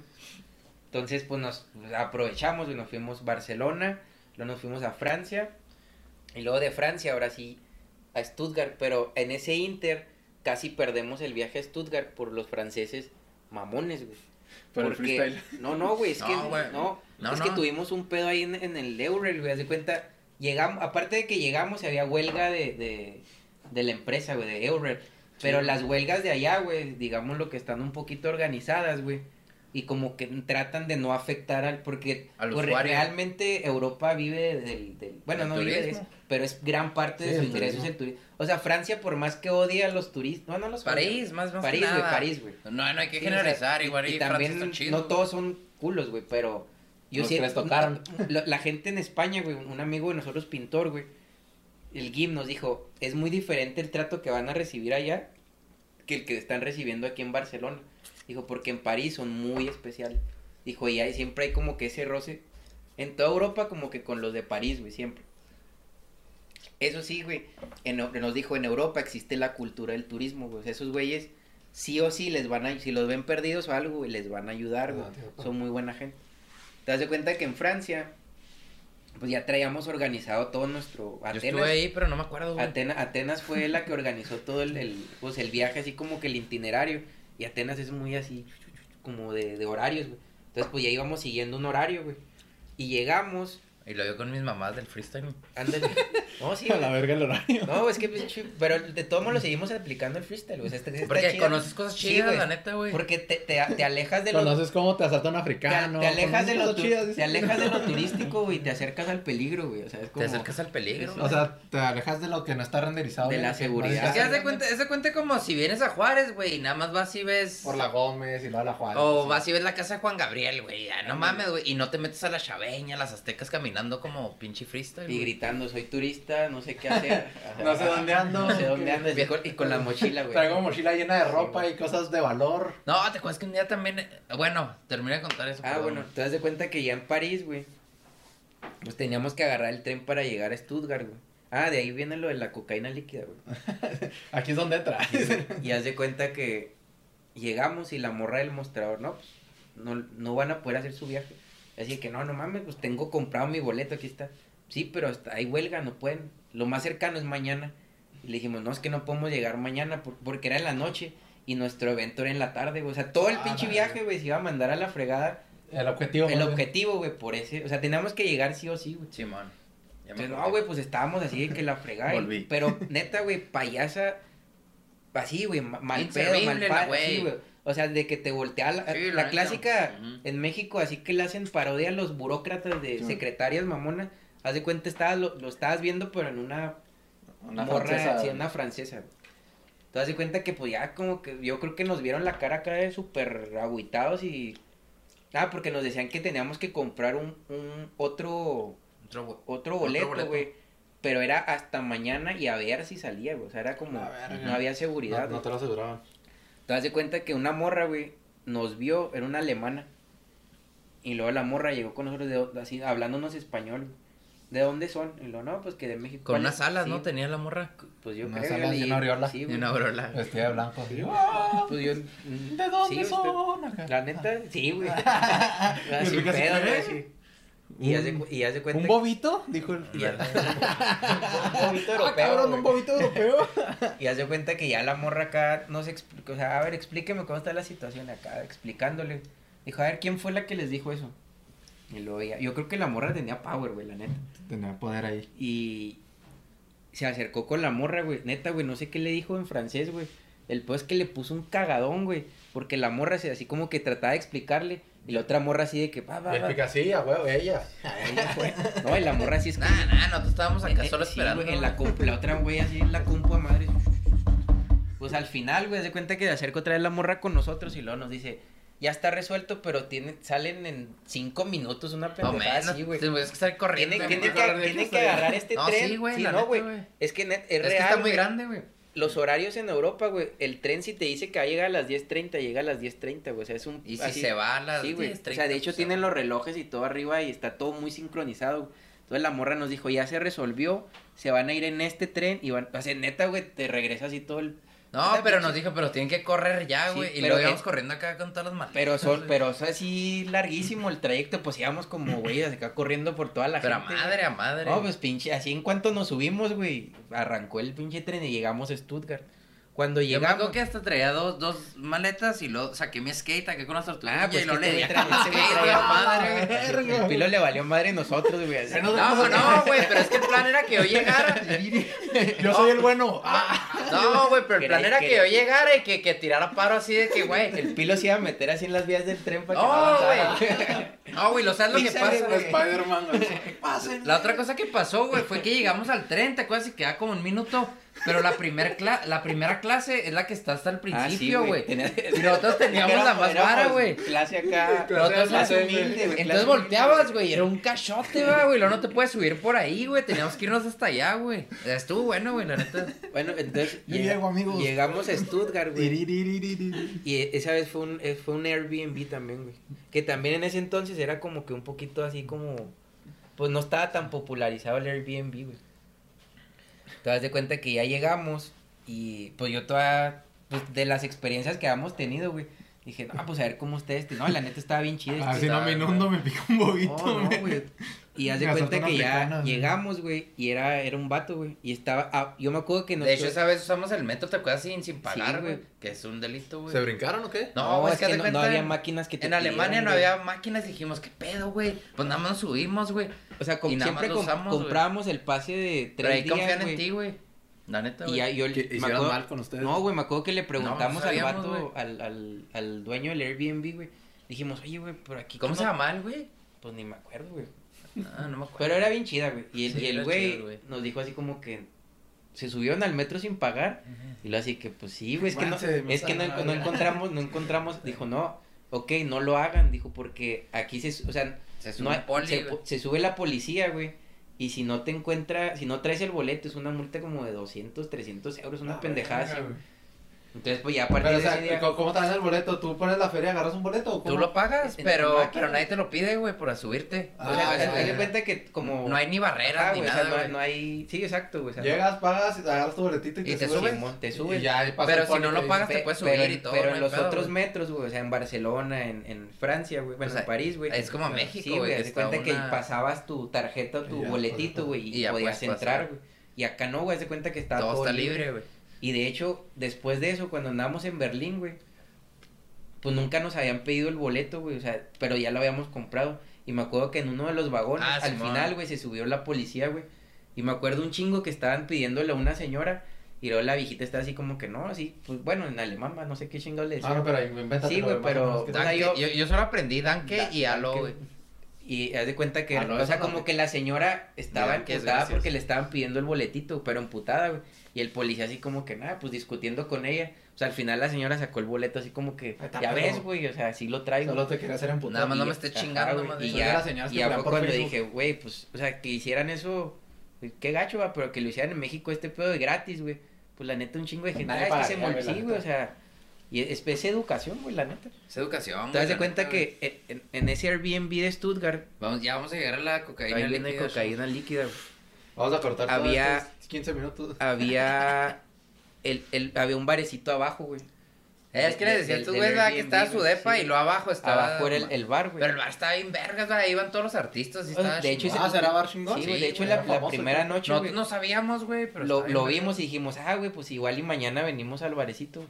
[SPEAKER 6] Entonces, pues nos aprovechamos, güey, nos fuimos a Barcelona, luego nos fuimos a Francia, y luego de Francia, ahora sí, a Stuttgart, pero en ese Inter casi perdemos el viaje a Stuttgart por los franceses mamones, güey.
[SPEAKER 1] Pero el
[SPEAKER 6] Porque-
[SPEAKER 1] freestyle.
[SPEAKER 6] No, no, güey, es
[SPEAKER 5] No,
[SPEAKER 6] que
[SPEAKER 5] güey.
[SPEAKER 6] no,
[SPEAKER 5] No,
[SPEAKER 6] es
[SPEAKER 5] no.
[SPEAKER 6] que tuvimos un pedo ahí en, en el Eurail, güey, haz de cuenta, llegamos, aparte de que llegamos, había huelga de, de, de la empresa, güey, de Eurail, pero las huelgas de allá, güey, digamos lo que están un poquito organizadas, güey. Y como que tratan de no afectar al... Porque
[SPEAKER 5] Al
[SPEAKER 6] pues, re-
[SPEAKER 5] usuario.
[SPEAKER 6] realmente Europa vive del... del- bueno,
[SPEAKER 5] Del
[SPEAKER 6] no vive de
[SPEAKER 5] turismo.
[SPEAKER 6] eso, pero es gran parte
[SPEAKER 1] Sí,
[SPEAKER 6] de su
[SPEAKER 1] el
[SPEAKER 6] ingreso es
[SPEAKER 1] turismo.
[SPEAKER 6] el turismo. O sea, Francia, por más que odia a los turistas... No, no los odia.
[SPEAKER 5] París, más, más
[SPEAKER 6] París,
[SPEAKER 5] que
[SPEAKER 6] güey,
[SPEAKER 5] nada.
[SPEAKER 6] París, güey.
[SPEAKER 5] No, no hay que
[SPEAKER 6] Sí,
[SPEAKER 5] generalizar,
[SPEAKER 6] o sea,
[SPEAKER 5] igual
[SPEAKER 6] y,
[SPEAKER 5] y,
[SPEAKER 6] y también
[SPEAKER 5] Francia está chido.
[SPEAKER 6] no todos son culos, güey, pero yo
[SPEAKER 1] Los
[SPEAKER 6] sí
[SPEAKER 1] que les tocaron.
[SPEAKER 6] La, la gente en España, güey, un amigo de nosotros pintor, güey, el Gim nos dijo, es muy diferente el trato que van a recibir allá que el que están recibiendo aquí en Barcelona. Dijo, porque en París son muy especiales. Dijo, y ahí siempre hay como que ese roce en toda Europa como que con los de París, güey, siempre. Eso sí, güey, en- nos dijo, en Europa existe la cultura del turismo, güey. O sea, esos güeyes sí o sí les van a, si los ven perdidos o algo, güey, les van a ayudar, güey.
[SPEAKER 1] Ah, tío.
[SPEAKER 6] Son muy buena gente. Te das de cuenta que en Francia, pues ya traíamos organizado todo nuestro...
[SPEAKER 5] Yo
[SPEAKER 6] Atenas,
[SPEAKER 5] estuve ahí, pero no me acuerdo, güey.
[SPEAKER 6] Atena- Atenas fue la que organizó todo el, el, pues, el viaje, así como que el itinerario. Y Atenas es muy así, como de, de horarios, güey. Entonces, pues ya íbamos siguiendo un horario, güey. Y llegamos,
[SPEAKER 5] Y lo vio con mis mamás del freestyle.
[SPEAKER 6] ándale. No, sí,
[SPEAKER 1] A la
[SPEAKER 6] güey.
[SPEAKER 1] verga el horario.
[SPEAKER 6] No, es que, pues, chi- pero de todos modos lo seguimos aplicando el freestyle, güey. O sea, está- está
[SPEAKER 5] Porque
[SPEAKER 6] chido.
[SPEAKER 5] conoces cosas
[SPEAKER 6] Sí,
[SPEAKER 5] chidas,
[SPEAKER 6] güey.
[SPEAKER 5] la neta, güey.
[SPEAKER 6] Porque te, te, te alejas de los
[SPEAKER 1] Conoces cómo te asalta un
[SPEAKER 6] te, te
[SPEAKER 1] africano.
[SPEAKER 6] alejas
[SPEAKER 1] conoces
[SPEAKER 6] de lo
[SPEAKER 1] cosas
[SPEAKER 6] tu-
[SPEAKER 1] chidas, dice.
[SPEAKER 6] te alejas de lo turístico, güey, y te acercas al peligro, güey. O sea, es como
[SPEAKER 5] Te acercas al peligro.
[SPEAKER 1] O sea, te alejas de lo que no está renderizado.
[SPEAKER 6] De
[SPEAKER 1] güey.
[SPEAKER 6] la seguridad.
[SPEAKER 5] Es que haz
[SPEAKER 1] Vas
[SPEAKER 5] de cuenta, haz de cuenta como si vienes a Juárez, güey, y nada más vas y ves.
[SPEAKER 1] Por la Gómez y luego la Juárez.
[SPEAKER 5] O
[SPEAKER 6] Oh,
[SPEAKER 1] Sí.
[SPEAKER 5] vas y ves la casa de Juan Gabriel, güey. Ya, no mames, güey. Y no te metes a la chaveña, a las aztecas caminando como pinche freestyle.
[SPEAKER 6] Y
[SPEAKER 5] güey.
[SPEAKER 6] gritando, soy turista, no sé qué hacer.
[SPEAKER 1] No sé dónde ando.
[SPEAKER 6] No sé dónde andas. Y con, y con la mochila, güey.
[SPEAKER 1] Traigo mochila llena de ropa y cosas de valor.
[SPEAKER 5] No, te acuerdas que un día también. eh, Bueno, terminé de contar eso.
[SPEAKER 6] Ah,
[SPEAKER 5] perdón,
[SPEAKER 6] bueno,
[SPEAKER 5] güey.
[SPEAKER 6] te das de cuenta que ya en París, güey. Pues teníamos que agarrar el tren para llegar a Stuttgart, güey. Ah, de ahí viene lo de la cocaína líquida, güey.
[SPEAKER 1] Aquí es donde entra.
[SPEAKER 6] Y haz de cuenta que llegamos y la morra del mostrador, no, pues, no, no van a poder hacer su viaje. Así que no, no mames, pues tengo comprado mi boleto, aquí está. Sí, pero hasta hay huelga, no pueden. Lo más cercano es mañana. Y le dijimos, no, es que no podemos llegar mañana por- porque era en la noche. Y nuestro evento era en la tarde, güey. O sea, todo el
[SPEAKER 1] Ah,
[SPEAKER 6] pinche
[SPEAKER 1] la
[SPEAKER 6] viaje,
[SPEAKER 1] verga.
[SPEAKER 6] güey, se iba a mandar a la fregada.
[SPEAKER 1] El objetivo.
[SPEAKER 6] el
[SPEAKER 1] más bien.
[SPEAKER 6] objetivo, güey, por ese. O sea, teníamos que llegar sí o sí, güey.
[SPEAKER 5] Simón. Ya me
[SPEAKER 6] Entonces, no,
[SPEAKER 5] acordé.
[SPEAKER 6] güey, pues estábamos así de que la fregada. y-
[SPEAKER 5] Volví.
[SPEAKER 6] Pero neta, güey, payasa. Así, güey, ma- mal pedo,
[SPEAKER 5] Inservible
[SPEAKER 6] mal
[SPEAKER 5] la
[SPEAKER 6] pa-
[SPEAKER 5] güey.
[SPEAKER 6] así, güey. O sea, de que te voltea la,
[SPEAKER 5] Sí,
[SPEAKER 6] la
[SPEAKER 5] la neta.
[SPEAKER 6] clásica
[SPEAKER 5] Ujú.
[SPEAKER 6] en México, así que le hacen parodia a los burócratas de secretarias mamonas. Haz de cuenta, estabas, lo, lo estabas viendo, pero en una,
[SPEAKER 1] Una
[SPEAKER 6] morra,
[SPEAKER 1] francesa.
[SPEAKER 6] así, una francesa. güey. Entonces, haz de cuenta que, pues ya, como que yo creo que nos vieron la cara acá de súper agüitados y. Ah, porque nos decían que teníamos que comprar un, un otro
[SPEAKER 5] Otro güey.
[SPEAKER 6] otro
[SPEAKER 5] Otro
[SPEAKER 6] boleto,
[SPEAKER 5] boleto.
[SPEAKER 6] güey. Pero era hasta mañana y a ver si salía, güey. O sea, era como.
[SPEAKER 1] La verga.
[SPEAKER 6] No había
[SPEAKER 1] No,
[SPEAKER 6] seguridad.
[SPEAKER 1] no te
[SPEAKER 6] güey.
[SPEAKER 1] lo aseguraban.
[SPEAKER 6] te das de cuenta que una morra, güey, nos vio, era una alemana. Y luego la morra llegó con nosotros, de, do- así, hablándonos español. güey. ¿De dónde son? Y luego, no, pues que de México.
[SPEAKER 5] Con
[SPEAKER 6] ¿Cuál
[SPEAKER 5] unas
[SPEAKER 6] es?
[SPEAKER 5] alas,
[SPEAKER 6] Sí,
[SPEAKER 5] ¿no? Tenía la morra.
[SPEAKER 6] Pues yo
[SPEAKER 1] unas
[SPEAKER 6] creo.
[SPEAKER 1] alas y
[SPEAKER 6] leí-
[SPEAKER 1] una aureola.
[SPEAKER 6] Sí,
[SPEAKER 5] Y
[SPEAKER 6] güey.
[SPEAKER 5] una brola.
[SPEAKER 1] Vestida de blanco. así.
[SPEAKER 6] Pues yo.
[SPEAKER 1] Ah, ¿De dónde
[SPEAKER 6] Sí,
[SPEAKER 1] son? Acá.
[SPEAKER 6] La neta, sí, güey.
[SPEAKER 1] Y el
[SPEAKER 6] Así
[SPEAKER 1] Vic así,
[SPEAKER 6] pedo, güey.
[SPEAKER 1] ¿eh?
[SPEAKER 6] así. Y haz de cu- y haz de cuenta.
[SPEAKER 1] ¿Un bobito? Dijo el.
[SPEAKER 6] y haz- Un bobito
[SPEAKER 1] Ah,
[SPEAKER 6] europeo,
[SPEAKER 1] cabrón,
[SPEAKER 6] güey.
[SPEAKER 1] un bobito europeo.
[SPEAKER 6] Y hace cuenta que ya la morra acá nos explicó, o sea, a ver, explíqueme cómo está la situación acá, explicándole. Dijo, a ver, ¿quién fue la que les dijo eso? Y luego ya, yo creo que la morra tenía power, güey, la neta.
[SPEAKER 1] Tenía poder ahí.
[SPEAKER 6] Y se acercó con la morra, güey, neta, güey, no sé qué le dijo en francés, güey. El peor es que le puso un cagadón, güey, porque la morra se así como que trataba de explicarle y la otra morra así de que, va, va, va.
[SPEAKER 1] Picasilla, huevo, ella.
[SPEAKER 6] Ella fue. No, y la morra así es que...
[SPEAKER 5] Nah, nah, nosotros estábamos
[SPEAKER 6] En-
[SPEAKER 5] acá
[SPEAKER 6] eh,
[SPEAKER 5] solo
[SPEAKER 6] sí,
[SPEAKER 5] esperando.
[SPEAKER 6] güey, en la, compu- la otra güey así en la compu a madre. Pues al final, güey, se cuenta que se acerca otra vez la morra con nosotros y luego nos dice, ya está resuelto, pero tiene, salen en cinco minutos una
[SPEAKER 5] O
[SPEAKER 6] pendejada
[SPEAKER 5] menos.
[SPEAKER 6] así, güey.
[SPEAKER 5] Tienes ¿eh? que estar corriendo.
[SPEAKER 6] Tienen,
[SPEAKER 5] güey.
[SPEAKER 6] tienen que,
[SPEAKER 1] agarrar de
[SPEAKER 6] tienen
[SPEAKER 1] justo
[SPEAKER 6] que
[SPEAKER 1] de-
[SPEAKER 6] agarrar este
[SPEAKER 5] No,
[SPEAKER 6] tren.
[SPEAKER 5] sí, güey,
[SPEAKER 6] Sí,
[SPEAKER 5] la
[SPEAKER 6] no,
[SPEAKER 5] neta,
[SPEAKER 6] güey.
[SPEAKER 5] güey.
[SPEAKER 6] Es que net- es,
[SPEAKER 5] Es
[SPEAKER 6] real,
[SPEAKER 5] que está muy
[SPEAKER 6] güey.
[SPEAKER 5] grande, güey.
[SPEAKER 6] Los horarios en Europa, güey, el tren si te dice que va a llegar a las 10.30, llega a las 10.30, güey. O sea, es un...
[SPEAKER 5] Y si
[SPEAKER 6] así-
[SPEAKER 5] se va a las
[SPEAKER 6] Sí, güey.
[SPEAKER 5] 10:30,
[SPEAKER 6] o sea, de hecho
[SPEAKER 5] pues,
[SPEAKER 6] tienen
[SPEAKER 5] se
[SPEAKER 6] los
[SPEAKER 5] va.
[SPEAKER 6] relojes y todo arriba y está todo muy sincronizado. güey. Entonces la morra nos dijo, ya se resolvió, se van a ir en este tren y van... O sea, neta, güey, te regresa así todo el...
[SPEAKER 5] No,
[SPEAKER 6] Esta
[SPEAKER 5] pero
[SPEAKER 6] pinche-
[SPEAKER 5] nos dijo, pero tienen que correr ya,
[SPEAKER 6] Sí,
[SPEAKER 5] güey. y
[SPEAKER 6] pero
[SPEAKER 5] luego
[SPEAKER 6] es-
[SPEAKER 5] íbamos corriendo acá con todas las maletas.
[SPEAKER 6] Pero, sol,
[SPEAKER 5] güey.
[SPEAKER 6] pero o sea, así larguísimo el trayecto, pues íbamos como, güey, acá corriendo por toda la
[SPEAKER 5] Pero a
[SPEAKER 6] gente.
[SPEAKER 5] madre, a madre.
[SPEAKER 6] No, pues pinche, así en cuanto nos subimos, güey, arrancó el pinche tren y llegamos a Stuttgart. Cuando
[SPEAKER 5] Yo me acuerdo
[SPEAKER 6] llegamos...
[SPEAKER 5] que hasta traía dos, dos maletas y luego saqué mi skate acá con las tortugas.
[SPEAKER 6] Ah, pues
[SPEAKER 5] y luego
[SPEAKER 6] que
[SPEAKER 5] le
[SPEAKER 6] este
[SPEAKER 5] dejé
[SPEAKER 6] güey
[SPEAKER 5] mi
[SPEAKER 6] traía- ese
[SPEAKER 5] skate,
[SPEAKER 6] güey
[SPEAKER 5] güey, a
[SPEAKER 6] traía-
[SPEAKER 5] madre, güey.
[SPEAKER 6] El pilo le valió madre a nosotros, güey. así.
[SPEAKER 1] Se nos-
[SPEAKER 5] No, no, güey, pero es que el plan era que yo llegara.
[SPEAKER 1] Yo soy el bueno.
[SPEAKER 5] No, güey, pero el plan
[SPEAKER 6] Quería-
[SPEAKER 5] era que yo llegara y que, que tirara paro así de que, güey.
[SPEAKER 6] El pilo se iba a meter así en las vías del tren para que
[SPEAKER 5] No,
[SPEAKER 6] avanzara.
[SPEAKER 5] güey. No, güey, lo sabes lo que
[SPEAKER 6] Písale,
[SPEAKER 5] pasa.
[SPEAKER 6] güey.
[SPEAKER 1] Spider-Man, güey. Pasen.
[SPEAKER 5] La otra cosa que pasó, güey, fue que llegamos al tren, ¿te acuerdas? Y queda como un minuto. Pero la, primer cla- la primera clase es la que está hasta el
[SPEAKER 6] Ah, sí,
[SPEAKER 5] principio, güey.
[SPEAKER 6] Tenía-
[SPEAKER 5] y nosotros teníamos la
[SPEAKER 6] Éramos-
[SPEAKER 5] más vara,
[SPEAKER 6] éramos
[SPEAKER 5] güey.
[SPEAKER 6] Clase acá.
[SPEAKER 1] Clase-
[SPEAKER 6] Nosotros
[SPEAKER 5] clase
[SPEAKER 1] humilde, güey,
[SPEAKER 5] Entonces volteabas, güey, era un cachote, va, güey. Luego no te puedes subir por ahí, güey. Teníamos que irnos hasta allá, güey. Estuvo bueno, güey, la neta.
[SPEAKER 6] Bueno, entonces.
[SPEAKER 1] Yo
[SPEAKER 6] llega-
[SPEAKER 1] llego, amigos.
[SPEAKER 6] Llegamos a Stuttgart, güey.
[SPEAKER 1] Tiriririririr.
[SPEAKER 6] Y e- esa vez fue un, eh, fue un Airbnb también, güey. Que también en ese entonces era como que un poquito así como. Pues no estaba tan popularizado el Airbnb, güey. Te das de cuenta que ya llegamos y pues yo toda. Pues de las experiencias que habíamos tenido, güey. Dije, no, pues a ver cómo ustedes. No, la neta estaba bien chido. este
[SPEAKER 1] Ah, si no me
[SPEAKER 5] está,
[SPEAKER 1] inundo, me pica un bobito.
[SPEAKER 6] No, no,
[SPEAKER 1] güey.
[SPEAKER 6] güey. Y haz de
[SPEAKER 1] Me asaltó
[SPEAKER 6] cuenta
[SPEAKER 1] una
[SPEAKER 6] que ya
[SPEAKER 1] africana, güey.
[SPEAKER 6] llegamos, güey, y era, era un vato, güey. Y estaba, ah, yo me acuerdo que
[SPEAKER 5] De hecho,
[SPEAKER 6] nosotros...
[SPEAKER 5] esa vez usamos el metro, ¿te acuerdas? Sin, sin pagar,
[SPEAKER 6] Sí,
[SPEAKER 5] güey.
[SPEAKER 6] güey.
[SPEAKER 5] que es un delito, güey.
[SPEAKER 1] ¿Se brincaron o qué?
[SPEAKER 5] No, güey, es que, haz de
[SPEAKER 6] no, no
[SPEAKER 5] cuenta,
[SPEAKER 6] había máquinas que te
[SPEAKER 5] En Alemania
[SPEAKER 6] pidieran,
[SPEAKER 5] no
[SPEAKER 6] güey.
[SPEAKER 5] había máquinas, dijimos, ¿qué pedo, güey? Pues nada más nos subimos, güey.
[SPEAKER 6] O sea, com-
[SPEAKER 5] y nada más
[SPEAKER 6] siempre
[SPEAKER 5] lo
[SPEAKER 6] com-
[SPEAKER 5] usamos, güey.
[SPEAKER 6] comprábamos el pase de
[SPEAKER 5] Pero ahí
[SPEAKER 6] tres
[SPEAKER 5] confían
[SPEAKER 6] días,
[SPEAKER 5] en ti,
[SPEAKER 6] güey.
[SPEAKER 5] güey. La neta,
[SPEAKER 6] Y ya
[SPEAKER 5] güey.
[SPEAKER 6] yo
[SPEAKER 1] Que
[SPEAKER 6] me
[SPEAKER 1] hicieron
[SPEAKER 6] acuerdo-
[SPEAKER 1] mal con ustedes.
[SPEAKER 6] No, güey, me acuerdo que le preguntamos al
[SPEAKER 5] sabíamos,
[SPEAKER 6] vato, al, al, al dueño del Airbnb, güey. Dijimos, oye, güey, pero aquí...
[SPEAKER 5] ¿Cómo
[SPEAKER 6] ¿qué
[SPEAKER 5] se
[SPEAKER 6] no-?"
[SPEAKER 5] llama el güey?
[SPEAKER 6] Pues ni me acuerdo, güey.
[SPEAKER 5] Ah, no me acuerdo.
[SPEAKER 6] Pero era bien chida, güey. Y el,
[SPEAKER 5] Sí,
[SPEAKER 6] y el
[SPEAKER 5] era
[SPEAKER 6] güey
[SPEAKER 5] chido, güey.
[SPEAKER 6] nos dijo así como que se subieron al metro sin pagar. Y lo así que, pues sí, güey, es que no,
[SPEAKER 1] Guanche, me
[SPEAKER 6] es que no,
[SPEAKER 1] sale
[SPEAKER 6] no
[SPEAKER 1] madre.
[SPEAKER 6] encontramos, no encontramos. Dijo, no, ok, no lo hagan. Dijo, porque aquí se, su- o sea,
[SPEAKER 5] Se
[SPEAKER 6] no
[SPEAKER 5] sube
[SPEAKER 6] hay-
[SPEAKER 5] el poli,
[SPEAKER 6] se,
[SPEAKER 5] güey.
[SPEAKER 6] po- se sube la policía, güey. Y si no te encuentra, si no traes el boleto, es una multa como de 200, 300 euros, una
[SPEAKER 1] Ah,
[SPEAKER 6] pendejada así,
[SPEAKER 1] verga,
[SPEAKER 6] güey.
[SPEAKER 1] güey.
[SPEAKER 6] Entonces, pues ya a partir
[SPEAKER 1] Pero, o
[SPEAKER 6] de ese
[SPEAKER 1] sea,
[SPEAKER 6] día,
[SPEAKER 1] ¿cómo cómo te dan el boleto? ¿Tú pones la feria, agarras un boleto o
[SPEAKER 5] Tú
[SPEAKER 1] cómo?
[SPEAKER 5] lo pagas,
[SPEAKER 6] En- en
[SPEAKER 5] pero,
[SPEAKER 6] tu máquina,
[SPEAKER 5] pero nadie
[SPEAKER 6] güey.
[SPEAKER 5] te lo pide, güey, por subirte.
[SPEAKER 1] Ah,
[SPEAKER 6] o sea,
[SPEAKER 1] ya,
[SPEAKER 6] haz- haz de
[SPEAKER 1] ya.
[SPEAKER 6] cuenta que como...
[SPEAKER 5] No hay ni barreras
[SPEAKER 6] Ajá,
[SPEAKER 5] ni
[SPEAKER 6] güey, o sea,
[SPEAKER 5] nada,
[SPEAKER 6] no,
[SPEAKER 5] güey.
[SPEAKER 6] no hay... Sí, exacto, güey. o sea, no-
[SPEAKER 1] Llegas, pagas, agarras tu boletito y te,
[SPEAKER 5] Y te
[SPEAKER 1] subes.
[SPEAKER 6] Simón, te subes.
[SPEAKER 1] Y ya ahí pasa
[SPEAKER 5] Pero
[SPEAKER 1] el
[SPEAKER 5] si no
[SPEAKER 1] poli,
[SPEAKER 5] lo
[SPEAKER 1] te
[SPEAKER 5] pagas,
[SPEAKER 1] dice,
[SPEAKER 5] te puedes
[SPEAKER 6] pero
[SPEAKER 5] subir
[SPEAKER 6] en-
[SPEAKER 5] y todo,
[SPEAKER 6] Pero
[SPEAKER 5] no
[SPEAKER 6] en
[SPEAKER 5] hay
[SPEAKER 6] los
[SPEAKER 5] pedo,
[SPEAKER 6] otros
[SPEAKER 5] güey.
[SPEAKER 6] metros, güey, o sea, en Barcelona, en, en Francia, güey, bueno,
[SPEAKER 5] O sea,
[SPEAKER 6] en París, güey.
[SPEAKER 5] es como México,
[SPEAKER 6] Sí,
[SPEAKER 5] güey,
[SPEAKER 6] güey, haz de
[SPEAKER 5] está
[SPEAKER 6] cuenta que
[SPEAKER 5] una-
[SPEAKER 6] pasabas tu tarjeta o
[SPEAKER 1] Y
[SPEAKER 6] tu
[SPEAKER 1] ya,
[SPEAKER 6] boletito, güey,
[SPEAKER 5] Y
[SPEAKER 6] y
[SPEAKER 5] ya
[SPEAKER 6] podías
[SPEAKER 5] puedes
[SPEAKER 6] entrar,
[SPEAKER 5] pasar.
[SPEAKER 6] güey. Y acá no, güey, haz de cuenta que está
[SPEAKER 5] Todo está libre, güey.
[SPEAKER 6] Y Y de hecho, después de eso, cuando andábamos en Berlín, güey, pues nunca nos habían pedido el boleto, güey, o sea, pero ya lo habíamos comprado. Y me acuerdo que en uno de los vagones,
[SPEAKER 5] Ah,
[SPEAKER 6] al
[SPEAKER 5] Simón.
[SPEAKER 6] final, güey, se subió la policía, güey. Y me acuerdo un chingo que estaban pidiéndole a una señora. Y luego la viejita está así como que no, así, pues bueno, en alemán, más no sé qué chingados le decía.
[SPEAKER 1] Ah, no, pero ahí invéntate.
[SPEAKER 6] Sí, güey, pero-
[SPEAKER 5] Danke,
[SPEAKER 6] O sea, yo-
[SPEAKER 5] yo, yo solo aprendí Danke
[SPEAKER 6] Da-
[SPEAKER 5] y Alo,
[SPEAKER 6] Danke.
[SPEAKER 5] güey.
[SPEAKER 6] Y haz de cuenta que,
[SPEAKER 1] Ah, no,
[SPEAKER 6] o
[SPEAKER 1] eso
[SPEAKER 6] sea,
[SPEAKER 1] no
[SPEAKER 6] como
[SPEAKER 1] te-
[SPEAKER 6] que la señora estaba
[SPEAKER 5] Mira, que es
[SPEAKER 6] emputada
[SPEAKER 5] gracioso.
[SPEAKER 6] porque le estaban pidiendo el boletito, pero emputada, güey. Y el policía así como que nada, pues discutiendo con ella. O sea, al final la señora sacó el boleto así como que,
[SPEAKER 1] Ah, está
[SPEAKER 6] ya
[SPEAKER 1] perro.
[SPEAKER 6] ves, güey, o sea, sí lo traigo.
[SPEAKER 1] Solo te quería hacer emputar.
[SPEAKER 5] Nada más no
[SPEAKER 6] Y-
[SPEAKER 5] me esté
[SPEAKER 6] ajá,
[SPEAKER 5] chingando,
[SPEAKER 6] güey,
[SPEAKER 5] más
[SPEAKER 6] Y
[SPEAKER 5] bien.
[SPEAKER 1] Son de
[SPEAKER 6] ya,
[SPEAKER 1] las señoras
[SPEAKER 6] y
[SPEAKER 1] que
[SPEAKER 6] ya
[SPEAKER 1] pelean
[SPEAKER 6] fue
[SPEAKER 1] por
[SPEAKER 6] cuando
[SPEAKER 1] Facebook.
[SPEAKER 6] dije, güey, pues, o sea, que hicieran eso, pues, qué gacho, va, pero que lo hicieran en México este pedo de gratis, güey. Pues la neta, un chingo de gente.
[SPEAKER 1] Nadie
[SPEAKER 6] "Ah, es que
[SPEAKER 1] pagaría,
[SPEAKER 6] se
[SPEAKER 1] güey,
[SPEAKER 6] mol-
[SPEAKER 1] la
[SPEAKER 6] Sí, güey,
[SPEAKER 1] neta.
[SPEAKER 6] o sea, y es, es educación, güey, la neta.
[SPEAKER 5] Es educación,
[SPEAKER 6] Te das de
[SPEAKER 5] güey, la
[SPEAKER 6] cuenta
[SPEAKER 5] neta,
[SPEAKER 6] que en- en- en ese Airbnb de Stuttgart,
[SPEAKER 5] güey. Vamos, ya vamos a llegar a la cocaína.
[SPEAKER 6] Ahí viene
[SPEAKER 5] líquida,
[SPEAKER 6] cocaína líquida. güey.
[SPEAKER 1] Vamos a cortar todo
[SPEAKER 6] Había-
[SPEAKER 1] estos 15 minutos.
[SPEAKER 6] Había el, el, había un barecito abajo, güey.
[SPEAKER 5] Es que le decía
[SPEAKER 6] Del-
[SPEAKER 5] tú,
[SPEAKER 6] del
[SPEAKER 5] güey, ¿verdad? que
[SPEAKER 6] Airbnb,
[SPEAKER 5] estaba su
[SPEAKER 6] güey,
[SPEAKER 5] depa
[SPEAKER 6] sí.
[SPEAKER 5] y lo abajo estaba.
[SPEAKER 6] Abajo era el, el bar, güey.
[SPEAKER 5] Ah, Pero el bar estaba bien vergas, güey. Ahí iban todos los artistas. Y
[SPEAKER 6] O sea,
[SPEAKER 5] estaba
[SPEAKER 6] de hecho,
[SPEAKER 5] chingón.
[SPEAKER 1] Ah, ¿será bar chingón?
[SPEAKER 6] Sí, güey,
[SPEAKER 5] Sí,
[SPEAKER 6] de hecho
[SPEAKER 5] güey,
[SPEAKER 6] la,
[SPEAKER 5] era
[SPEAKER 6] la
[SPEAKER 1] famoso,
[SPEAKER 6] primera
[SPEAKER 1] güey.
[SPEAKER 6] noche,
[SPEAKER 5] no,
[SPEAKER 6] güey,
[SPEAKER 5] no sabíamos, güey. Pero
[SPEAKER 6] lo,
[SPEAKER 5] estaba
[SPEAKER 6] lo
[SPEAKER 5] bien
[SPEAKER 6] vimos y dijimos, ah, güey, pues igual y mañana venimos al barecito.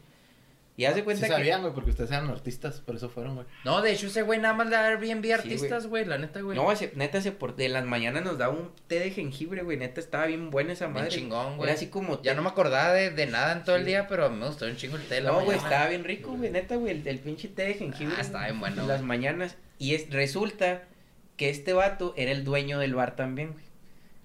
[SPEAKER 6] Y
[SPEAKER 5] Ah,
[SPEAKER 6] haz de
[SPEAKER 1] Sí
[SPEAKER 6] cuenta que
[SPEAKER 1] sabían, güey, porque ustedes eran artistas, por eso fueron, güey.
[SPEAKER 5] vergas. No, de hecho, ese güey nada más le da Airbnb a
[SPEAKER 6] Sí,
[SPEAKER 5] artistas, güey. La neta, güey.
[SPEAKER 6] no, ese- neta se por de las mañanas nos daba un té de jengibre, güey, neta estaba bien buena esa
[SPEAKER 5] Bien
[SPEAKER 6] madre.
[SPEAKER 5] chingón, güey.
[SPEAKER 6] Era así como
[SPEAKER 5] Ya
[SPEAKER 6] té.
[SPEAKER 5] no me acordaba de, de nada en todo el
[SPEAKER 6] Sí.
[SPEAKER 5] día, pero me gustó un chingo el té. de la
[SPEAKER 6] No, güey,
[SPEAKER 5] mañana.
[SPEAKER 6] estaba bien rico, güey, neta, güey, el, el pinche té de jengibre.
[SPEAKER 5] Ah, estaba
[SPEAKER 6] güey,
[SPEAKER 5] bien bueno,
[SPEAKER 6] en Las mañanas. Y es, resulta que este vato era el dueño del bar también, güey.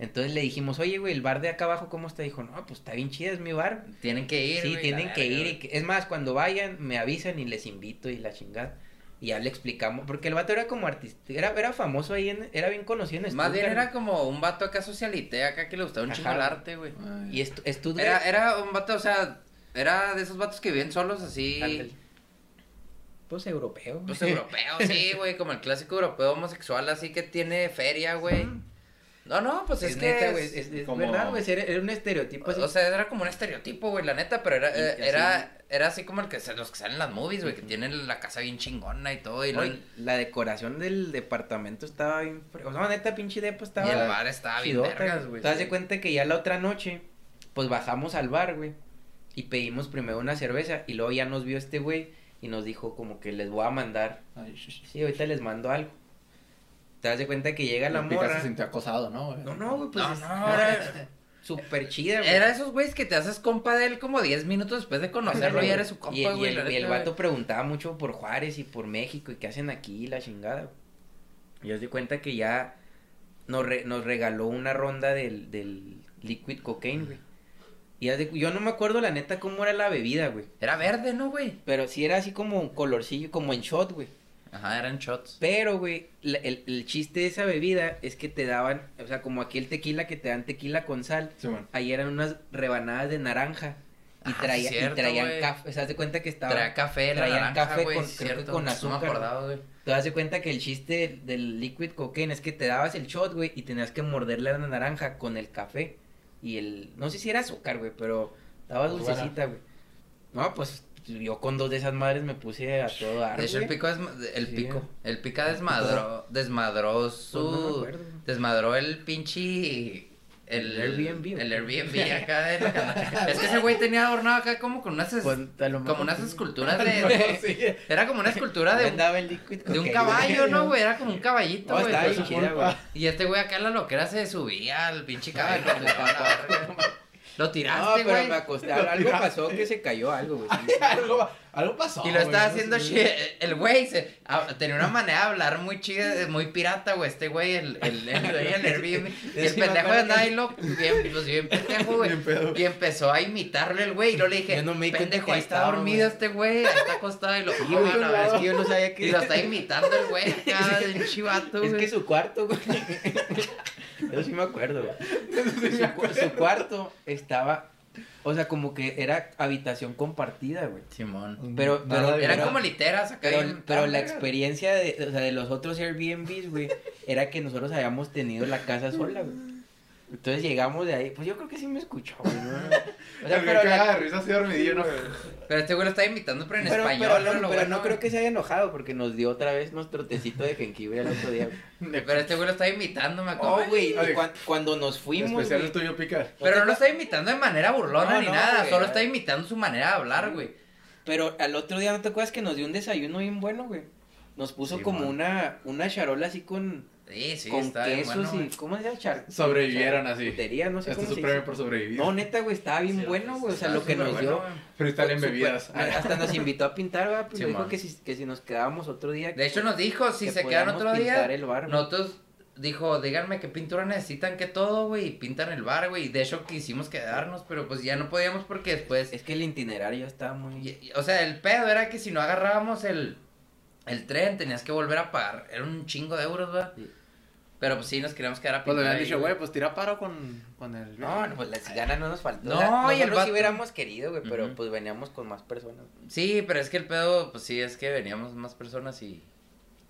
[SPEAKER 6] Entonces le dijimos, oye, güey, el bar de acá abajo, ¿cómo está? Dijo, no, pues está bien chida, es mi bar.
[SPEAKER 5] Tienen que ir,
[SPEAKER 6] sí,
[SPEAKER 5] güey,
[SPEAKER 6] tienen
[SPEAKER 5] la
[SPEAKER 6] que
[SPEAKER 5] verga,
[SPEAKER 6] ir. y
[SPEAKER 5] güey.
[SPEAKER 6] que- Es más, cuando vayan, me avisan y les invito y la chingada. Y ya le explicamos, porque el vato era como artista, era, era famoso ahí, en- era bien conocido en
[SPEAKER 5] Más bien
[SPEAKER 6] Stuttgart,
[SPEAKER 5] era como un vato acá socialite, acá que le gustaba un
[SPEAKER 6] Ajá.
[SPEAKER 5] chingo el arte, güey.
[SPEAKER 6] güey. Y esto Stuttgart-
[SPEAKER 5] Era, era un vato, o sea, era de esos vatos que viven solos así.
[SPEAKER 6] Ándale. Pues europeo. güey.
[SPEAKER 5] Pues europeo, sí, güey, como el clásico europeo homosexual, así que tiene feria, güey.
[SPEAKER 6] Ujú.
[SPEAKER 5] No, no, pues es,
[SPEAKER 6] es,
[SPEAKER 5] que.
[SPEAKER 6] neta,
[SPEAKER 5] es-
[SPEAKER 6] güey, es, es- es
[SPEAKER 1] como-
[SPEAKER 6] verdad, güey, era, era un estereotipo así.
[SPEAKER 5] o sea, era como un estereotipo, güey, la neta, pero era,
[SPEAKER 6] Y
[SPEAKER 5] eh,
[SPEAKER 6] así-
[SPEAKER 5] era, era así como el que se- los que salen en las movies, güey, que tienen la casa bien chingona y todo, y, lo-
[SPEAKER 6] Oye, la decoración del departamento estaba bien. fre- O sea, neta, pinche depa estaba.
[SPEAKER 5] y el bar estaba bien
[SPEAKER 6] chidota,
[SPEAKER 5] vergas,
[SPEAKER 6] güey.
[SPEAKER 5] güey.
[SPEAKER 6] Te das de
[SPEAKER 5] sí.
[SPEAKER 6] cuenta que ya la otra noche, pues bajamos al bar, güey. Y pedimos primero una cerveza. Y luego ya nos vio este güey. Y nos dijo, como que les voy a mandar. Sí, ahorita les mando algo. Te das de cuenta que llega la
[SPEAKER 1] La morra.
[SPEAKER 6] morra.
[SPEAKER 1] se sintió acosado, ¿no, güey?
[SPEAKER 6] No, no, güey, pues.
[SPEAKER 5] No,
[SPEAKER 6] es-
[SPEAKER 5] no,
[SPEAKER 6] era súper chida, güey.
[SPEAKER 5] Era esos güeyes que te haces compa de él como 10 minutos después de conocerlo y eres su
[SPEAKER 6] Y- y
[SPEAKER 5] compa, güey.
[SPEAKER 6] el-
[SPEAKER 5] la
[SPEAKER 6] Y el
[SPEAKER 5] neta,
[SPEAKER 6] vato preguntaba mucho por Juárez y por México y qué hacen aquí, la chingada. Y os di cuenta que ya nos, re- nos regaló una ronda del, del liquid cocaine, güey. Y haz de cu- yo no me acuerdo la neta cómo era la bebida, güey.
[SPEAKER 5] Era verde, ¿no, güey?
[SPEAKER 6] Pero sí era así como un colorcillo, como en shot, güey.
[SPEAKER 5] Ajá, eran shots.
[SPEAKER 6] Pero, güey, la- el, el chiste de esa bebida es que te daban, o sea, como aquí el tequila que te dan tequila con sal,
[SPEAKER 1] Sí, bueno.
[SPEAKER 6] ahí eran unas rebanadas de naranja. Y,
[SPEAKER 5] Ah,
[SPEAKER 6] traía-
[SPEAKER 5] cierto,
[SPEAKER 6] y traían
[SPEAKER 5] güey.
[SPEAKER 6] café, o sea, haz de cuenta que estaba...
[SPEAKER 5] Traía café, la
[SPEAKER 6] traían
[SPEAKER 5] naranja,
[SPEAKER 6] café
[SPEAKER 5] güey,
[SPEAKER 6] con- creo que
[SPEAKER 5] cierto,
[SPEAKER 6] con
[SPEAKER 5] no me
[SPEAKER 6] azúcar,
[SPEAKER 5] acordaba, güey.
[SPEAKER 6] Te das de cuenta que el chiste del, del liquid cocaine es que te dabas el shot, güey, y tenías que morderle la naranja con el café. Y el. No sé si era azúcar, güey, pero estaba
[SPEAKER 1] Pues
[SPEAKER 6] dulcecita, güey. No, pues yo con dos de esas madres me puse a todo dar.
[SPEAKER 5] De hecho, el
[SPEAKER 6] güey.
[SPEAKER 5] pico es el
[SPEAKER 6] Sí.
[SPEAKER 5] pico. El pica desmadró, desmadró
[SPEAKER 6] Pues
[SPEAKER 5] su
[SPEAKER 6] no me acuerdo.
[SPEAKER 5] desmadró el pinche el,
[SPEAKER 6] El Airbnb,
[SPEAKER 5] El
[SPEAKER 6] ¿o qué?
[SPEAKER 5] Airbnb acá de la cana- Es que ese güey tenía adornado acá como con unas es-
[SPEAKER 6] Con- Pues, a lo mejor
[SPEAKER 5] como unas
[SPEAKER 6] sí.
[SPEAKER 5] esculturas de
[SPEAKER 1] Sí.
[SPEAKER 5] era como una escultura
[SPEAKER 6] Me
[SPEAKER 5] de un,
[SPEAKER 6] andaba el liquid
[SPEAKER 5] de un
[SPEAKER 6] cocaine.
[SPEAKER 5] caballo, ¿no, güey? Era como un caballito,
[SPEAKER 6] No,
[SPEAKER 5] güey.
[SPEAKER 6] estaba
[SPEAKER 5] Pero
[SPEAKER 6] bien
[SPEAKER 5] su-
[SPEAKER 6] chida, güey.
[SPEAKER 5] Y este güey acá en la loquera se subía al pinche caballo. lo tiraba a la verga. Lo
[SPEAKER 6] No,
[SPEAKER 5] tiraste,
[SPEAKER 6] pero
[SPEAKER 5] güey.
[SPEAKER 6] me acosté. Algo pasó que se cayó algo, güey.
[SPEAKER 1] algo, algo pasó.
[SPEAKER 5] Y lo estaba
[SPEAKER 1] güey,
[SPEAKER 5] haciendo
[SPEAKER 1] no sé.
[SPEAKER 5] chi- El güey se- a- tenía una manera de hablar muy chida, muy pirata, güey. Este güey, el, el, el, dueño del Airbnb. Y el
[SPEAKER 6] sí me
[SPEAKER 5] pendejo de
[SPEAKER 6] acuerdo que-
[SPEAKER 5] Nilo, bien, pues, bien pendejo, güey.
[SPEAKER 1] Bien pedo.
[SPEAKER 5] Y empezó a imitarle el güey. Y yo le dije,
[SPEAKER 6] Yo no me di cuenta
[SPEAKER 5] pendejo,
[SPEAKER 6] que
[SPEAKER 5] ahí
[SPEAKER 6] ahí
[SPEAKER 5] está
[SPEAKER 6] estaba,
[SPEAKER 5] dormido
[SPEAKER 6] güey".
[SPEAKER 5] este güey, ahí está acostado. Y lo,
[SPEAKER 6] Sí, güey,
[SPEAKER 5] "Ah, la
[SPEAKER 6] es
[SPEAKER 5] verga".
[SPEAKER 6] que yo no sabía que.
[SPEAKER 5] Y lo está imitando el güey acá, de un chivato,
[SPEAKER 6] Es
[SPEAKER 5] güey.
[SPEAKER 6] que su cuarto, güey. Eso sí me acuerdo, güey.
[SPEAKER 1] Sí,
[SPEAKER 6] su, cu- su cuarto estaba, o sea, como que era habitación compartida, güey.
[SPEAKER 5] Simón.
[SPEAKER 6] Pero-
[SPEAKER 1] Mm, Nada
[SPEAKER 6] pero-
[SPEAKER 1] de
[SPEAKER 5] Eran
[SPEAKER 1] verdad.
[SPEAKER 5] como literas acá.
[SPEAKER 6] Pero,
[SPEAKER 5] bien-
[SPEAKER 6] pero
[SPEAKER 5] ah,
[SPEAKER 6] la
[SPEAKER 5] verga.
[SPEAKER 6] experiencia de, o sea, de los otros Airbnbs, güey, era que nosotros habíamos tenido la casa sola, güey. Entonces llegamos de ahí. Pues yo creo que sí me escuchó, güey. ¿no? O sea,
[SPEAKER 1] El que
[SPEAKER 6] pero la-
[SPEAKER 1] caga de risa así dormidillo, ¿no?
[SPEAKER 5] Pero este güey lo está invitando, pero en
[SPEAKER 6] pero,
[SPEAKER 5] español.
[SPEAKER 6] pero
[SPEAKER 5] pero
[SPEAKER 6] no,
[SPEAKER 5] lo
[SPEAKER 6] pero
[SPEAKER 5] bueno-
[SPEAKER 6] no creo que se haya enojado porque nos dio otra vez nuestro tecito de jengibre el otro día. güey.
[SPEAKER 5] Pero este güey lo está imitando, me acuerdo.
[SPEAKER 6] Oh, güey,
[SPEAKER 1] Oye.
[SPEAKER 6] cuan- cuando nos fuimos,
[SPEAKER 1] especial
[SPEAKER 6] güey,
[SPEAKER 1] el tuyo pica.
[SPEAKER 5] Pero no lo está imitando de manera burlona
[SPEAKER 6] No,
[SPEAKER 5] ni
[SPEAKER 6] no,
[SPEAKER 5] nada,
[SPEAKER 6] güey.
[SPEAKER 5] solo está imitando su manera de hablar, güey.
[SPEAKER 6] pero al otro día no te acuerdas que nos dio un desayuno bien bueno, güey. Nos puso
[SPEAKER 5] Sí,
[SPEAKER 6] como
[SPEAKER 5] man.
[SPEAKER 6] una una charola así con,
[SPEAKER 5] Sí, sí,
[SPEAKER 6] con
[SPEAKER 5] está bien
[SPEAKER 6] quesos
[SPEAKER 5] bueno.
[SPEAKER 6] y
[SPEAKER 5] güey.
[SPEAKER 6] ¿cómo se llama? Char-
[SPEAKER 1] Sobrevivieron así.
[SPEAKER 6] charcutería, no sé
[SPEAKER 1] Este es
[SPEAKER 6] cómo
[SPEAKER 1] su
[SPEAKER 6] se
[SPEAKER 1] premio
[SPEAKER 6] dice.
[SPEAKER 1] por sobrevivir.
[SPEAKER 6] No, neta, güey, estaba bien
[SPEAKER 5] Sí,
[SPEAKER 6] bueno, güey. O sea,
[SPEAKER 5] está
[SPEAKER 6] lo que nos
[SPEAKER 5] superbueno,
[SPEAKER 6] dio.
[SPEAKER 5] güey.
[SPEAKER 1] Freestyle en
[SPEAKER 6] Súper-
[SPEAKER 1] bebidas.
[SPEAKER 6] Hasta nos invitó a pintar, güey. Pues
[SPEAKER 5] Sí,
[SPEAKER 6] dijo
[SPEAKER 5] man.
[SPEAKER 6] que si, que si nos quedábamos otro día.
[SPEAKER 5] De hecho, nos dijo, si
[SPEAKER 6] que
[SPEAKER 5] se quedan
[SPEAKER 6] podíamos
[SPEAKER 5] otro día,
[SPEAKER 6] pintar el bar, güey.
[SPEAKER 5] nosotros dijo, díganme qué pintura necesitan, qué todo, güey, y pintan el bar, güey. Y De hecho, quisimos quedarnos, pero pues ya no podíamos porque después...
[SPEAKER 6] Es que el itinerario estaba muy.
[SPEAKER 5] y- y- o sea, el pedo era que si no agarrábamos el, el tren, tenías que volver a pagar. Era un chingo de euros, ¿verdad?
[SPEAKER 6] Sí.
[SPEAKER 5] Pero pues sí, nos queríamos quedar a
[SPEAKER 1] Pues le habían
[SPEAKER 5] ahí,
[SPEAKER 1] dicho, güey, pues tira paro con, con el.
[SPEAKER 6] No, no, pues las ganas no nos faltó.
[SPEAKER 5] No,
[SPEAKER 6] O sea,
[SPEAKER 5] y el
[SPEAKER 6] nosotros
[SPEAKER 5] vato-
[SPEAKER 6] sí hubiéramos querido, güey, pero
[SPEAKER 5] Ujú.
[SPEAKER 6] pues veníamos con más personas.
[SPEAKER 5] Sí, pero es que el pedo, pues sí, es que veníamos más personas y...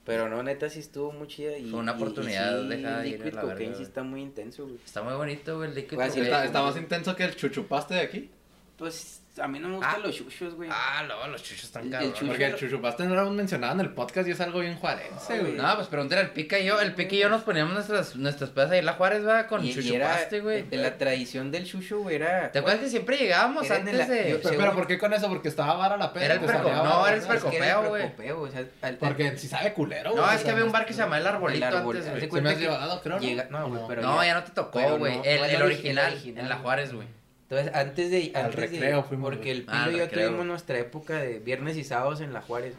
[SPEAKER 6] Pero no, neta, sí estuvo muy chida. Y,
[SPEAKER 5] Fue una
[SPEAKER 6] y- y
[SPEAKER 5] oportunidad
[SPEAKER 6] sí,
[SPEAKER 5] dejada de ir a
[SPEAKER 6] Liquid
[SPEAKER 5] la
[SPEAKER 6] Cocaine
[SPEAKER 5] verga,
[SPEAKER 6] sí
[SPEAKER 5] güey.
[SPEAKER 6] está muy intenso, güey.
[SPEAKER 5] Está muy bonito, güey, el líquido.
[SPEAKER 6] Güey, así
[SPEAKER 1] Está, está más intenso que el chuchupaste de aquí.
[SPEAKER 6] Pues a mí no me gustan
[SPEAKER 5] Ah.
[SPEAKER 6] los chuchos, güey.
[SPEAKER 5] Ah, no, los chuchos están
[SPEAKER 6] El
[SPEAKER 5] cabrones.
[SPEAKER 6] chucho.
[SPEAKER 1] Porque el chuchupaste no lo hemos mencionado en el podcast y es algo bien juarense,
[SPEAKER 6] Ah,
[SPEAKER 1] güey.
[SPEAKER 5] No, pues pregúntale al Pica y yo. El Pica y yo nos poníamos nuestras, nuestras pedas ahí en la Juárez, va, con
[SPEAKER 6] Y- y era-
[SPEAKER 5] chuchupaste, güey.
[SPEAKER 6] de La tradición del chucho, güey, era.
[SPEAKER 5] ¿Te acuerdas que siempre llegábamos
[SPEAKER 6] Era en
[SPEAKER 5] antes
[SPEAKER 6] el-
[SPEAKER 5] de...?
[SPEAKER 1] Pero, pero ¿por qué con eso? Porque estaba vara la pena.
[SPEAKER 5] Era el perco- no, era el
[SPEAKER 6] Pues, Es que era el
[SPEAKER 5] percopeo, güey.
[SPEAKER 6] percopeo, o sea, al-
[SPEAKER 1] Porque si sabe culero, güey.
[SPEAKER 5] No, es que había un bar que se llamaba El Arbolito
[SPEAKER 6] El Arbol-
[SPEAKER 5] antes,
[SPEAKER 6] haz
[SPEAKER 1] Se
[SPEAKER 5] güey.
[SPEAKER 6] de
[SPEAKER 1] me
[SPEAKER 6] cuenta
[SPEAKER 1] has
[SPEAKER 6] que
[SPEAKER 1] llevado, creo.
[SPEAKER 6] llega- no, güey, pero
[SPEAKER 5] No, ya no te
[SPEAKER 6] Pero
[SPEAKER 5] tocó, güey.
[SPEAKER 6] no,
[SPEAKER 5] el,
[SPEAKER 6] no,
[SPEAKER 5] el
[SPEAKER 6] el
[SPEAKER 5] original,
[SPEAKER 6] original,
[SPEAKER 5] en la
[SPEAKER 6] güey.
[SPEAKER 5] Juárez, güey.
[SPEAKER 6] Entonces, antes de.
[SPEAKER 1] Al
[SPEAKER 6] antes de-
[SPEAKER 1] recreo fuimos,
[SPEAKER 6] Porque el Pilo
[SPEAKER 5] Ah, al
[SPEAKER 6] y yo
[SPEAKER 5] recreo.
[SPEAKER 6] tuvimos nuestra época de viernes y sábados en la Juárez.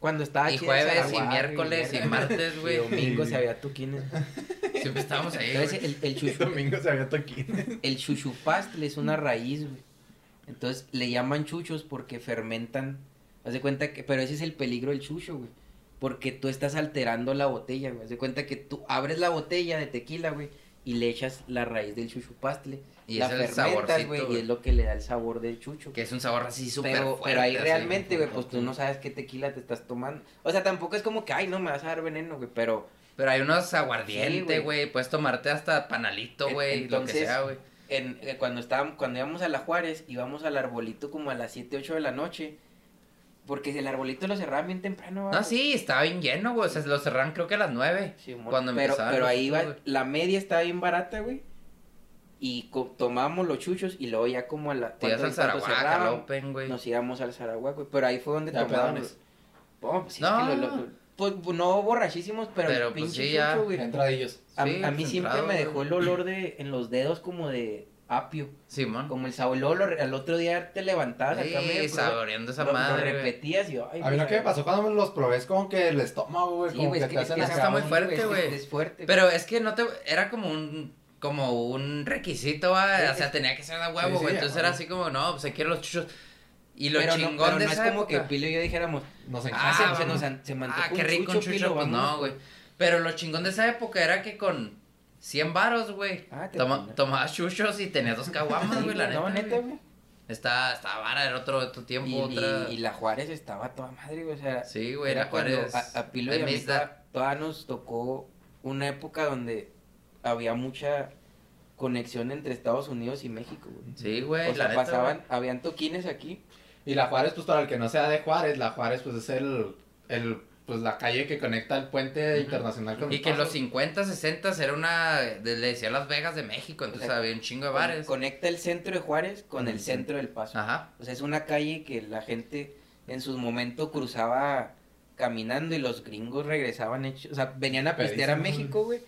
[SPEAKER 6] Cuando estaba
[SPEAKER 5] Y
[SPEAKER 6] chida esa
[SPEAKER 5] jueves, y
[SPEAKER 6] aguada,
[SPEAKER 5] miércoles, y
[SPEAKER 6] viernes,
[SPEAKER 5] martes,
[SPEAKER 6] Y
[SPEAKER 5] güey.
[SPEAKER 6] domingo se había tuquines.
[SPEAKER 5] Siempre estábamos ahí,
[SPEAKER 6] Entonces,
[SPEAKER 5] güey.
[SPEAKER 6] el, el,
[SPEAKER 1] El
[SPEAKER 6] chuchu,
[SPEAKER 1] domingo se había toquín.
[SPEAKER 6] el chuchupastle es una raíz, güey. Entonces, le llaman chuchos porque fermentan. Haz de cuenta que. Pero ese es el peligro del chucho, güey. Porque tú estás alterando la botella, güey. Haz de cuenta que tú abres la botella de tequila, güey. Y le echas la raíz del chuchupastle.
[SPEAKER 5] Y
[SPEAKER 6] la
[SPEAKER 5] es el
[SPEAKER 6] fermentas,
[SPEAKER 5] saborcito,
[SPEAKER 6] güey. Y
[SPEAKER 5] güey.
[SPEAKER 6] es lo que le da el sabor del chucho.
[SPEAKER 5] Que es un sabor así súper
[SPEAKER 6] Pero,
[SPEAKER 5] fuerte,
[SPEAKER 6] pero ahí
[SPEAKER 5] así,
[SPEAKER 6] realmente, güey,
[SPEAKER 5] fuerte.
[SPEAKER 6] pues tú no sabes qué tequila te estás tomando. O sea, tampoco es como que, ay, no me vas a dar veneno, güey, pero
[SPEAKER 5] Pero hay unos
[SPEAKER 6] Sí,
[SPEAKER 5] aguardiente,
[SPEAKER 6] güey.
[SPEAKER 5] güey. Puedes tomarte hasta panalito,
[SPEAKER 6] En-
[SPEAKER 5] güey. Lo que
[SPEAKER 6] entonces,
[SPEAKER 5] sea, güey.
[SPEAKER 6] en, eh, cuando estábamos, cuando íbamos a la Juárez, íbamos al arbolito como a las 7, 8 de la noche, porque el arbolito lo cerraban bien
[SPEAKER 5] No,
[SPEAKER 6] temprano. ¿va?
[SPEAKER 5] Ah, sí, estaba bien lleno, güey. O sea, lo cerraron creo que a las nueve.
[SPEAKER 6] Sí, amor.
[SPEAKER 5] cuando
[SPEAKER 6] pero,
[SPEAKER 5] empezaban
[SPEAKER 6] Pero
[SPEAKER 5] los
[SPEAKER 6] ahí
[SPEAKER 5] chuchos,
[SPEAKER 6] va,
[SPEAKER 5] güey.
[SPEAKER 6] la media estaba bien barata, güey. Y co- tomábamos los chuchos y luego ya como a la...
[SPEAKER 5] Te ibas al
[SPEAKER 6] cuando- cuando
[SPEAKER 5] Zaraguaca, al
[SPEAKER 6] cerraban,
[SPEAKER 5] Open, güey.
[SPEAKER 6] Nos íbamos al Saragua, güey. Pero ahí fue donde
[SPEAKER 1] Ya,
[SPEAKER 6] tomábamos.
[SPEAKER 1] pedones.
[SPEAKER 6] Oh, pues, sí,
[SPEAKER 5] No.
[SPEAKER 6] es que lo- lo- pues, no borrachísimos, pero,
[SPEAKER 5] Pero,
[SPEAKER 6] el
[SPEAKER 5] pues,
[SPEAKER 6] pinche
[SPEAKER 5] sí, ya.
[SPEAKER 6] chucho, güey.
[SPEAKER 1] Entradillos.
[SPEAKER 6] A,
[SPEAKER 5] Sí,
[SPEAKER 6] a mí siempre
[SPEAKER 5] centrado,
[SPEAKER 6] me dejó
[SPEAKER 5] güey.
[SPEAKER 6] el olor de en los dedos como de apio.
[SPEAKER 5] Simón.
[SPEAKER 6] Como el sabor, luego lo re- al otro día te levantabas acá medio
[SPEAKER 5] Sí,
[SPEAKER 6] crudo,
[SPEAKER 5] saboreando esa
[SPEAKER 6] lo- lo
[SPEAKER 5] madre. güey.
[SPEAKER 6] repetías y yo, ay,
[SPEAKER 1] A mí
[SPEAKER 6] güey,
[SPEAKER 1] lo que me
[SPEAKER 6] sabe.
[SPEAKER 1] pasó cuando me los probé es como que el estómago, güey.
[SPEAKER 6] Sí,
[SPEAKER 1] como
[SPEAKER 6] güey,
[SPEAKER 1] que
[SPEAKER 6] es
[SPEAKER 1] te
[SPEAKER 6] que, es
[SPEAKER 1] hacen
[SPEAKER 6] que
[SPEAKER 5] esa
[SPEAKER 1] acá
[SPEAKER 5] está muy
[SPEAKER 1] un-
[SPEAKER 6] cabrón,
[SPEAKER 5] fuerte,
[SPEAKER 6] es que
[SPEAKER 5] güey.
[SPEAKER 6] Es fuerte.
[SPEAKER 5] Pero es que no te. Era como un. Como un requisito, va,
[SPEAKER 6] Sí,
[SPEAKER 5] o sea,
[SPEAKER 6] es-
[SPEAKER 5] tenía que ser de
[SPEAKER 1] Sí, sí,
[SPEAKER 5] huevo, güey.
[SPEAKER 1] a
[SPEAKER 5] Entonces
[SPEAKER 1] huevo.
[SPEAKER 5] era así como, no, pues se quieren los chuchos. Y lo
[SPEAKER 6] Pero no-
[SPEAKER 5] chingón
[SPEAKER 6] pero
[SPEAKER 5] de
[SPEAKER 6] no es
[SPEAKER 5] esa
[SPEAKER 6] como que
[SPEAKER 5] época-
[SPEAKER 6] Pilo y yo dijéramos,
[SPEAKER 1] Nos
[SPEAKER 5] Ah,
[SPEAKER 1] encanta.
[SPEAKER 6] ah, se,
[SPEAKER 5] vamos.
[SPEAKER 6] nos an- se mantuvo
[SPEAKER 5] Ah, qué rico un chucho,
[SPEAKER 6] Pilo,
[SPEAKER 5] pues
[SPEAKER 6] vámonos,
[SPEAKER 5] no, güey. Pero lo chingón de esa época era que con 100 varos, güey,
[SPEAKER 6] Ah, te
[SPEAKER 5] toma-
[SPEAKER 6] pina.
[SPEAKER 5] tomabas chuchos y tenías dos caguamas,
[SPEAKER 6] Sí,
[SPEAKER 5] güey, la neta.
[SPEAKER 6] No, neta,
[SPEAKER 5] güey.
[SPEAKER 6] güey.
[SPEAKER 5] Está, está vara, era otro, otro tiempo,
[SPEAKER 6] Y, y-
[SPEAKER 5] otra.
[SPEAKER 6] y la Juárez estaba toda madre, güey. O sea,
[SPEAKER 5] Sí, güey,
[SPEAKER 6] era
[SPEAKER 5] la Juárez.
[SPEAKER 6] cuando A, a Pilo
[SPEAKER 5] I
[SPEAKER 6] y a mí
[SPEAKER 5] miss that.
[SPEAKER 6] toda- toda nos tocó una época donde había mucha conexión entre Estados Unidos y México, güey.
[SPEAKER 5] Sí, güey,
[SPEAKER 6] o sea,
[SPEAKER 5] la neta,
[SPEAKER 6] pasaban,
[SPEAKER 5] güey.
[SPEAKER 6] habían toquines aquí.
[SPEAKER 1] Y la Juárez, pues para el que no sea de Juárez, la Juárez, pues es el. el pues la calle que conecta el puente
[SPEAKER 5] Ujú.
[SPEAKER 1] internacional con
[SPEAKER 5] Y
[SPEAKER 1] el
[SPEAKER 5] que en
[SPEAKER 1] Paso.
[SPEAKER 5] los 50, 60 era una. de- Le decía Las Vegas de México, entonces
[SPEAKER 6] O sea,
[SPEAKER 5] había un chingo de bares.
[SPEAKER 6] Conecta el centro de Juárez con
[SPEAKER 1] Con
[SPEAKER 6] el
[SPEAKER 1] el
[SPEAKER 6] centro del Paso.
[SPEAKER 5] Ajá.
[SPEAKER 6] O sea, es una calle que la gente en sus momentos cruzaba caminando y los gringos regresaban hechos, o sea, venían a pistear a
[SPEAKER 1] Pedísimos.
[SPEAKER 6] México, güey,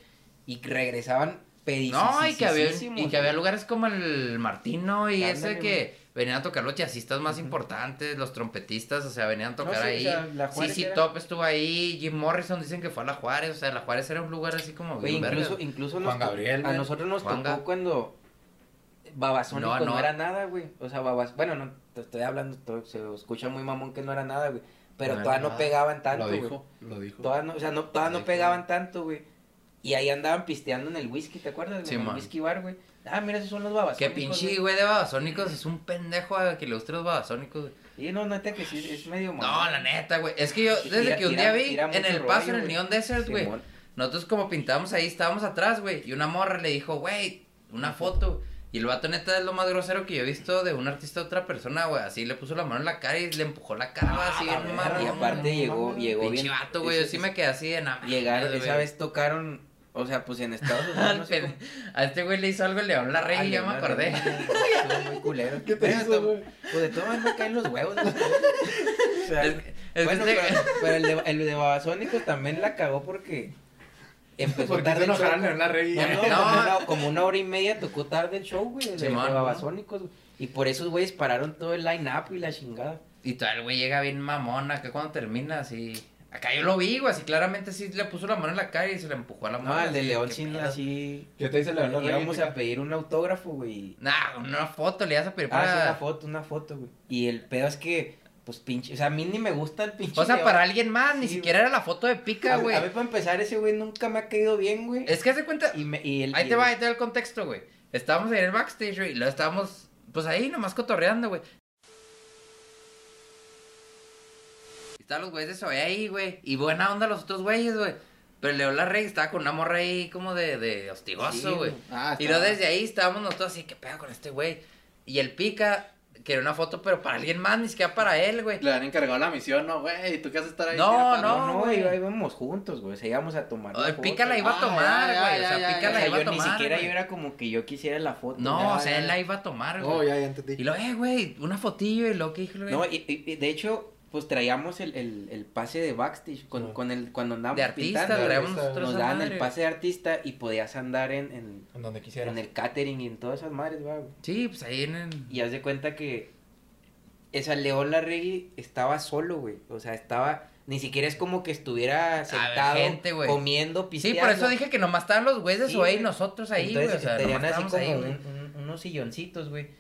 [SPEAKER 6] y regresaban
[SPEAKER 5] No, y que había,
[SPEAKER 6] pedicísimos,
[SPEAKER 5] y que había
[SPEAKER 6] güey.
[SPEAKER 5] lugares como el Martino y
[SPEAKER 6] Ándale,
[SPEAKER 5] ese que venían a tocar los jazzistas más
[SPEAKER 6] Ujú.
[SPEAKER 5] importantes, los trompetistas, o sea, venían a tocar
[SPEAKER 6] sí, o
[SPEAKER 5] ahí.
[SPEAKER 6] sea, la
[SPEAKER 5] sí,
[SPEAKER 6] Juárez
[SPEAKER 5] sí,
[SPEAKER 6] era-
[SPEAKER 5] Top estuvo ahí, Jim Morrison dicen que fue a la Juárez, o sea, la Juárez era un lugar así como
[SPEAKER 6] Güey,
[SPEAKER 5] bien
[SPEAKER 6] incluso,
[SPEAKER 5] verga.
[SPEAKER 6] incluso nos
[SPEAKER 1] Juan
[SPEAKER 6] to-
[SPEAKER 1] Gabriel,
[SPEAKER 6] a
[SPEAKER 1] güey.
[SPEAKER 6] nosotros nos
[SPEAKER 5] Juanga.
[SPEAKER 6] tocó cuando Babasónico
[SPEAKER 5] No,
[SPEAKER 6] no,
[SPEAKER 5] no.
[SPEAKER 6] era nada, güey. O sea, Babas, bueno, no te estoy hablando, to- se escucha muy mamón que no era nada, güey. Pero
[SPEAKER 5] No era
[SPEAKER 6] todas no
[SPEAKER 1] nada.
[SPEAKER 6] pegaban tanto,
[SPEAKER 1] Lo
[SPEAKER 6] güey.
[SPEAKER 1] dijo, lo dijo.
[SPEAKER 6] Todas no, o sea, no, todas no
[SPEAKER 5] Ay,
[SPEAKER 6] pegaban tanto, güey. Y ahí andaban pisteando en el whisky, ¿te acuerdas? güey?
[SPEAKER 5] Sí,
[SPEAKER 6] en el
[SPEAKER 5] man.
[SPEAKER 6] whisky bar, güey. Ah, mira, esos son los babasónicos.
[SPEAKER 5] Que pinche güey de babasónicos es un pendejo a que le gustan los babasónicos. güey.
[SPEAKER 6] Y no, neta que sí, es medio
[SPEAKER 5] No, la neta, güey. Es que yo,
[SPEAKER 6] Y
[SPEAKER 5] desde
[SPEAKER 6] tira-
[SPEAKER 5] que un
[SPEAKER 6] tira-
[SPEAKER 5] día vi
[SPEAKER 6] tira
[SPEAKER 5] en
[SPEAKER 6] mucho
[SPEAKER 5] el paso,
[SPEAKER 6] rollo,
[SPEAKER 5] en el
[SPEAKER 6] güey.
[SPEAKER 5] Neon Desert, güey.
[SPEAKER 6] Simón.
[SPEAKER 5] Nosotros como pintábamos ahí, estábamos atrás, güey. Y una morra le dijo, güey, una foto. Y el vato neta es lo más grosero que yo he visto de un artista a otra persona, güey. Así le puso la mano en la cara y le empujó la cara, güey, así
[SPEAKER 1] Ah,
[SPEAKER 5] bien
[SPEAKER 1] la verga,
[SPEAKER 6] Y
[SPEAKER 5] mamón,
[SPEAKER 6] aparte
[SPEAKER 5] güey.
[SPEAKER 6] llegó, llegó
[SPEAKER 5] Pinche
[SPEAKER 6] bien.
[SPEAKER 5] vato, güey. Yo sí me quedé así de nada.
[SPEAKER 6] Llegaron, esa vez tocaron, o sea, pues en Estados Unidos. no sé cómo-
[SPEAKER 5] A este güey le hizo algo el León la Rey y ya me
[SPEAKER 6] Leonardo,
[SPEAKER 5] acordé.
[SPEAKER 6] Estuvo muy culero.
[SPEAKER 1] ¿Qué te
[SPEAKER 6] Pero
[SPEAKER 1] hizo,
[SPEAKER 6] to-
[SPEAKER 1] güey?
[SPEAKER 6] Pues de todo me caen los huevos. ¿no? O sea,
[SPEAKER 5] Es- es
[SPEAKER 6] bueno,
[SPEAKER 5] que este-
[SPEAKER 6] pero, pero el de, el de Babasónicos también la cagó porque empezó
[SPEAKER 1] Porque
[SPEAKER 6] tarde
[SPEAKER 1] se
[SPEAKER 6] el show.
[SPEAKER 1] enojaron en la rey.
[SPEAKER 6] No, no,
[SPEAKER 5] No.
[SPEAKER 6] Como, una, como una hora y media tocó tarde el show, güey, de, de
[SPEAKER 5] Simón.
[SPEAKER 6] Babasónicos. güey. Y por eso, güey, pararon todo el line-up y la chingada.
[SPEAKER 5] Y todo el güey llega bien mamón acá cuando termina, así. Acá yo lo vi, güey, así claramente sí le puso la mano en la cara y se le empujó a la mano.
[SPEAKER 6] No, el de
[SPEAKER 5] así,
[SPEAKER 6] León
[SPEAKER 5] qué
[SPEAKER 6] sí,
[SPEAKER 5] pedo.
[SPEAKER 6] así...
[SPEAKER 1] ¿Qué te dice la
[SPEAKER 6] Le
[SPEAKER 1] verdad?
[SPEAKER 6] íbamos a pedir un autógrafo, güey.
[SPEAKER 5] Nah, una foto le ibas a pedir
[SPEAKER 6] Ah, sí,
[SPEAKER 5] para-
[SPEAKER 6] una foto, una foto, güey. Y el pedo es que, pues, pinche... O sea, a mí ni me gusta el pinche
[SPEAKER 5] O sea,
[SPEAKER 6] León.
[SPEAKER 5] para alguien más, ni
[SPEAKER 6] Sí,
[SPEAKER 5] siquiera era la foto de pica,
[SPEAKER 6] A, mí-
[SPEAKER 5] güey.
[SPEAKER 6] a mí, para empezar, ese güey nunca me ha caído bien, güey.
[SPEAKER 5] Es que hace cuenta.
[SPEAKER 6] Y me- y el-
[SPEAKER 5] Ahí
[SPEAKER 6] y
[SPEAKER 5] te
[SPEAKER 6] el-
[SPEAKER 5] va, ahí te va el contexto, güey. Estábamos en el backstage, güey, y lo estábamos, pues ahí nomás cotorreando, güey. Estaban los güeyes de Soy ahí, güey. Y buena onda los otros güeyes, güey. Pero Leo la Rey estaba con una morra ahí como de, de
[SPEAKER 6] Sí,
[SPEAKER 5] hostigoso, güey.
[SPEAKER 6] güey.
[SPEAKER 1] Ah,
[SPEAKER 5] y
[SPEAKER 1] está.
[SPEAKER 5] luego desde ahí estábamos nosotros así, ¿qué pedo con este güey? Y el pica, quería una foto, pero para alguien más, ni siquiera para él, güey.
[SPEAKER 1] Le han encargado la misión, ¿no, güey? ¿Tú qué haces estar ahí?
[SPEAKER 5] No,
[SPEAKER 1] Tira paro.
[SPEAKER 5] no,
[SPEAKER 6] No, no,
[SPEAKER 5] güey.
[SPEAKER 6] iba- íbamos juntos, güey. O sea, íbamos a tomar.
[SPEAKER 5] O el
[SPEAKER 6] foto.
[SPEAKER 5] pica la iba a
[SPEAKER 1] Ah,
[SPEAKER 5] tomar,
[SPEAKER 1] ya,
[SPEAKER 5] güey.
[SPEAKER 1] ya,
[SPEAKER 5] O sea,
[SPEAKER 1] ya,
[SPEAKER 5] pica
[SPEAKER 1] ya,
[SPEAKER 5] la
[SPEAKER 1] ya,
[SPEAKER 5] iba
[SPEAKER 6] yo
[SPEAKER 5] a
[SPEAKER 6] ni
[SPEAKER 5] tomar.
[SPEAKER 6] siquiera
[SPEAKER 5] güey.
[SPEAKER 6] yo era como que yo quisiera la foto.
[SPEAKER 5] No,
[SPEAKER 1] Ya,
[SPEAKER 5] o sea,
[SPEAKER 1] ya,
[SPEAKER 5] él
[SPEAKER 1] ya.
[SPEAKER 5] la iba a tomar, güey.
[SPEAKER 1] Oh, ya, ya
[SPEAKER 5] Y
[SPEAKER 1] entendí.
[SPEAKER 5] luego, eh, güey, una fotillo y lo que dijo, güey.
[SPEAKER 6] No, y, y- y de hecho, pues traíamos el, el, el pase de backstage con,
[SPEAKER 1] Sí.
[SPEAKER 6] con el, cuando andábamos
[SPEAKER 5] de artista,
[SPEAKER 6] pintando.
[SPEAKER 5] traemos
[SPEAKER 1] artista,
[SPEAKER 5] nosotros
[SPEAKER 6] Nos
[SPEAKER 5] esa
[SPEAKER 6] daban
[SPEAKER 5] madre.
[SPEAKER 6] el pase de artista y podías andar en, en,
[SPEAKER 1] En donde quisieras.
[SPEAKER 6] en el catering y en todas esas madres, va, güey.
[SPEAKER 5] Sí, pues ahí en el...
[SPEAKER 6] Y haz de cuenta que esa León Larregui estaba solo, güey. O sea, estaba. Ni siquiera es como que estuviera sentado,
[SPEAKER 5] gente, güey.
[SPEAKER 6] comiendo,
[SPEAKER 5] Sí,
[SPEAKER 6] pisteando.
[SPEAKER 5] por eso dije que nomás estaban los güeyes de
[SPEAKER 6] Sí,
[SPEAKER 5] Zoé y
[SPEAKER 6] güey.
[SPEAKER 5] nosotros ahí, güey.
[SPEAKER 6] Entonces,
[SPEAKER 5] O sea,
[SPEAKER 6] tenían
[SPEAKER 5] nomás
[SPEAKER 6] así
[SPEAKER 5] estábamos
[SPEAKER 6] como
[SPEAKER 5] ahí,
[SPEAKER 6] un-
[SPEAKER 5] güey.
[SPEAKER 6] un- unos silloncitos, güey.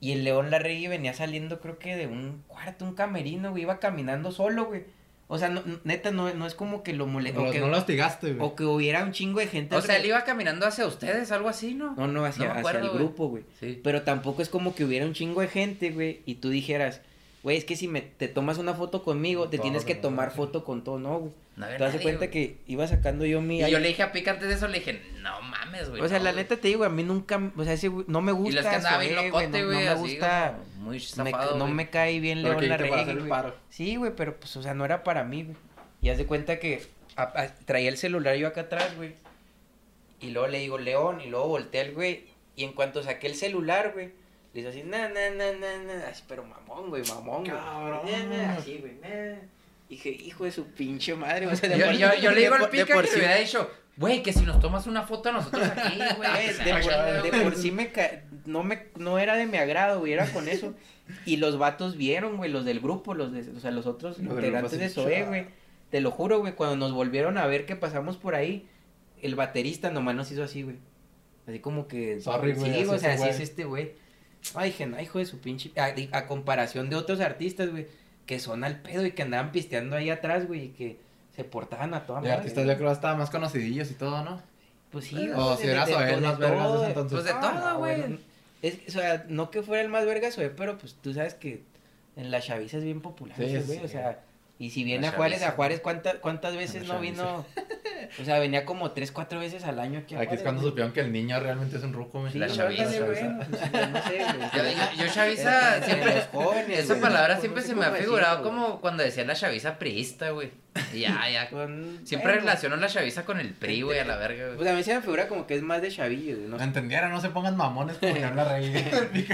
[SPEAKER 6] Y el León Larregui venía saliendo, creo que de un cuarto, un camerino, güey. Iba caminando solo, güey. O sea, no- no- neta, no, no es como que lo molestó.
[SPEAKER 1] No,
[SPEAKER 6] O, que-
[SPEAKER 1] no lo hostigaste, güey.
[SPEAKER 6] o que hubiera un chingo de gente.
[SPEAKER 5] O sea, él
[SPEAKER 6] alrededor.
[SPEAKER 5] iba caminando hacia ustedes, algo así, ¿no?
[SPEAKER 6] No, no,
[SPEAKER 5] No
[SPEAKER 6] hacia,
[SPEAKER 5] me
[SPEAKER 6] hacia
[SPEAKER 5] acuerdo,
[SPEAKER 6] el
[SPEAKER 5] güey.
[SPEAKER 6] grupo, güey.
[SPEAKER 5] Sí.
[SPEAKER 6] Pero tampoco es como que hubiera un chingo de gente, güey. Y tú dijeras, güey, es que si me, te tomas una foto conmigo, te
[SPEAKER 1] Todo
[SPEAKER 6] tienes que
[SPEAKER 1] no,
[SPEAKER 6] tomar
[SPEAKER 1] sí.
[SPEAKER 6] foto con todo, ¿no, güey.
[SPEAKER 5] No había
[SPEAKER 6] Te das
[SPEAKER 5] nadie,
[SPEAKER 6] cuenta
[SPEAKER 5] güey.
[SPEAKER 6] que iba sacando yo mi.
[SPEAKER 5] Y yo le dije a Pica antes de eso, le dije, no mames, güey.
[SPEAKER 6] o sea,
[SPEAKER 5] no,
[SPEAKER 6] la
[SPEAKER 5] güey".
[SPEAKER 6] neta te digo, a mí nunca, o sea, ese güey, no me gusta.
[SPEAKER 5] Y los que andaba
[SPEAKER 6] eso,
[SPEAKER 5] bien
[SPEAKER 6] eh, güey,
[SPEAKER 5] locote,
[SPEAKER 6] no, no
[SPEAKER 5] güey,
[SPEAKER 6] me
[SPEAKER 5] así,
[SPEAKER 6] gusta.
[SPEAKER 5] como Muy
[SPEAKER 6] me ca-
[SPEAKER 5] zafado,
[SPEAKER 6] no
[SPEAKER 5] güey.
[SPEAKER 6] me cae bien
[SPEAKER 1] Pero
[SPEAKER 6] León
[SPEAKER 1] que
[SPEAKER 6] la
[SPEAKER 1] dijiste para hacer el
[SPEAKER 6] güey.
[SPEAKER 1] paro.
[SPEAKER 6] Sí, güey, pero pues, o sea, no era para mí, güey. Y haz de cuenta que a- a- traía el celular yo acá atrás, güey. Y luego le digo, León, y luego volteé al güey. Y en cuanto saqué el celular, güey, le hizo así, na, na, na, na, na. Así, pero mamón, güey, mamón, güey.
[SPEAKER 1] Cabrón.
[SPEAKER 6] Na, na, así, güey, na. Dije, hijo de su pinche madre. O sea, de
[SPEAKER 5] Yo,
[SPEAKER 6] por-
[SPEAKER 5] yo, yo le digo
[SPEAKER 6] de
[SPEAKER 5] al
[SPEAKER 6] por- de
[SPEAKER 5] Pica
[SPEAKER 6] por
[SPEAKER 5] que
[SPEAKER 6] sí
[SPEAKER 5] le hubiera dicho, güey, que si nos tomas una foto a nosotros aquí, güey.
[SPEAKER 6] Güey,
[SPEAKER 5] que se
[SPEAKER 6] de,
[SPEAKER 5] la chinga,
[SPEAKER 6] por, de
[SPEAKER 5] Ah, güey".
[SPEAKER 6] por sí me, ca- no me no era de mi agrado, güey, era con eso. Y los vatos vieron, güey, los del grupo, los de, o sea, los otros
[SPEAKER 1] Los del
[SPEAKER 6] integrantes
[SPEAKER 1] grupo
[SPEAKER 6] de
[SPEAKER 1] así,
[SPEAKER 6] SOE,
[SPEAKER 1] "Chá".
[SPEAKER 6] güey. Te lo juro, güey, cuando nos volvieron a ver que pasamos por ahí, el baterista nomás nos hizo así, güey. Así como que
[SPEAKER 1] Sorry, güey,
[SPEAKER 6] Sí,
[SPEAKER 1] así
[SPEAKER 6] o sea,
[SPEAKER 1] es
[SPEAKER 6] así
[SPEAKER 1] el
[SPEAKER 6] es
[SPEAKER 1] güey.
[SPEAKER 6] este güey. Ay, dije, "No, hijo de su pinche a, di- a comparación de otros artistas, güey, que son al pedo y que andaban pisteando ahí atrás, güey, y que se portaban a toda
[SPEAKER 1] De
[SPEAKER 6] Ah, madre.
[SPEAKER 1] artistas yo creo que estaban más conocidillos y todo, ¿no?
[SPEAKER 6] Pues sí,
[SPEAKER 1] O si era
[SPEAKER 6] de- de-
[SPEAKER 1] Soel,
[SPEAKER 6] de
[SPEAKER 1] más vergas
[SPEAKER 6] todo,
[SPEAKER 1] ese
[SPEAKER 6] de-
[SPEAKER 1] entonces.
[SPEAKER 5] pues de
[SPEAKER 6] Ah,
[SPEAKER 5] todo,
[SPEAKER 6] no,
[SPEAKER 5] güey.
[SPEAKER 6] bueno, Es, o sea, no que fuera el más vergas, güey, pero pues tú sabes que en la chaviza es bien popular,
[SPEAKER 1] Sí,
[SPEAKER 6] ese güey,
[SPEAKER 1] sí.
[SPEAKER 6] o sea, y si viene
[SPEAKER 5] La
[SPEAKER 6] a Juárez,
[SPEAKER 5] chaviza.
[SPEAKER 6] a Juárez, ¿cuántas, cuántas veces
[SPEAKER 1] La
[SPEAKER 6] no vino? O sea, venía como tres, cuatro veces al año aquí a
[SPEAKER 1] Aquí es
[SPEAKER 6] Juárez,
[SPEAKER 1] cuando
[SPEAKER 6] güey.
[SPEAKER 1] supieron que el niño realmente es un ruco, güey.
[SPEAKER 6] Sí,
[SPEAKER 5] la
[SPEAKER 6] ándale,
[SPEAKER 5] chaviza,
[SPEAKER 6] güey, pues, no sé, güey.
[SPEAKER 5] Yo- yo- yo chaviza
[SPEAKER 6] Entre
[SPEAKER 5] siempre-
[SPEAKER 6] los jóvenes,
[SPEAKER 5] Esa
[SPEAKER 6] güey, Pues
[SPEAKER 5] palabra
[SPEAKER 6] no
[SPEAKER 5] siempre
[SPEAKER 6] sé
[SPEAKER 5] se me ha
[SPEAKER 6] cómo decirlo,
[SPEAKER 5] figurado
[SPEAKER 6] güey.
[SPEAKER 5] como cuando decía la chaviza priista, güey. Y Ya, ya.
[SPEAKER 6] Con-
[SPEAKER 5] Siempre
[SPEAKER 6] Pues, bueno,
[SPEAKER 5] relaciono la chaviza con el PRI, güey, a la verga, güey.
[SPEAKER 6] Pues a mí se me figura como que es más de chavillo, güey, no sé.
[SPEAKER 1] Entendiera, no se pongan mamones como que la rey.
[SPEAKER 6] Sí,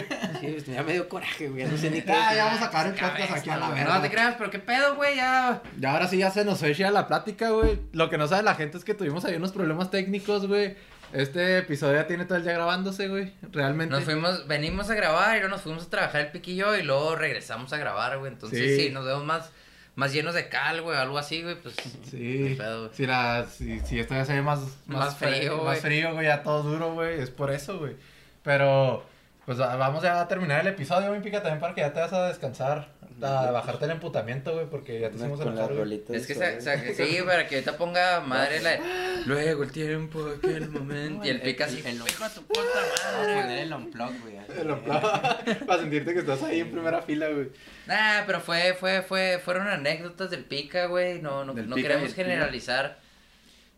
[SPEAKER 6] pues, ya me dio coraje, güey, no sé ni qué.
[SPEAKER 1] ya,
[SPEAKER 6] decir.
[SPEAKER 1] ya vamos a acabar el podcast
[SPEAKER 5] Cabeza,
[SPEAKER 1] aquí a la
[SPEAKER 5] güey.
[SPEAKER 1] verga.
[SPEAKER 5] No te creas, pero qué pedo, güey, ya.
[SPEAKER 1] Y ahora sí ya se nos fue chida la plática, güey. Lo que no sabe la gente es que tuvimos ahí unos problemas técnicos, güey. Este episodio ya tiene todo el día grabándose, güey. Realmente.
[SPEAKER 5] Nos fuimos, venimos a grabar y luego nos fuimos a trabajar el piquillo y luego regresamos a grabar, güey. Entonces,
[SPEAKER 1] Sí.
[SPEAKER 5] sí, nos vemos más, más llenos de cal, güey, algo así, güey, pues.
[SPEAKER 1] Sí.
[SPEAKER 5] qué pedo, güey.
[SPEAKER 1] Si, la, si, si esto ya se ve más,
[SPEAKER 5] Más
[SPEAKER 1] fre-
[SPEAKER 5] frío, güey.
[SPEAKER 1] Más frío, güey. Ya todo duro, güey. Es por eso, güey. Pero, pues va- vamos ya a terminar el episodio, mi pica, también para que ya te vas a descansar. A bajarte el emputamiento, güey, porque ya te hicimos
[SPEAKER 6] Con las
[SPEAKER 1] enojar, güey.
[SPEAKER 6] rolitas
[SPEAKER 5] Es que,
[SPEAKER 6] de
[SPEAKER 5] se,
[SPEAKER 6] Soel.
[SPEAKER 5] se- que sí, para que ahorita ponga madre la de, Luego el tiempo, aquel momento. Y el pica así,
[SPEAKER 6] El- el-
[SPEAKER 5] hijo de tu puta
[SPEAKER 6] Vamos a
[SPEAKER 5] madre.
[SPEAKER 6] poner el unplug, güey. así.
[SPEAKER 1] Te lo clavo, Para sentirte que estás ahí en primera fila, güey.
[SPEAKER 5] Nah, pero fue, fue, fue, fueron anécdotas del pica, güey. No, no,
[SPEAKER 1] Del
[SPEAKER 5] no
[SPEAKER 1] pica y
[SPEAKER 5] queremos
[SPEAKER 1] el pica.
[SPEAKER 5] generalizar.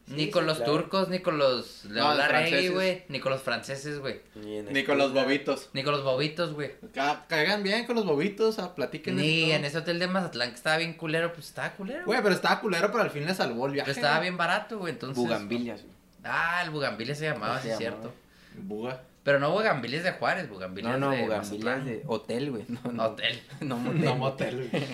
[SPEAKER 5] ni
[SPEAKER 6] Sí,
[SPEAKER 5] con
[SPEAKER 6] sí,
[SPEAKER 5] los
[SPEAKER 6] claro.
[SPEAKER 5] turcos, ni con los
[SPEAKER 7] No, los
[SPEAKER 5] Larregui,
[SPEAKER 7] franceses.
[SPEAKER 5] güey, ni con los franceses, güey,
[SPEAKER 6] Ni, en
[SPEAKER 7] Ni con los bobitos.
[SPEAKER 5] ni con los bobitos, güey.
[SPEAKER 7] Ca- Caigan bien con los bobitos, ah, platíquenles y
[SPEAKER 5] Ni
[SPEAKER 7] todo.
[SPEAKER 5] en ese hotel de Mazatlán que estaba bien culero, pues estaba culero. güey.
[SPEAKER 7] Güey, pero estaba culero, pero al fin le salvó el viaje.
[SPEAKER 5] Pero estaba
[SPEAKER 7] güey.
[SPEAKER 5] bien barato, güey, entonces.
[SPEAKER 6] Bugambilias.
[SPEAKER 5] Ah, el Bugambilia se llamaba,
[SPEAKER 6] Se
[SPEAKER 5] sí es
[SPEAKER 6] llamaba.
[SPEAKER 5] cierto.
[SPEAKER 7] Buga.
[SPEAKER 5] Pero no Bugambilia es de Juárez, Bugambilia
[SPEAKER 6] No, no,
[SPEAKER 5] es de
[SPEAKER 6] bugambilias
[SPEAKER 5] Mazatlán.
[SPEAKER 6] de hotel, güey. No, no.
[SPEAKER 5] Hotel.
[SPEAKER 6] No, motel.
[SPEAKER 7] No motel, güey.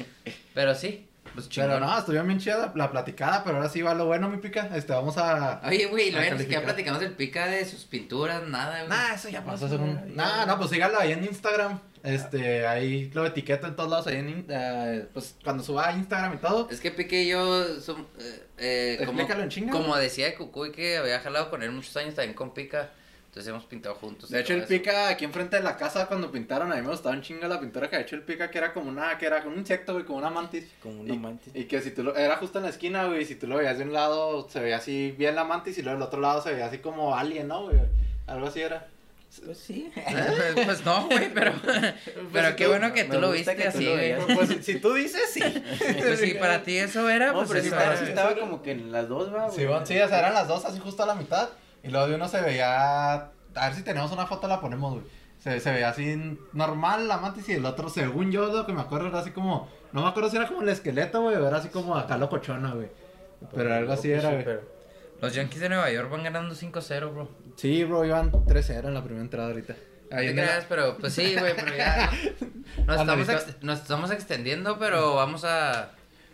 [SPEAKER 5] Pero sí, pues
[SPEAKER 1] Pero
[SPEAKER 5] chingón.
[SPEAKER 1] no, estuvo bien chida la- la platicada, pero ahora sí va lo bueno, mi pica. Este, vamos a.
[SPEAKER 5] Oye, güey,
[SPEAKER 7] Ah,
[SPEAKER 1] a
[SPEAKER 5] lo que ya
[SPEAKER 1] calificar.
[SPEAKER 5] platicamos del pica de sus pinturas, nada, güey.
[SPEAKER 7] Nah, eso ya pasó.
[SPEAKER 1] Ah, Pasó según- Nah, no, pues síganlo ahí en Instagram. Este,
[SPEAKER 7] Ah.
[SPEAKER 1] ahí lo etiqueto en todos lados. Ahí en, in- eh, pues cuando suba a Instagram y todo.
[SPEAKER 5] Es que Pique y yo som- eh, eh, como,
[SPEAKER 1] Explícalo en chinga,
[SPEAKER 5] como decía Cucuy que había jalado con él muchos años también con Pica, entonces hemos pintado juntos. y
[SPEAKER 7] De hecho,
[SPEAKER 5] todo
[SPEAKER 7] el
[SPEAKER 5] eso.
[SPEAKER 7] pica aquí enfrente de la casa cuando pintaron, a mí me gustaba un chingo la pintura que había hecho el pica, que era como una, que era como un insecto, güey, como una mantis.
[SPEAKER 6] Como
[SPEAKER 7] Y-
[SPEAKER 6] una mantis.
[SPEAKER 7] Y que si tú lo, era justo en la esquina, güey, y si tú lo veías de un lado, se veía así bien la mantis y luego del otro lado se veía así como alien, ¿no, güey? Algo así era.
[SPEAKER 6] Pues sí.
[SPEAKER 5] Eh, pues, pues no, güey, pero,
[SPEAKER 7] Pues,
[SPEAKER 5] pero
[SPEAKER 7] si
[SPEAKER 5] qué
[SPEAKER 7] tú-
[SPEAKER 5] bueno que
[SPEAKER 6] me
[SPEAKER 5] tú lo
[SPEAKER 6] gusta
[SPEAKER 5] viste
[SPEAKER 6] que tú
[SPEAKER 5] así,
[SPEAKER 6] lo
[SPEAKER 5] güey.
[SPEAKER 6] veas.
[SPEAKER 7] Pues si, si tú dices, sí.
[SPEAKER 5] Pues sí, para ti eso era,
[SPEAKER 6] No,
[SPEAKER 5] pues
[SPEAKER 6] pero sí
[SPEAKER 5] eso
[SPEAKER 6] estaba,
[SPEAKER 5] era.
[SPEAKER 6] sí estaba como que en las dos, va, güey.
[SPEAKER 1] Sí, bueno, sí, o sea, eran las dos así justo a la mitad. Y luego de uno se veía. A ver si tenemos una foto, la ponemos, güey. Se, se veía así normal la mantis y el otro, según yo, lo que me acuerdo era así como. No me acuerdo si era como el esqueleto, güey, o era así como acá locochona, güey.
[SPEAKER 7] Pues,
[SPEAKER 1] Pero algo así era, güey.
[SPEAKER 5] Los Yankees de Nueva York van ganando 5-0, bro.
[SPEAKER 1] Sí, bro, iban 3-0 en la primera entrada ahorita. Ahí
[SPEAKER 5] Ahí
[SPEAKER 1] en el-
[SPEAKER 5] pero pues sí, güey, pero ya. Nos,
[SPEAKER 1] Cuando
[SPEAKER 5] estamos
[SPEAKER 1] ahorita-
[SPEAKER 5] ex- nos estamos extendiendo, pero vamos a.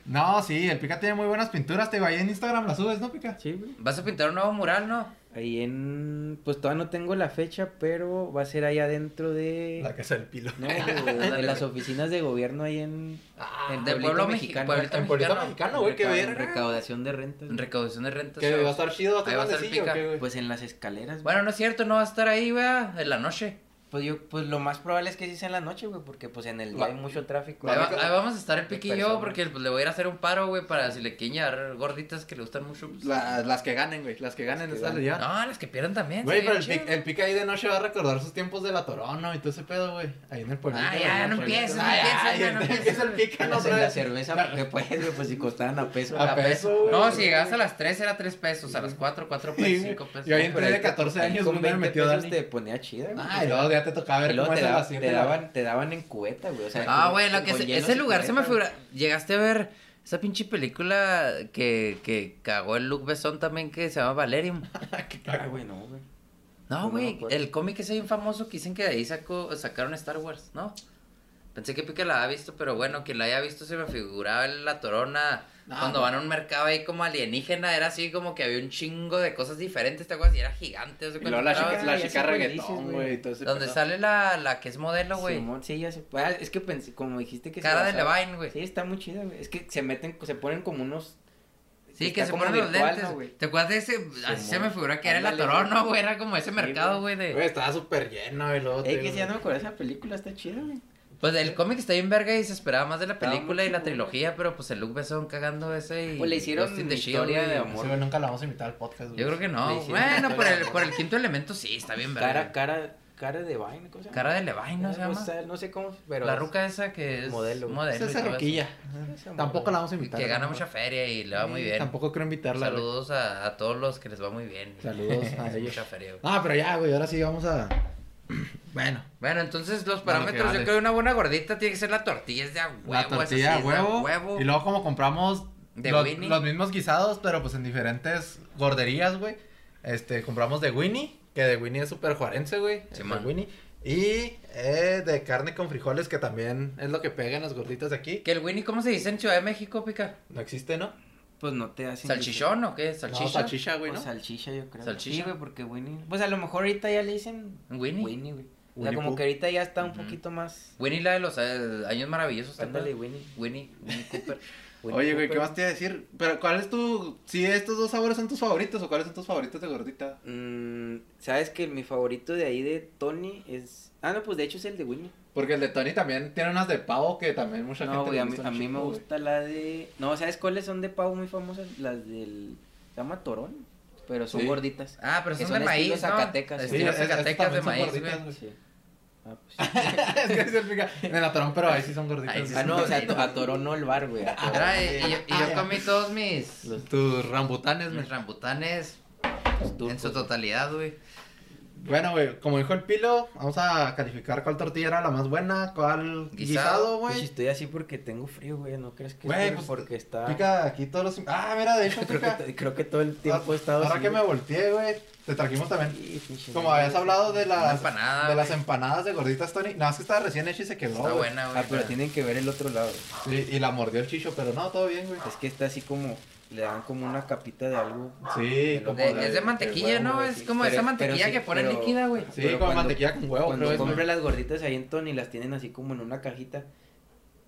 [SPEAKER 1] No, sí, el Pica tiene muy buenas pinturas, te digo, ahí en Instagram las subes, ¿no, Pica?
[SPEAKER 6] Sí, güey.
[SPEAKER 5] Vas a pintar un nuevo mural, ¿no?
[SPEAKER 6] Ahí en. Pues todavía no tengo la fecha, pero va a ser ahí adentro de.
[SPEAKER 1] La casa del pilo.
[SPEAKER 6] No, güey, de las oficinas de gobierno ahí en. en
[SPEAKER 5] de
[SPEAKER 6] Pueblito
[SPEAKER 5] Pueblo Mexi-
[SPEAKER 6] Mexicano.
[SPEAKER 5] Pueblito
[SPEAKER 6] En
[SPEAKER 5] Mexicano.
[SPEAKER 1] Pueblito Mexicano, güey, qué
[SPEAKER 6] recau- en
[SPEAKER 1] verga.
[SPEAKER 6] Recaudación de rentas. güey.
[SPEAKER 5] Recaudación de rentas.
[SPEAKER 7] Que
[SPEAKER 5] chavos.
[SPEAKER 7] va a estar chido, va a estar
[SPEAKER 5] Ahí va a estar
[SPEAKER 7] grandecillo,
[SPEAKER 5] pica.
[SPEAKER 7] ¿qué, güey?
[SPEAKER 6] Pues en las escaleras, güey.
[SPEAKER 5] Bueno, no es cierto, no va a estar ahí, güey, en la noche.
[SPEAKER 6] Pues yo, pues lo más probable es que sí sea en la noche, güey, porque pues en el día
[SPEAKER 7] La-
[SPEAKER 6] hay mucho tráfico.
[SPEAKER 5] Ahí, va-
[SPEAKER 6] güey.
[SPEAKER 5] ahí vamos a estar el
[SPEAKER 6] de
[SPEAKER 5] pique y yo,
[SPEAKER 6] personas.
[SPEAKER 5] porque pues, le voy a ir a hacer un paro, güey, para si le quieren llevar gorditas que le gustan mucho. pues.
[SPEAKER 7] La- las que ganen, güey, las que ganen,
[SPEAKER 6] que
[SPEAKER 7] esas
[SPEAKER 6] ganen.
[SPEAKER 7] le llevan.
[SPEAKER 5] No, las que pierdan también.
[SPEAKER 7] Güey,
[SPEAKER 5] estaría
[SPEAKER 7] pero el,
[SPEAKER 5] chido.
[SPEAKER 7] pic- el pica ahí de noche va a recordar sus tiempos de la Torono y todo ese pedo, güey. Ahí en el pueblo.
[SPEAKER 5] Ah, ya, no empieces, no empieces, güey, no
[SPEAKER 7] empieza el pica
[SPEAKER 6] En
[SPEAKER 7] no
[SPEAKER 6] la, en
[SPEAKER 7] otra
[SPEAKER 6] la
[SPEAKER 7] vez.
[SPEAKER 6] cerveza, porque pues, güey, pues si costaban a peso.
[SPEAKER 7] A
[SPEAKER 6] la
[SPEAKER 7] peso, güey.
[SPEAKER 5] No, si llegabas a las 3 era 3 pesos, a las 4, 4 pesos, 5 pesos.
[SPEAKER 7] Y ahí
[SPEAKER 5] Pero
[SPEAKER 7] entré de 14
[SPEAKER 6] Ahí
[SPEAKER 7] años,
[SPEAKER 6] con
[SPEAKER 7] uno me
[SPEAKER 6] 20
[SPEAKER 7] metió
[SPEAKER 6] pesos
[SPEAKER 7] Dani.
[SPEAKER 6] te ponía chida, güey.
[SPEAKER 7] Ah, y luego ya te tocaba
[SPEAKER 6] Y
[SPEAKER 7] ver
[SPEAKER 6] luego
[SPEAKER 7] cómo
[SPEAKER 6] te,
[SPEAKER 7] es a
[SPEAKER 6] daba-
[SPEAKER 7] las
[SPEAKER 6] te
[SPEAKER 7] 7 de la-
[SPEAKER 6] daban, te daban en cubeta, güey. O sea,
[SPEAKER 5] Ah,
[SPEAKER 6] con-
[SPEAKER 5] güey, lo que
[SPEAKER 6] con
[SPEAKER 5] se-
[SPEAKER 6] hielos
[SPEAKER 5] ese
[SPEAKER 6] y
[SPEAKER 5] lugar se me
[SPEAKER 6] cubeta,
[SPEAKER 5] figura. Llegaste a ver esa pinche película que, que cagó el Luke Besson también que se llama Valerium.
[SPEAKER 6] güey. Ah, güey, no, güey. No
[SPEAKER 5] No,
[SPEAKER 6] me
[SPEAKER 5] güey,
[SPEAKER 6] acuerdo.
[SPEAKER 5] el cómic ese bien famoso que dicen que de ahí sacó, sacaron Star Wars, ¿no? Pensé que Pica la había visto, pero bueno, quien la haya visto se me figuraba en la torona.
[SPEAKER 7] No,
[SPEAKER 5] cuando
[SPEAKER 7] no.
[SPEAKER 5] van a un mercado ahí como alienígena, era así como que había un chingo de cosas diferentes, ¿te acuerdas? Y era gigante. ¿te
[SPEAKER 7] Y
[SPEAKER 5] acuerdas?
[SPEAKER 7] luego la
[SPEAKER 5] Estaba
[SPEAKER 7] chica,
[SPEAKER 5] así,
[SPEAKER 7] la
[SPEAKER 6] ya
[SPEAKER 7] chica
[SPEAKER 6] sé cuál
[SPEAKER 7] reggaetón,
[SPEAKER 6] dices, güey.
[SPEAKER 7] güey, y todo ese
[SPEAKER 5] Donde
[SPEAKER 7] pedo.
[SPEAKER 5] sale la, la que es modelo, güey.
[SPEAKER 6] Simón, sí, ya se ah, Es que pensé, como dijiste que se
[SPEAKER 5] Cara de
[SPEAKER 6] basaba-
[SPEAKER 5] Levine, güey.
[SPEAKER 6] Sí, está muy chida, güey. Es que se meten, se ponen como unos.
[SPEAKER 5] Sí, que
[SPEAKER 6] está
[SPEAKER 5] se
[SPEAKER 6] como
[SPEAKER 5] ponen los
[SPEAKER 6] virtual,
[SPEAKER 5] lentes.
[SPEAKER 6] ¿no, güey?
[SPEAKER 5] ¿Te acuerdas de ese? Así se me
[SPEAKER 6] mon.
[SPEAKER 5] figura que era el
[SPEAKER 6] Ándale,
[SPEAKER 5] atorón,
[SPEAKER 6] güey.
[SPEAKER 5] ¿no, güey? Era como ese
[SPEAKER 6] Sí,
[SPEAKER 5] mercado, güey,
[SPEAKER 6] güey.
[SPEAKER 5] de...
[SPEAKER 7] Güey, estaba súper lleno, y luego...
[SPEAKER 6] Eh,
[SPEAKER 7] te-
[SPEAKER 6] que si ya no me acuerdo de esa película, está chida, güey.
[SPEAKER 5] Pues el cómic está bien verga y se esperaba más de la
[SPEAKER 6] Estaba
[SPEAKER 5] película y
[SPEAKER 6] mucho,
[SPEAKER 5] la
[SPEAKER 6] güey.
[SPEAKER 5] trilogía, pero pues el Luke Besson cagando ese y...
[SPEAKER 6] Pues le hicieron
[SPEAKER 5] Ghost in the Shell,
[SPEAKER 6] historia
[SPEAKER 5] güey.
[SPEAKER 6] de
[SPEAKER 7] Ese
[SPEAKER 6] amor.
[SPEAKER 7] güey nunca la vamos a invitar al podcast, güey.
[SPEAKER 5] Yo creo que
[SPEAKER 6] Le
[SPEAKER 5] no.
[SPEAKER 6] hicieron
[SPEAKER 5] Bueno,
[SPEAKER 6] historia
[SPEAKER 5] por
[SPEAKER 6] de
[SPEAKER 5] el,
[SPEAKER 6] amor.
[SPEAKER 5] por el quinto elemento sí, está bien
[SPEAKER 6] Cara,
[SPEAKER 5] verga.
[SPEAKER 6] cara, cara de vaina, ¿cómo se llama?
[SPEAKER 5] Cara de Levine, ¿no se
[SPEAKER 6] Ah, o
[SPEAKER 5] llama?
[SPEAKER 6] sea, no sé cómo, pero.
[SPEAKER 5] La
[SPEAKER 6] es-
[SPEAKER 5] ruca esa que es
[SPEAKER 6] Modelo, güey.
[SPEAKER 5] modelo
[SPEAKER 7] Es
[SPEAKER 5] y
[SPEAKER 7] esa
[SPEAKER 5] todo eso.
[SPEAKER 7] roquilla.
[SPEAKER 6] esa
[SPEAKER 7] Tampoco
[SPEAKER 6] morra.
[SPEAKER 7] la vamos a invitar.
[SPEAKER 5] Que gana
[SPEAKER 7] ¿no?
[SPEAKER 5] mucha feria y le va muy
[SPEAKER 7] Sí,
[SPEAKER 5] bien.
[SPEAKER 7] Tampoco creo invitarla. güey.
[SPEAKER 5] Saludos a, a todos los que les va muy bien.
[SPEAKER 7] Saludos a
[SPEAKER 5] Hace
[SPEAKER 7] ellos.
[SPEAKER 5] Mucha feria, güey.
[SPEAKER 7] Ah, pero ya, güey, ahora sí vamos a... Bueno.
[SPEAKER 5] Bueno, entonces
[SPEAKER 7] Bueno,
[SPEAKER 5] los parámetros,
[SPEAKER 7] que
[SPEAKER 5] yo
[SPEAKER 7] vale.
[SPEAKER 5] creo que una buena gordita tiene que ser la tortilla, es de a huevo.
[SPEAKER 7] La
[SPEAKER 5] esa
[SPEAKER 7] tortilla
[SPEAKER 5] sí
[SPEAKER 7] de
[SPEAKER 5] es de a
[SPEAKER 7] huevo,
[SPEAKER 5] huevo.
[SPEAKER 7] Y luego como compramos
[SPEAKER 5] De
[SPEAKER 7] los,
[SPEAKER 5] Winnie.
[SPEAKER 7] los mismos guisados, pero pues en diferentes gorderías, güey. Este, compramos de Winnie, que de Winnie es súper juarense, güey. este,
[SPEAKER 5] Simón.
[SPEAKER 7] Winnie. Y eh, de carne con frijoles, que también es lo que pegan las gorditas de aquí.
[SPEAKER 5] Que el Winnie, ¿cómo se dice en Ciudad de México, pica?
[SPEAKER 7] No existe, ¿no?
[SPEAKER 6] Pues no te hacen.
[SPEAKER 5] ¿Salchichón o qué? ¿Salchicha?
[SPEAKER 7] No, salchicha, güey, ¿no?
[SPEAKER 6] Pues salchicha, yo creo.
[SPEAKER 5] Salchicha.
[SPEAKER 6] Sí, güey, porque Winnie. Pues a lo mejor ahorita ya le dicen.
[SPEAKER 5] Winnie. Winnie.
[SPEAKER 6] Winnie, güey. O sea,
[SPEAKER 7] Winnie
[SPEAKER 6] como
[SPEAKER 7] Pooh.
[SPEAKER 6] que ahorita ya está un
[SPEAKER 5] Ujú.
[SPEAKER 6] poquito más.
[SPEAKER 5] la de los eh, años maravillosos. ¿te
[SPEAKER 6] Ándale,
[SPEAKER 5] acuerdas?
[SPEAKER 6] Winnie.
[SPEAKER 5] Winnie. Winnie Cooper.
[SPEAKER 6] Winnie
[SPEAKER 7] Pues, Oye, güey,
[SPEAKER 6] Cooper.
[SPEAKER 7] ¿qué más te iba a decir? Pero, ¿cuál es tu... Si estos dos sabores son tus favoritos o cuáles son tus favoritos de gordita?
[SPEAKER 6] Mm, Sabes que mi favorito de ahí de Tony es. Ah, no, pues de hecho es el de Winnie.
[SPEAKER 7] Porque el de Tony también tiene unas de pavo que también mucha gente
[SPEAKER 6] No, güey,
[SPEAKER 7] le
[SPEAKER 6] a mí,
[SPEAKER 7] gusta
[SPEAKER 6] a
[SPEAKER 7] un
[SPEAKER 6] mí me
[SPEAKER 7] chingo, güey.
[SPEAKER 6] gusta la de. No, ¿sabes cuáles son de pavo muy famosas? Las del. Se llama Torón. Pero son
[SPEAKER 7] Sí.
[SPEAKER 6] gorditas.
[SPEAKER 5] Ah, pero
[SPEAKER 6] Que
[SPEAKER 5] son,
[SPEAKER 6] son
[SPEAKER 5] de maíz,
[SPEAKER 6] estilo
[SPEAKER 5] ¿no?
[SPEAKER 6] Zacatecas,
[SPEAKER 5] De
[SPEAKER 6] sí.
[SPEAKER 5] estilo
[SPEAKER 7] Sí, esas
[SPEAKER 5] Zacatecas
[SPEAKER 7] también
[SPEAKER 5] de
[SPEAKER 7] son
[SPEAKER 5] maíz,
[SPEAKER 7] gorditas,
[SPEAKER 5] güey.
[SPEAKER 7] güey.
[SPEAKER 6] Sí. Ah, pues.
[SPEAKER 1] es que así se explica. En el atorón, pero ahí sí son gorditas.
[SPEAKER 5] Ahí sí
[SPEAKER 6] Ah, no, o sea, a Toro no el bar,
[SPEAKER 7] Ah,
[SPEAKER 6] güey. atoró.
[SPEAKER 5] Era, eh, y, y yo, y yo
[SPEAKER 1] Ah,
[SPEAKER 5] comí todos mis,
[SPEAKER 1] Los- Tus rambutanes, me
[SPEAKER 5] mis rambutanes en
[SPEAKER 6] pues,
[SPEAKER 1] turcos,
[SPEAKER 5] su
[SPEAKER 1] güey.
[SPEAKER 5] totalidad, güey.
[SPEAKER 1] Bueno, güey, como dijo el pilo, vamos a calificar cuál tortilla era la más buena, cuál guisado,
[SPEAKER 5] Guisado,
[SPEAKER 6] Pues, si
[SPEAKER 1] güey.
[SPEAKER 6] estoy así porque tengo frío, güey. ¿No crees que es
[SPEAKER 1] Güey,
[SPEAKER 6] por-
[SPEAKER 1] pues,
[SPEAKER 6] porque está.
[SPEAKER 1] Pica aquí todos los... Ah, mira, de hecho,
[SPEAKER 6] ah. Creo que,
[SPEAKER 1] pica... Ah,
[SPEAKER 6] to- creo que todo el tiempo he estado
[SPEAKER 1] Ahora
[SPEAKER 6] así,
[SPEAKER 1] que me
[SPEAKER 6] güey.
[SPEAKER 1] volteé, güey, te trajimos también...
[SPEAKER 6] Sí, pinche
[SPEAKER 1] Como
[SPEAKER 6] madre.
[SPEAKER 1] habías hablado de las...
[SPEAKER 5] Una empanada,
[SPEAKER 1] Ah, De las
[SPEAKER 5] güey.
[SPEAKER 1] empanadas de gorditas, Tony. Nada más que estaba recién hecha y se quedó.
[SPEAKER 5] Está
[SPEAKER 1] güey.
[SPEAKER 5] buena, güey.
[SPEAKER 6] Ah, pero tienen que ver el otro lado.
[SPEAKER 1] Sí, y la mordió el chicho, pero no, todo bien, güey.
[SPEAKER 6] Es que está así como. Le dan como una capita de algo.
[SPEAKER 1] Sí, como...
[SPEAKER 5] De- es de mantequilla,
[SPEAKER 6] huevo,
[SPEAKER 5] ¿no?
[SPEAKER 6] güey,
[SPEAKER 5] Es
[SPEAKER 6] sí.
[SPEAKER 5] como
[SPEAKER 6] Pero-
[SPEAKER 5] esa mantequilla
[SPEAKER 6] pero sí,
[SPEAKER 5] que ponen
[SPEAKER 6] pero-
[SPEAKER 5] líquida, güey.
[SPEAKER 1] Sí,
[SPEAKER 6] pero
[SPEAKER 1] como
[SPEAKER 6] cuando-
[SPEAKER 1] mantequilla con huevo,
[SPEAKER 6] Cuando
[SPEAKER 1] creo es,
[SPEAKER 6] compras
[SPEAKER 1] güey.
[SPEAKER 6] las gorditas ahí en Tony, las tienen así como en una cajita.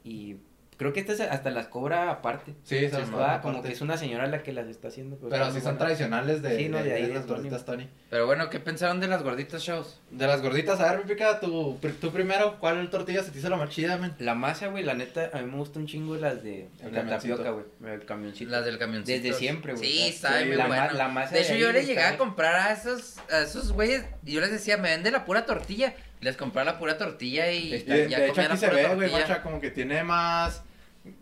[SPEAKER 6] Y creo que estas hasta las cobra aparte.
[SPEAKER 1] Sí, se
[SPEAKER 6] Se
[SPEAKER 1] las
[SPEAKER 6] les
[SPEAKER 1] cobra
[SPEAKER 6] va, como
[SPEAKER 1] aparte.
[SPEAKER 6] que es una señora la que las está haciendo. pues,
[SPEAKER 1] Pero
[SPEAKER 6] está
[SPEAKER 1] sí
[SPEAKER 6] muy
[SPEAKER 1] son
[SPEAKER 6] buena.
[SPEAKER 1] tradicionales de,
[SPEAKER 6] Sí, no, de ahí, de
[SPEAKER 1] las
[SPEAKER 6] Tony.
[SPEAKER 1] gorditas, Tony.
[SPEAKER 5] Pero bueno, ¿qué pensaron de las gorditas shows?
[SPEAKER 1] De las gorditas, a ver, Pica, tú, tú primero, ¿cuál tortilla se te hizo la más chida, men?
[SPEAKER 6] La masa, güey, la neta, a mí me gusta un chingo las de
[SPEAKER 1] El
[SPEAKER 6] la
[SPEAKER 1] camioncito.
[SPEAKER 6] tapioca, güey. El camioncito.
[SPEAKER 5] Las del camioncito.
[SPEAKER 6] Desde siempre, güey.
[SPEAKER 5] Sí,
[SPEAKER 6] Las-
[SPEAKER 5] sabe
[SPEAKER 1] sí,
[SPEAKER 5] muy
[SPEAKER 6] la ma-
[SPEAKER 5] bueno.
[SPEAKER 6] la masa
[SPEAKER 5] de
[SPEAKER 6] de
[SPEAKER 5] hecho,
[SPEAKER 6] ahí,
[SPEAKER 5] yo les
[SPEAKER 6] güey,
[SPEAKER 5] llegaba a
[SPEAKER 6] está-
[SPEAKER 5] comprar a esos, a esos güeyes. y Yo les decía, me venden la pura tortilla. Les compraba la pura tortilla y
[SPEAKER 1] Y de, de hecho,
[SPEAKER 5] comía la
[SPEAKER 1] aquí se
[SPEAKER 5] pura
[SPEAKER 1] ve, güey,
[SPEAKER 5] tortilla.
[SPEAKER 1] macha, como que tiene más.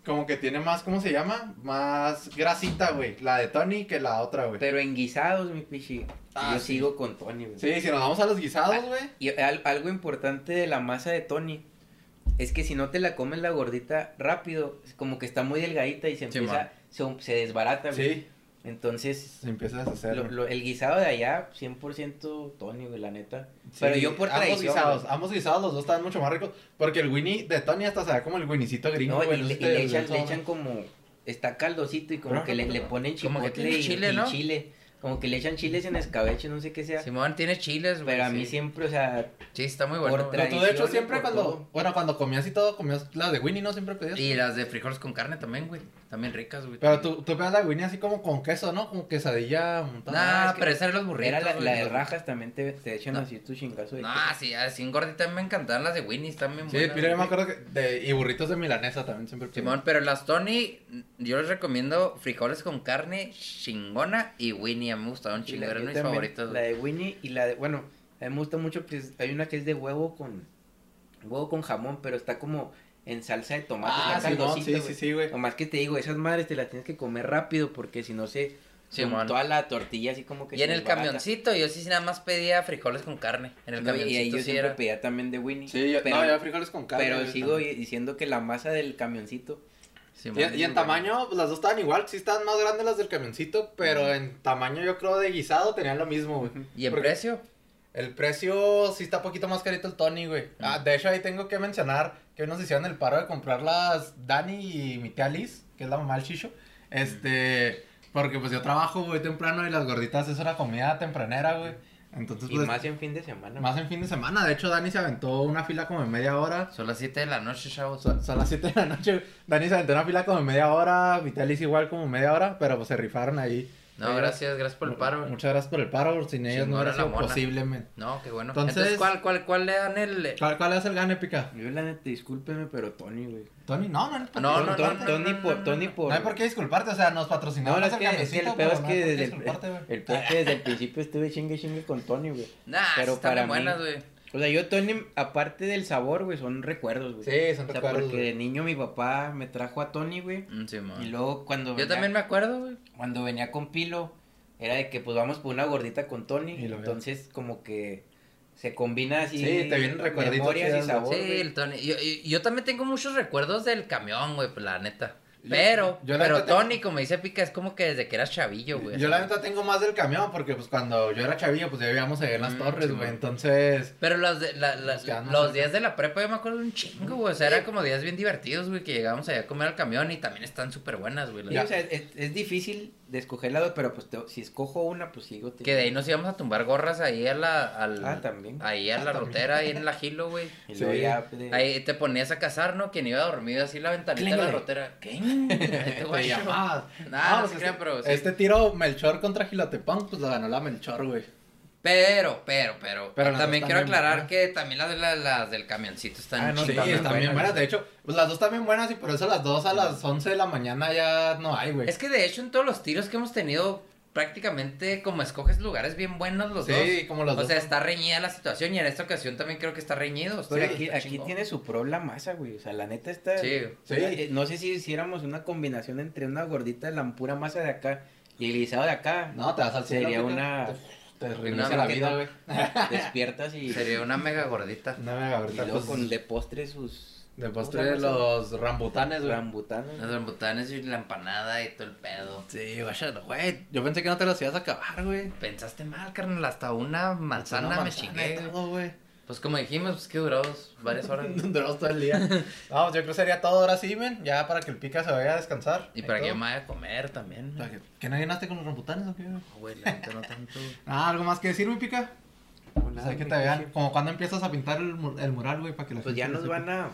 [SPEAKER 1] Como que tiene más, ¿cómo se llama? Más grasita, güey. La de Tony que la otra, güey.
[SPEAKER 6] Pero en guisados, mi pichi.
[SPEAKER 1] Ah,
[SPEAKER 6] yo
[SPEAKER 1] sí.
[SPEAKER 6] sigo con Tony, güey.
[SPEAKER 1] Sí, si nos vamos a los guisados,
[SPEAKER 6] Ah.
[SPEAKER 1] güey.
[SPEAKER 6] Y al- algo importante de la masa de Tony es que si no te la comes la gordita rápido, es como que está muy delgadita y se
[SPEAKER 5] Sí,
[SPEAKER 6] empieza, se, se desbarata, güey.
[SPEAKER 1] Sí,
[SPEAKER 6] Entonces,
[SPEAKER 1] se empieza a deshacer.
[SPEAKER 6] lo-
[SPEAKER 1] güey.
[SPEAKER 6] lo- el guisado de allá, 100% Tony, güey, la neta.
[SPEAKER 1] Sí,
[SPEAKER 6] Pero yo por
[SPEAKER 1] ambos
[SPEAKER 6] tradición.
[SPEAKER 1] guisados,
[SPEAKER 6] güey.
[SPEAKER 1] ambos guisados, los dos estaban mucho más ricos. Porque el Winnie de Tony hasta se da como el Winnicito gringo,
[SPEAKER 6] No,
[SPEAKER 1] güey,
[SPEAKER 6] y,
[SPEAKER 1] no
[SPEAKER 6] le,
[SPEAKER 1] sé si
[SPEAKER 6] y le
[SPEAKER 1] te-
[SPEAKER 6] echan,
[SPEAKER 1] eso,
[SPEAKER 6] le
[SPEAKER 1] güey.
[SPEAKER 6] echan como. Está caldosito y como
[SPEAKER 1] Claro,
[SPEAKER 6] que le,
[SPEAKER 1] claro.
[SPEAKER 6] le ponen
[SPEAKER 5] Como que
[SPEAKER 6] chipotle
[SPEAKER 5] tiene
[SPEAKER 6] y,
[SPEAKER 5] chile,
[SPEAKER 6] y
[SPEAKER 5] ¿no?
[SPEAKER 6] chile. Como que le echan chiles en escabeche, no sé qué sea.
[SPEAKER 5] Simón tiene chiles, güey.
[SPEAKER 6] pero a mí
[SPEAKER 5] sí.
[SPEAKER 6] siempre, o sea,
[SPEAKER 5] Sí, está muy bueno.
[SPEAKER 6] por
[SPEAKER 5] güey.
[SPEAKER 1] Pero tú, de hecho,
[SPEAKER 6] tradición,
[SPEAKER 1] siempre
[SPEAKER 6] por
[SPEAKER 1] cuando.
[SPEAKER 6] todo.
[SPEAKER 1] Bueno, cuando comías y todo, comías la de Winnie, ¿no? Siempre pedías.
[SPEAKER 5] Y las de frijoles con carne también, güey. También ricas, güey.
[SPEAKER 1] Pero tú, tú pegas la Winnie así como con queso, ¿no? Como quesadilla montada.
[SPEAKER 5] Nah,
[SPEAKER 6] es que
[SPEAKER 5] pero esas eran los burritos.
[SPEAKER 6] era la,
[SPEAKER 5] güey,
[SPEAKER 6] la de
[SPEAKER 5] los-
[SPEAKER 6] rajas también te, te echan
[SPEAKER 5] No.
[SPEAKER 6] así tu chingazo de
[SPEAKER 5] Nah, sí, así en gordita me encantaban las de Winnie's también.
[SPEAKER 1] Sí,
[SPEAKER 5] buenas,
[SPEAKER 1] pero yo me
[SPEAKER 5] güey.
[SPEAKER 1] acuerdo que de, y burritos de milanesa también siempre pedí.
[SPEAKER 5] Simón, pero las Tony, yo les recomiendo frijoles con carne chingona y Winnie. A mí me gustaban
[SPEAKER 6] Y
[SPEAKER 5] chingo,
[SPEAKER 6] yo
[SPEAKER 5] eran mis
[SPEAKER 6] también,
[SPEAKER 5] favoritos.
[SPEAKER 6] La
[SPEAKER 5] güey.
[SPEAKER 6] de Winnie y la de, bueno, a mí me gusta mucho, pues, hay una que es de huevo con, huevo con jamón, pero está como en salsa de tomate.
[SPEAKER 1] Ah,
[SPEAKER 6] está
[SPEAKER 1] Simón,
[SPEAKER 6] caldosita,
[SPEAKER 1] sí, sí,
[SPEAKER 6] güey.
[SPEAKER 1] sí, güey.
[SPEAKER 6] Nomás que te digo, esas madres te las tienes que comer rápido porque si no se,
[SPEAKER 5] Simón.
[SPEAKER 6] toda la tortilla así como que
[SPEAKER 5] Y
[SPEAKER 6] se
[SPEAKER 5] en el
[SPEAKER 6] desbarata.
[SPEAKER 5] camioncito, yo sí nada más pedía frijoles con carne. En el
[SPEAKER 6] No, y ahí
[SPEAKER 5] camioncito
[SPEAKER 6] yo
[SPEAKER 5] sí
[SPEAKER 6] siempre
[SPEAKER 5] era.
[SPEAKER 6] pedía también de Winnie.
[SPEAKER 1] Sí, yo,
[SPEAKER 6] pero,
[SPEAKER 1] no, yo frijoles con carne.
[SPEAKER 6] pero
[SPEAKER 1] güey,
[SPEAKER 6] sigo
[SPEAKER 1] también.
[SPEAKER 6] diciendo que la masa del camioncito
[SPEAKER 5] Simón.
[SPEAKER 1] Y, y en tamaño, pues las dos estaban igual. Sí estaban más grandes las del camioncito, pero en tamaño yo creo de guisado tenían lo mismo, güey.
[SPEAKER 5] ¿Y en
[SPEAKER 1] Porque
[SPEAKER 5] precio?
[SPEAKER 1] El precio sí está poquito más carito el Tony, güey. Ah, de hecho, ahí tengo que mencionar que hoy nos hicieron el paro de comprar las Dani y mi tía Liz, que es la mamá del Chicho. Este, porque pues yo trabajo, güey, temprano y las gorditas es una comida tempranera, güey. Entonces,
[SPEAKER 6] y
[SPEAKER 1] pues,
[SPEAKER 6] más en fin de semana.
[SPEAKER 1] Más en fin de semana. De hecho, Dani se aventó una fila como de media hora.
[SPEAKER 5] Son las 7 de la noche, chavos.
[SPEAKER 1] Son, son las 7 de la noche. güey. Dani se aventó una fila como de media hora. Vitalis igual como media hora. Pero pues se rifaron ahí.
[SPEAKER 5] No, gracias, gracias por el paro. güey.
[SPEAKER 1] Muchas gracias por el paro. Sin ellos no
[SPEAKER 5] Chingona
[SPEAKER 1] era
[SPEAKER 5] la
[SPEAKER 1] sido
[SPEAKER 5] mona.
[SPEAKER 1] posible, men.
[SPEAKER 5] No, qué bueno.
[SPEAKER 1] Entonces-
[SPEAKER 5] Entonces, ¿cuál, cuál, ¿cuál le dan el...?
[SPEAKER 1] ¿Cuál, cuál es el gane, pica?
[SPEAKER 6] Yo la neta, discúlpeme, pero Tony, güey.
[SPEAKER 1] Tony, no, no.
[SPEAKER 5] No,
[SPEAKER 1] hay
[SPEAKER 5] no,
[SPEAKER 1] por qué
[SPEAKER 5] no,
[SPEAKER 1] disculparte.
[SPEAKER 5] no,
[SPEAKER 6] Tony
[SPEAKER 5] no,
[SPEAKER 6] por,
[SPEAKER 5] no,
[SPEAKER 6] Tony
[SPEAKER 5] no.
[SPEAKER 6] por.
[SPEAKER 1] No hay por qué disculparte. O sea, nos patrocinó.
[SPEAKER 6] No, es que, es que el peor es que desde el,
[SPEAKER 1] el...
[SPEAKER 6] el peor es que desde el principio estuve chingue chingue con Tony, güey.
[SPEAKER 5] Nah,
[SPEAKER 6] Pero
[SPEAKER 5] están
[SPEAKER 6] para
[SPEAKER 5] bien buenas,
[SPEAKER 6] mí-
[SPEAKER 5] güey.
[SPEAKER 6] O sea, yo Tony, aparte del sabor, güey, son recuerdos, güey.
[SPEAKER 1] Sí, son
[SPEAKER 6] O sea,
[SPEAKER 1] recuerdos,
[SPEAKER 6] porque
[SPEAKER 1] güey.
[SPEAKER 6] de niño mi papá me trajo a Tony, güey.
[SPEAKER 5] Mm, Simón.
[SPEAKER 6] Y luego cuando
[SPEAKER 5] Yo también me acuerdo, güey.
[SPEAKER 6] cuando venía con Pilo, era de que pues vamos por una gordita con Tony.
[SPEAKER 1] Y lo veo.
[SPEAKER 6] entonces como que se combina así.
[SPEAKER 1] Sí, te vienen recuerditos
[SPEAKER 6] Memorias
[SPEAKER 1] chidas,
[SPEAKER 6] y
[SPEAKER 1] güey.
[SPEAKER 6] sabor,
[SPEAKER 5] Sí,
[SPEAKER 6] güey.
[SPEAKER 5] el Tony. Yo, yo- yo también tengo muchos recuerdos del camión, güey, pues, la neta. Pero,
[SPEAKER 1] yo la
[SPEAKER 5] pero
[SPEAKER 1] neta tengo-
[SPEAKER 5] Tony, como dice Pica, es como que desde que eras chavillo, güey.
[SPEAKER 1] Yo la neta tengo más del camión porque pues cuando yo era chavillo pues ya vivíamos ahí en las
[SPEAKER 5] Mm,
[SPEAKER 1] torres,
[SPEAKER 5] sí,
[SPEAKER 1] güey.
[SPEAKER 5] güey.
[SPEAKER 1] Entonces,
[SPEAKER 5] Pero los, de- la- la-
[SPEAKER 1] Nos quedamos
[SPEAKER 5] los
[SPEAKER 1] acá.
[SPEAKER 5] días de la prepa yo me acuerdo un chingo, güey. O sea, eran como días bien divertidos, güey, que llegábamos allá a comer al camión y también están súper buenas, güey. la
[SPEAKER 6] Sí,
[SPEAKER 5] neta.
[SPEAKER 6] o sea, es, es difícil de escoger la dos, pero pues te- si escojo una, pues sigo.
[SPEAKER 5] Que de ahí nos íbamos a tumbar gorras ahí a la... Al,
[SPEAKER 6] Ah, también.
[SPEAKER 5] Ahí a la rotera, ahí en la Gilo, güey.
[SPEAKER 6] Y luego
[SPEAKER 1] Sí.
[SPEAKER 6] ya, pues, de-
[SPEAKER 5] Ahí te ponías a cazar, ¿no? Quien iba dormido así la ventanita de la
[SPEAKER 1] Clínale.
[SPEAKER 5] rotera. ¿Qué? Este
[SPEAKER 1] te
[SPEAKER 5] guacho.
[SPEAKER 1] llamabas.
[SPEAKER 5] Nah, no
[SPEAKER 1] pues,
[SPEAKER 5] se
[SPEAKER 1] este,
[SPEAKER 5] crean, pero sí.
[SPEAKER 1] Este tiro Melchor contra Gilotepón, pues lo ganó la Melchor, güey.
[SPEAKER 5] Pero, pero, pero.
[SPEAKER 1] Pero las
[SPEAKER 5] también
[SPEAKER 1] dos
[SPEAKER 5] quiero
[SPEAKER 1] también,
[SPEAKER 5] aclarar
[SPEAKER 1] ¿no?
[SPEAKER 5] que también las, de la- las del camioncito están
[SPEAKER 6] Ah, no,
[SPEAKER 1] Sí,
[SPEAKER 5] chingonas.
[SPEAKER 1] están, bien buenas. De hecho, pues las dos también buenas y por eso las dos a las 11 de la mañana ya no hay, güey.
[SPEAKER 5] Es que de hecho en todos los tiros que hemos tenido prácticamente como escoges lugares bien buenos los dos.
[SPEAKER 1] Sí, como los
[SPEAKER 5] o
[SPEAKER 1] dos.
[SPEAKER 5] sea, está reñida la situación y en esta ocasión también creo que está reñido.
[SPEAKER 6] Pero
[SPEAKER 5] está-
[SPEAKER 6] aquí,
[SPEAKER 5] está
[SPEAKER 6] aquí
[SPEAKER 5] chingón.
[SPEAKER 6] tiene su pro la masa, güey. O sea, la neta está.
[SPEAKER 5] Sí.
[SPEAKER 1] Sí.
[SPEAKER 6] Eh, No sé si hiciéramos una combinación entre una gordita de la pura masa de acá y el guisado de acá.
[SPEAKER 1] No, te vas al cielo,
[SPEAKER 6] Sería
[SPEAKER 1] pica.
[SPEAKER 6] una.
[SPEAKER 1] Te reinicia
[SPEAKER 5] no,
[SPEAKER 1] la
[SPEAKER 5] que
[SPEAKER 1] vida,
[SPEAKER 5] no.
[SPEAKER 1] güey.
[SPEAKER 6] Despiertas y.
[SPEAKER 5] Sería una mega gordita.
[SPEAKER 1] No me hagas
[SPEAKER 6] y
[SPEAKER 1] ahorita.
[SPEAKER 6] luego
[SPEAKER 1] pues,
[SPEAKER 6] con de postre sus.
[SPEAKER 1] De
[SPEAKER 6] ¿cómo
[SPEAKER 1] postre
[SPEAKER 6] se llama
[SPEAKER 1] los rambutanes,
[SPEAKER 6] eso?
[SPEAKER 1] güey.
[SPEAKER 6] Rambutanes.
[SPEAKER 5] Los rambutanes y la empanada y todo el pedo.
[SPEAKER 1] Sí, vaya, güey. Yo pensé que no te las ibas a acabar, güey.
[SPEAKER 5] Pensaste mal, carnal. Hasta una manzana,
[SPEAKER 1] Una
[SPEAKER 5] me
[SPEAKER 1] manzana y
[SPEAKER 5] chingué. güey.
[SPEAKER 1] todo, güey.
[SPEAKER 5] Pues como dijimos, pues que duró dos- varias horas. ¿no?
[SPEAKER 1] Duramos todo el día. Vamos, yo creo que sería todo ahora sí, men. Ya para que el pica se vaya a descansar.
[SPEAKER 5] y para que
[SPEAKER 1] todo.
[SPEAKER 5] yo me vaya a comer también. ¿no?
[SPEAKER 1] ¿Para que- ¿Que no llenaste con los rambutanes o qué? güey?
[SPEAKER 5] No, Güey, la neta no tanto. güey.
[SPEAKER 1] Ah, ¿algo más que decir, güey, pica? Pues hay que te vean. Como cuando empiezas a pintar el, mur- el mural, güey, para que la
[SPEAKER 6] Pues
[SPEAKER 1] gente
[SPEAKER 6] ya
[SPEAKER 1] lo
[SPEAKER 6] nos
[SPEAKER 1] sepa.
[SPEAKER 6] van a.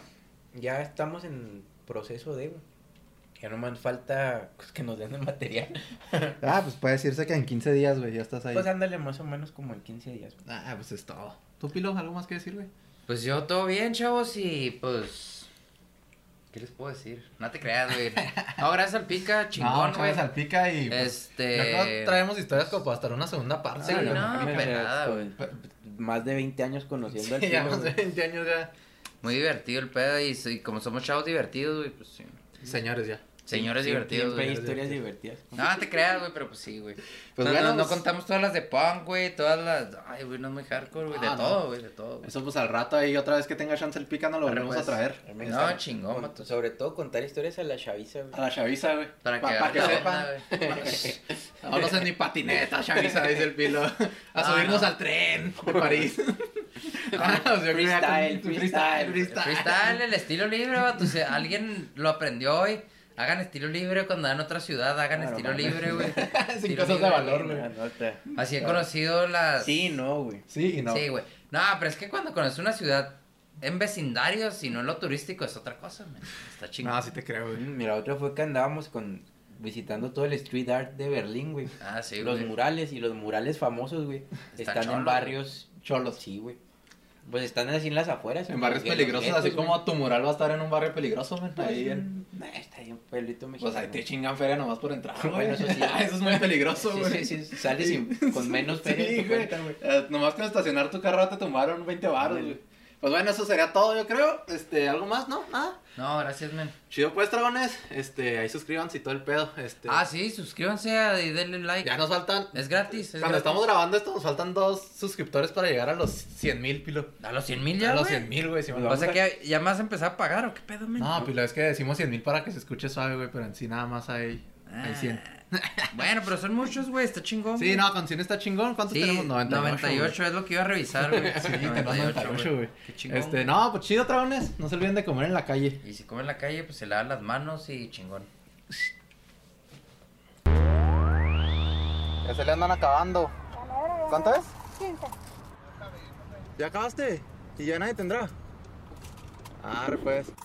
[SPEAKER 6] Ya estamos en proceso de, güey. Ya nomás falta pues, que nos den el material.
[SPEAKER 1] Ah, pues puede decirse que en 15 días, güey, ya estás ahí.
[SPEAKER 6] Pues ándale más o menos como en 15 días. güey.
[SPEAKER 1] Ah, pues es todo. ¿Tú, Pilo, algo más que decir, güey?
[SPEAKER 5] Pues yo todo bien, chavos, y pues. ¿Qué les puedo decir? No te creas, güey. No, gracias al pica, chingón,
[SPEAKER 1] no,
[SPEAKER 5] güey.
[SPEAKER 1] al pica y... pues, yo creo
[SPEAKER 5] este.
[SPEAKER 1] que traemos historias como para estar una segunda parte,
[SPEAKER 5] Sí,
[SPEAKER 6] Ah,
[SPEAKER 1] güey.
[SPEAKER 5] no,
[SPEAKER 6] mames,
[SPEAKER 5] pelada,
[SPEAKER 6] güey. Más de 20 años conociendo al
[SPEAKER 1] Sí, ya
[SPEAKER 6] Pilo,
[SPEAKER 1] más de
[SPEAKER 6] güey.
[SPEAKER 1] 20 años ya.
[SPEAKER 5] Muy divertido el pedo, y, y como somos chavos divertidos, güey, pues sí.
[SPEAKER 1] Señores, ya.
[SPEAKER 5] Señores
[SPEAKER 6] Sí,
[SPEAKER 5] divertidos,
[SPEAKER 6] Siempre hay
[SPEAKER 5] güey.
[SPEAKER 6] historias divertidas.
[SPEAKER 5] No, no te creas, güey, pero pues sí, güey.
[SPEAKER 1] Pues
[SPEAKER 5] no,
[SPEAKER 1] bueno,
[SPEAKER 5] no, no
[SPEAKER 1] pues-
[SPEAKER 5] contamos todas las de punk, güey, todas las... Ay, güey, no es muy hardcore, güey, de
[SPEAKER 1] Ah, no.
[SPEAKER 5] todo, güey, de todo. güey.
[SPEAKER 1] Eso pues al rato ahí otra vez que tenga chance el pica nos lo
[SPEAKER 5] Arre,
[SPEAKER 1] volvemos a
[SPEAKER 5] pues.
[SPEAKER 1] traer.
[SPEAKER 5] No,
[SPEAKER 6] Está-
[SPEAKER 5] chingón,
[SPEAKER 6] con-
[SPEAKER 5] vato.
[SPEAKER 6] Sobre todo contar historias a la chaviza, güey.
[SPEAKER 1] A la chaviza, güey.
[SPEAKER 5] Para que,
[SPEAKER 1] Pa-
[SPEAKER 5] agarren
[SPEAKER 1] que
[SPEAKER 5] la
[SPEAKER 1] sepan.
[SPEAKER 5] onda, güey.
[SPEAKER 1] Vámonos en mi patineta, chaviza, dice el Pilo. A
[SPEAKER 5] No,
[SPEAKER 1] subirnos
[SPEAKER 5] no.
[SPEAKER 1] al tren de París. Ah, pues, yo creo que ya con-
[SPEAKER 6] Freestyle, freestyle,
[SPEAKER 1] Ah.
[SPEAKER 5] Freestyle, el estilo libre, vato. Si alguien lo aprendió hoy, hagan estilo libre cuando dan otra ciudad, hagan
[SPEAKER 6] Claro,
[SPEAKER 5] estilo
[SPEAKER 6] mames.
[SPEAKER 5] libre, güey.
[SPEAKER 1] Sin
[SPEAKER 5] Estilo
[SPEAKER 1] cosas de
[SPEAKER 5] libre,
[SPEAKER 1] valor,
[SPEAKER 6] Una
[SPEAKER 1] güey.
[SPEAKER 6] nota.
[SPEAKER 5] Así he conocido las...
[SPEAKER 6] Sí, no, güey.
[SPEAKER 1] Sí y no.
[SPEAKER 5] Sí, güey. No, pero es que cuando conoces una ciudad en vecindario, si no en lo turístico, es otra cosa, man. Está chingón.
[SPEAKER 1] No, Ah, sí te creo, güey.
[SPEAKER 6] Mm, Mira, otra fue que andábamos con visitando todo el street art de Berlín, güey.
[SPEAKER 5] Ah, sí,
[SPEAKER 6] los
[SPEAKER 5] güey.
[SPEAKER 6] murales y los murales famosos, güey.
[SPEAKER 5] Está
[SPEAKER 6] están
[SPEAKER 5] cholo,
[SPEAKER 6] en barrios cholos, sí, güey. Pues están así en las afueras.
[SPEAKER 1] En barrios
[SPEAKER 6] los- los
[SPEAKER 1] peligrosos, así
[SPEAKER 6] guetos,
[SPEAKER 1] como tu mural va a estar en un barrio peligroso, men.
[SPEAKER 6] güey.
[SPEAKER 1] Ahí en...
[SPEAKER 6] Nah, Mm, eh, está ahí un pueblito mexicano.
[SPEAKER 1] Pues ahí te chingan feria nomás por entrar, güey.
[SPEAKER 6] Bueno, eso sí.
[SPEAKER 1] eso es muy peligroso,
[SPEAKER 6] Sí,
[SPEAKER 1] güey.
[SPEAKER 6] sí, sí, sales sin- con menos feria en
[SPEAKER 1] Sí,
[SPEAKER 6] tu
[SPEAKER 1] güey.
[SPEAKER 6] cuenta, güey.
[SPEAKER 1] Eh, nomás con estacionar tu carro te tumbaron 20 baros,
[SPEAKER 6] Ándale.
[SPEAKER 1] güey. Pues bueno, eso sería todo, yo creo. Este, ¿algo más? ¿No? Nada.
[SPEAKER 5] No, gracias, men.
[SPEAKER 1] Chido pues, dragones. Este, ahí suscríbanse y todo el pedo. Este,
[SPEAKER 5] Ah, sí, suscríbanse a- y denle like.
[SPEAKER 1] Ya nos faltan...
[SPEAKER 5] Es gratis. es
[SPEAKER 1] Cuando
[SPEAKER 5] gratis.
[SPEAKER 1] estamos grabando esto, nos faltan dos suscriptores para llegar a los 100 mil, Pilo.
[SPEAKER 5] A los 100 mil ya.
[SPEAKER 1] A los
[SPEAKER 5] güey?
[SPEAKER 1] 100 mil, güey. si me lo
[SPEAKER 5] O sea
[SPEAKER 1] vamos a-
[SPEAKER 5] que ya más empezar a pagar o qué pedo, men.
[SPEAKER 1] No, pues, Pilo, es que decimos 100 mil para que se escuche suave, güey, pero en sí nada más hay, hay 100.
[SPEAKER 5] Ah. Bueno, pero son muchos, güey. Está chingón.
[SPEAKER 1] Sí,
[SPEAKER 5] güey.
[SPEAKER 1] no, con 100 está chingón. ¿Cuántos
[SPEAKER 5] Sí,
[SPEAKER 1] tenemos?
[SPEAKER 5] 98,
[SPEAKER 1] 98
[SPEAKER 5] es lo que iba a revisar, güey.
[SPEAKER 1] Sí, tenemos 98, güey.
[SPEAKER 5] Qué chingón.
[SPEAKER 1] Este, no, pues chido, tragones. No se olviden de comer en la calle.
[SPEAKER 5] Y si come en la calle, pues se lavan las manos y chingón.
[SPEAKER 1] Ya se le andan acabando. ¿Cuánto es?
[SPEAKER 3] 15.
[SPEAKER 1] ¿Ya acabaste? ¿Y ya nadie tendrá? Ah, pues.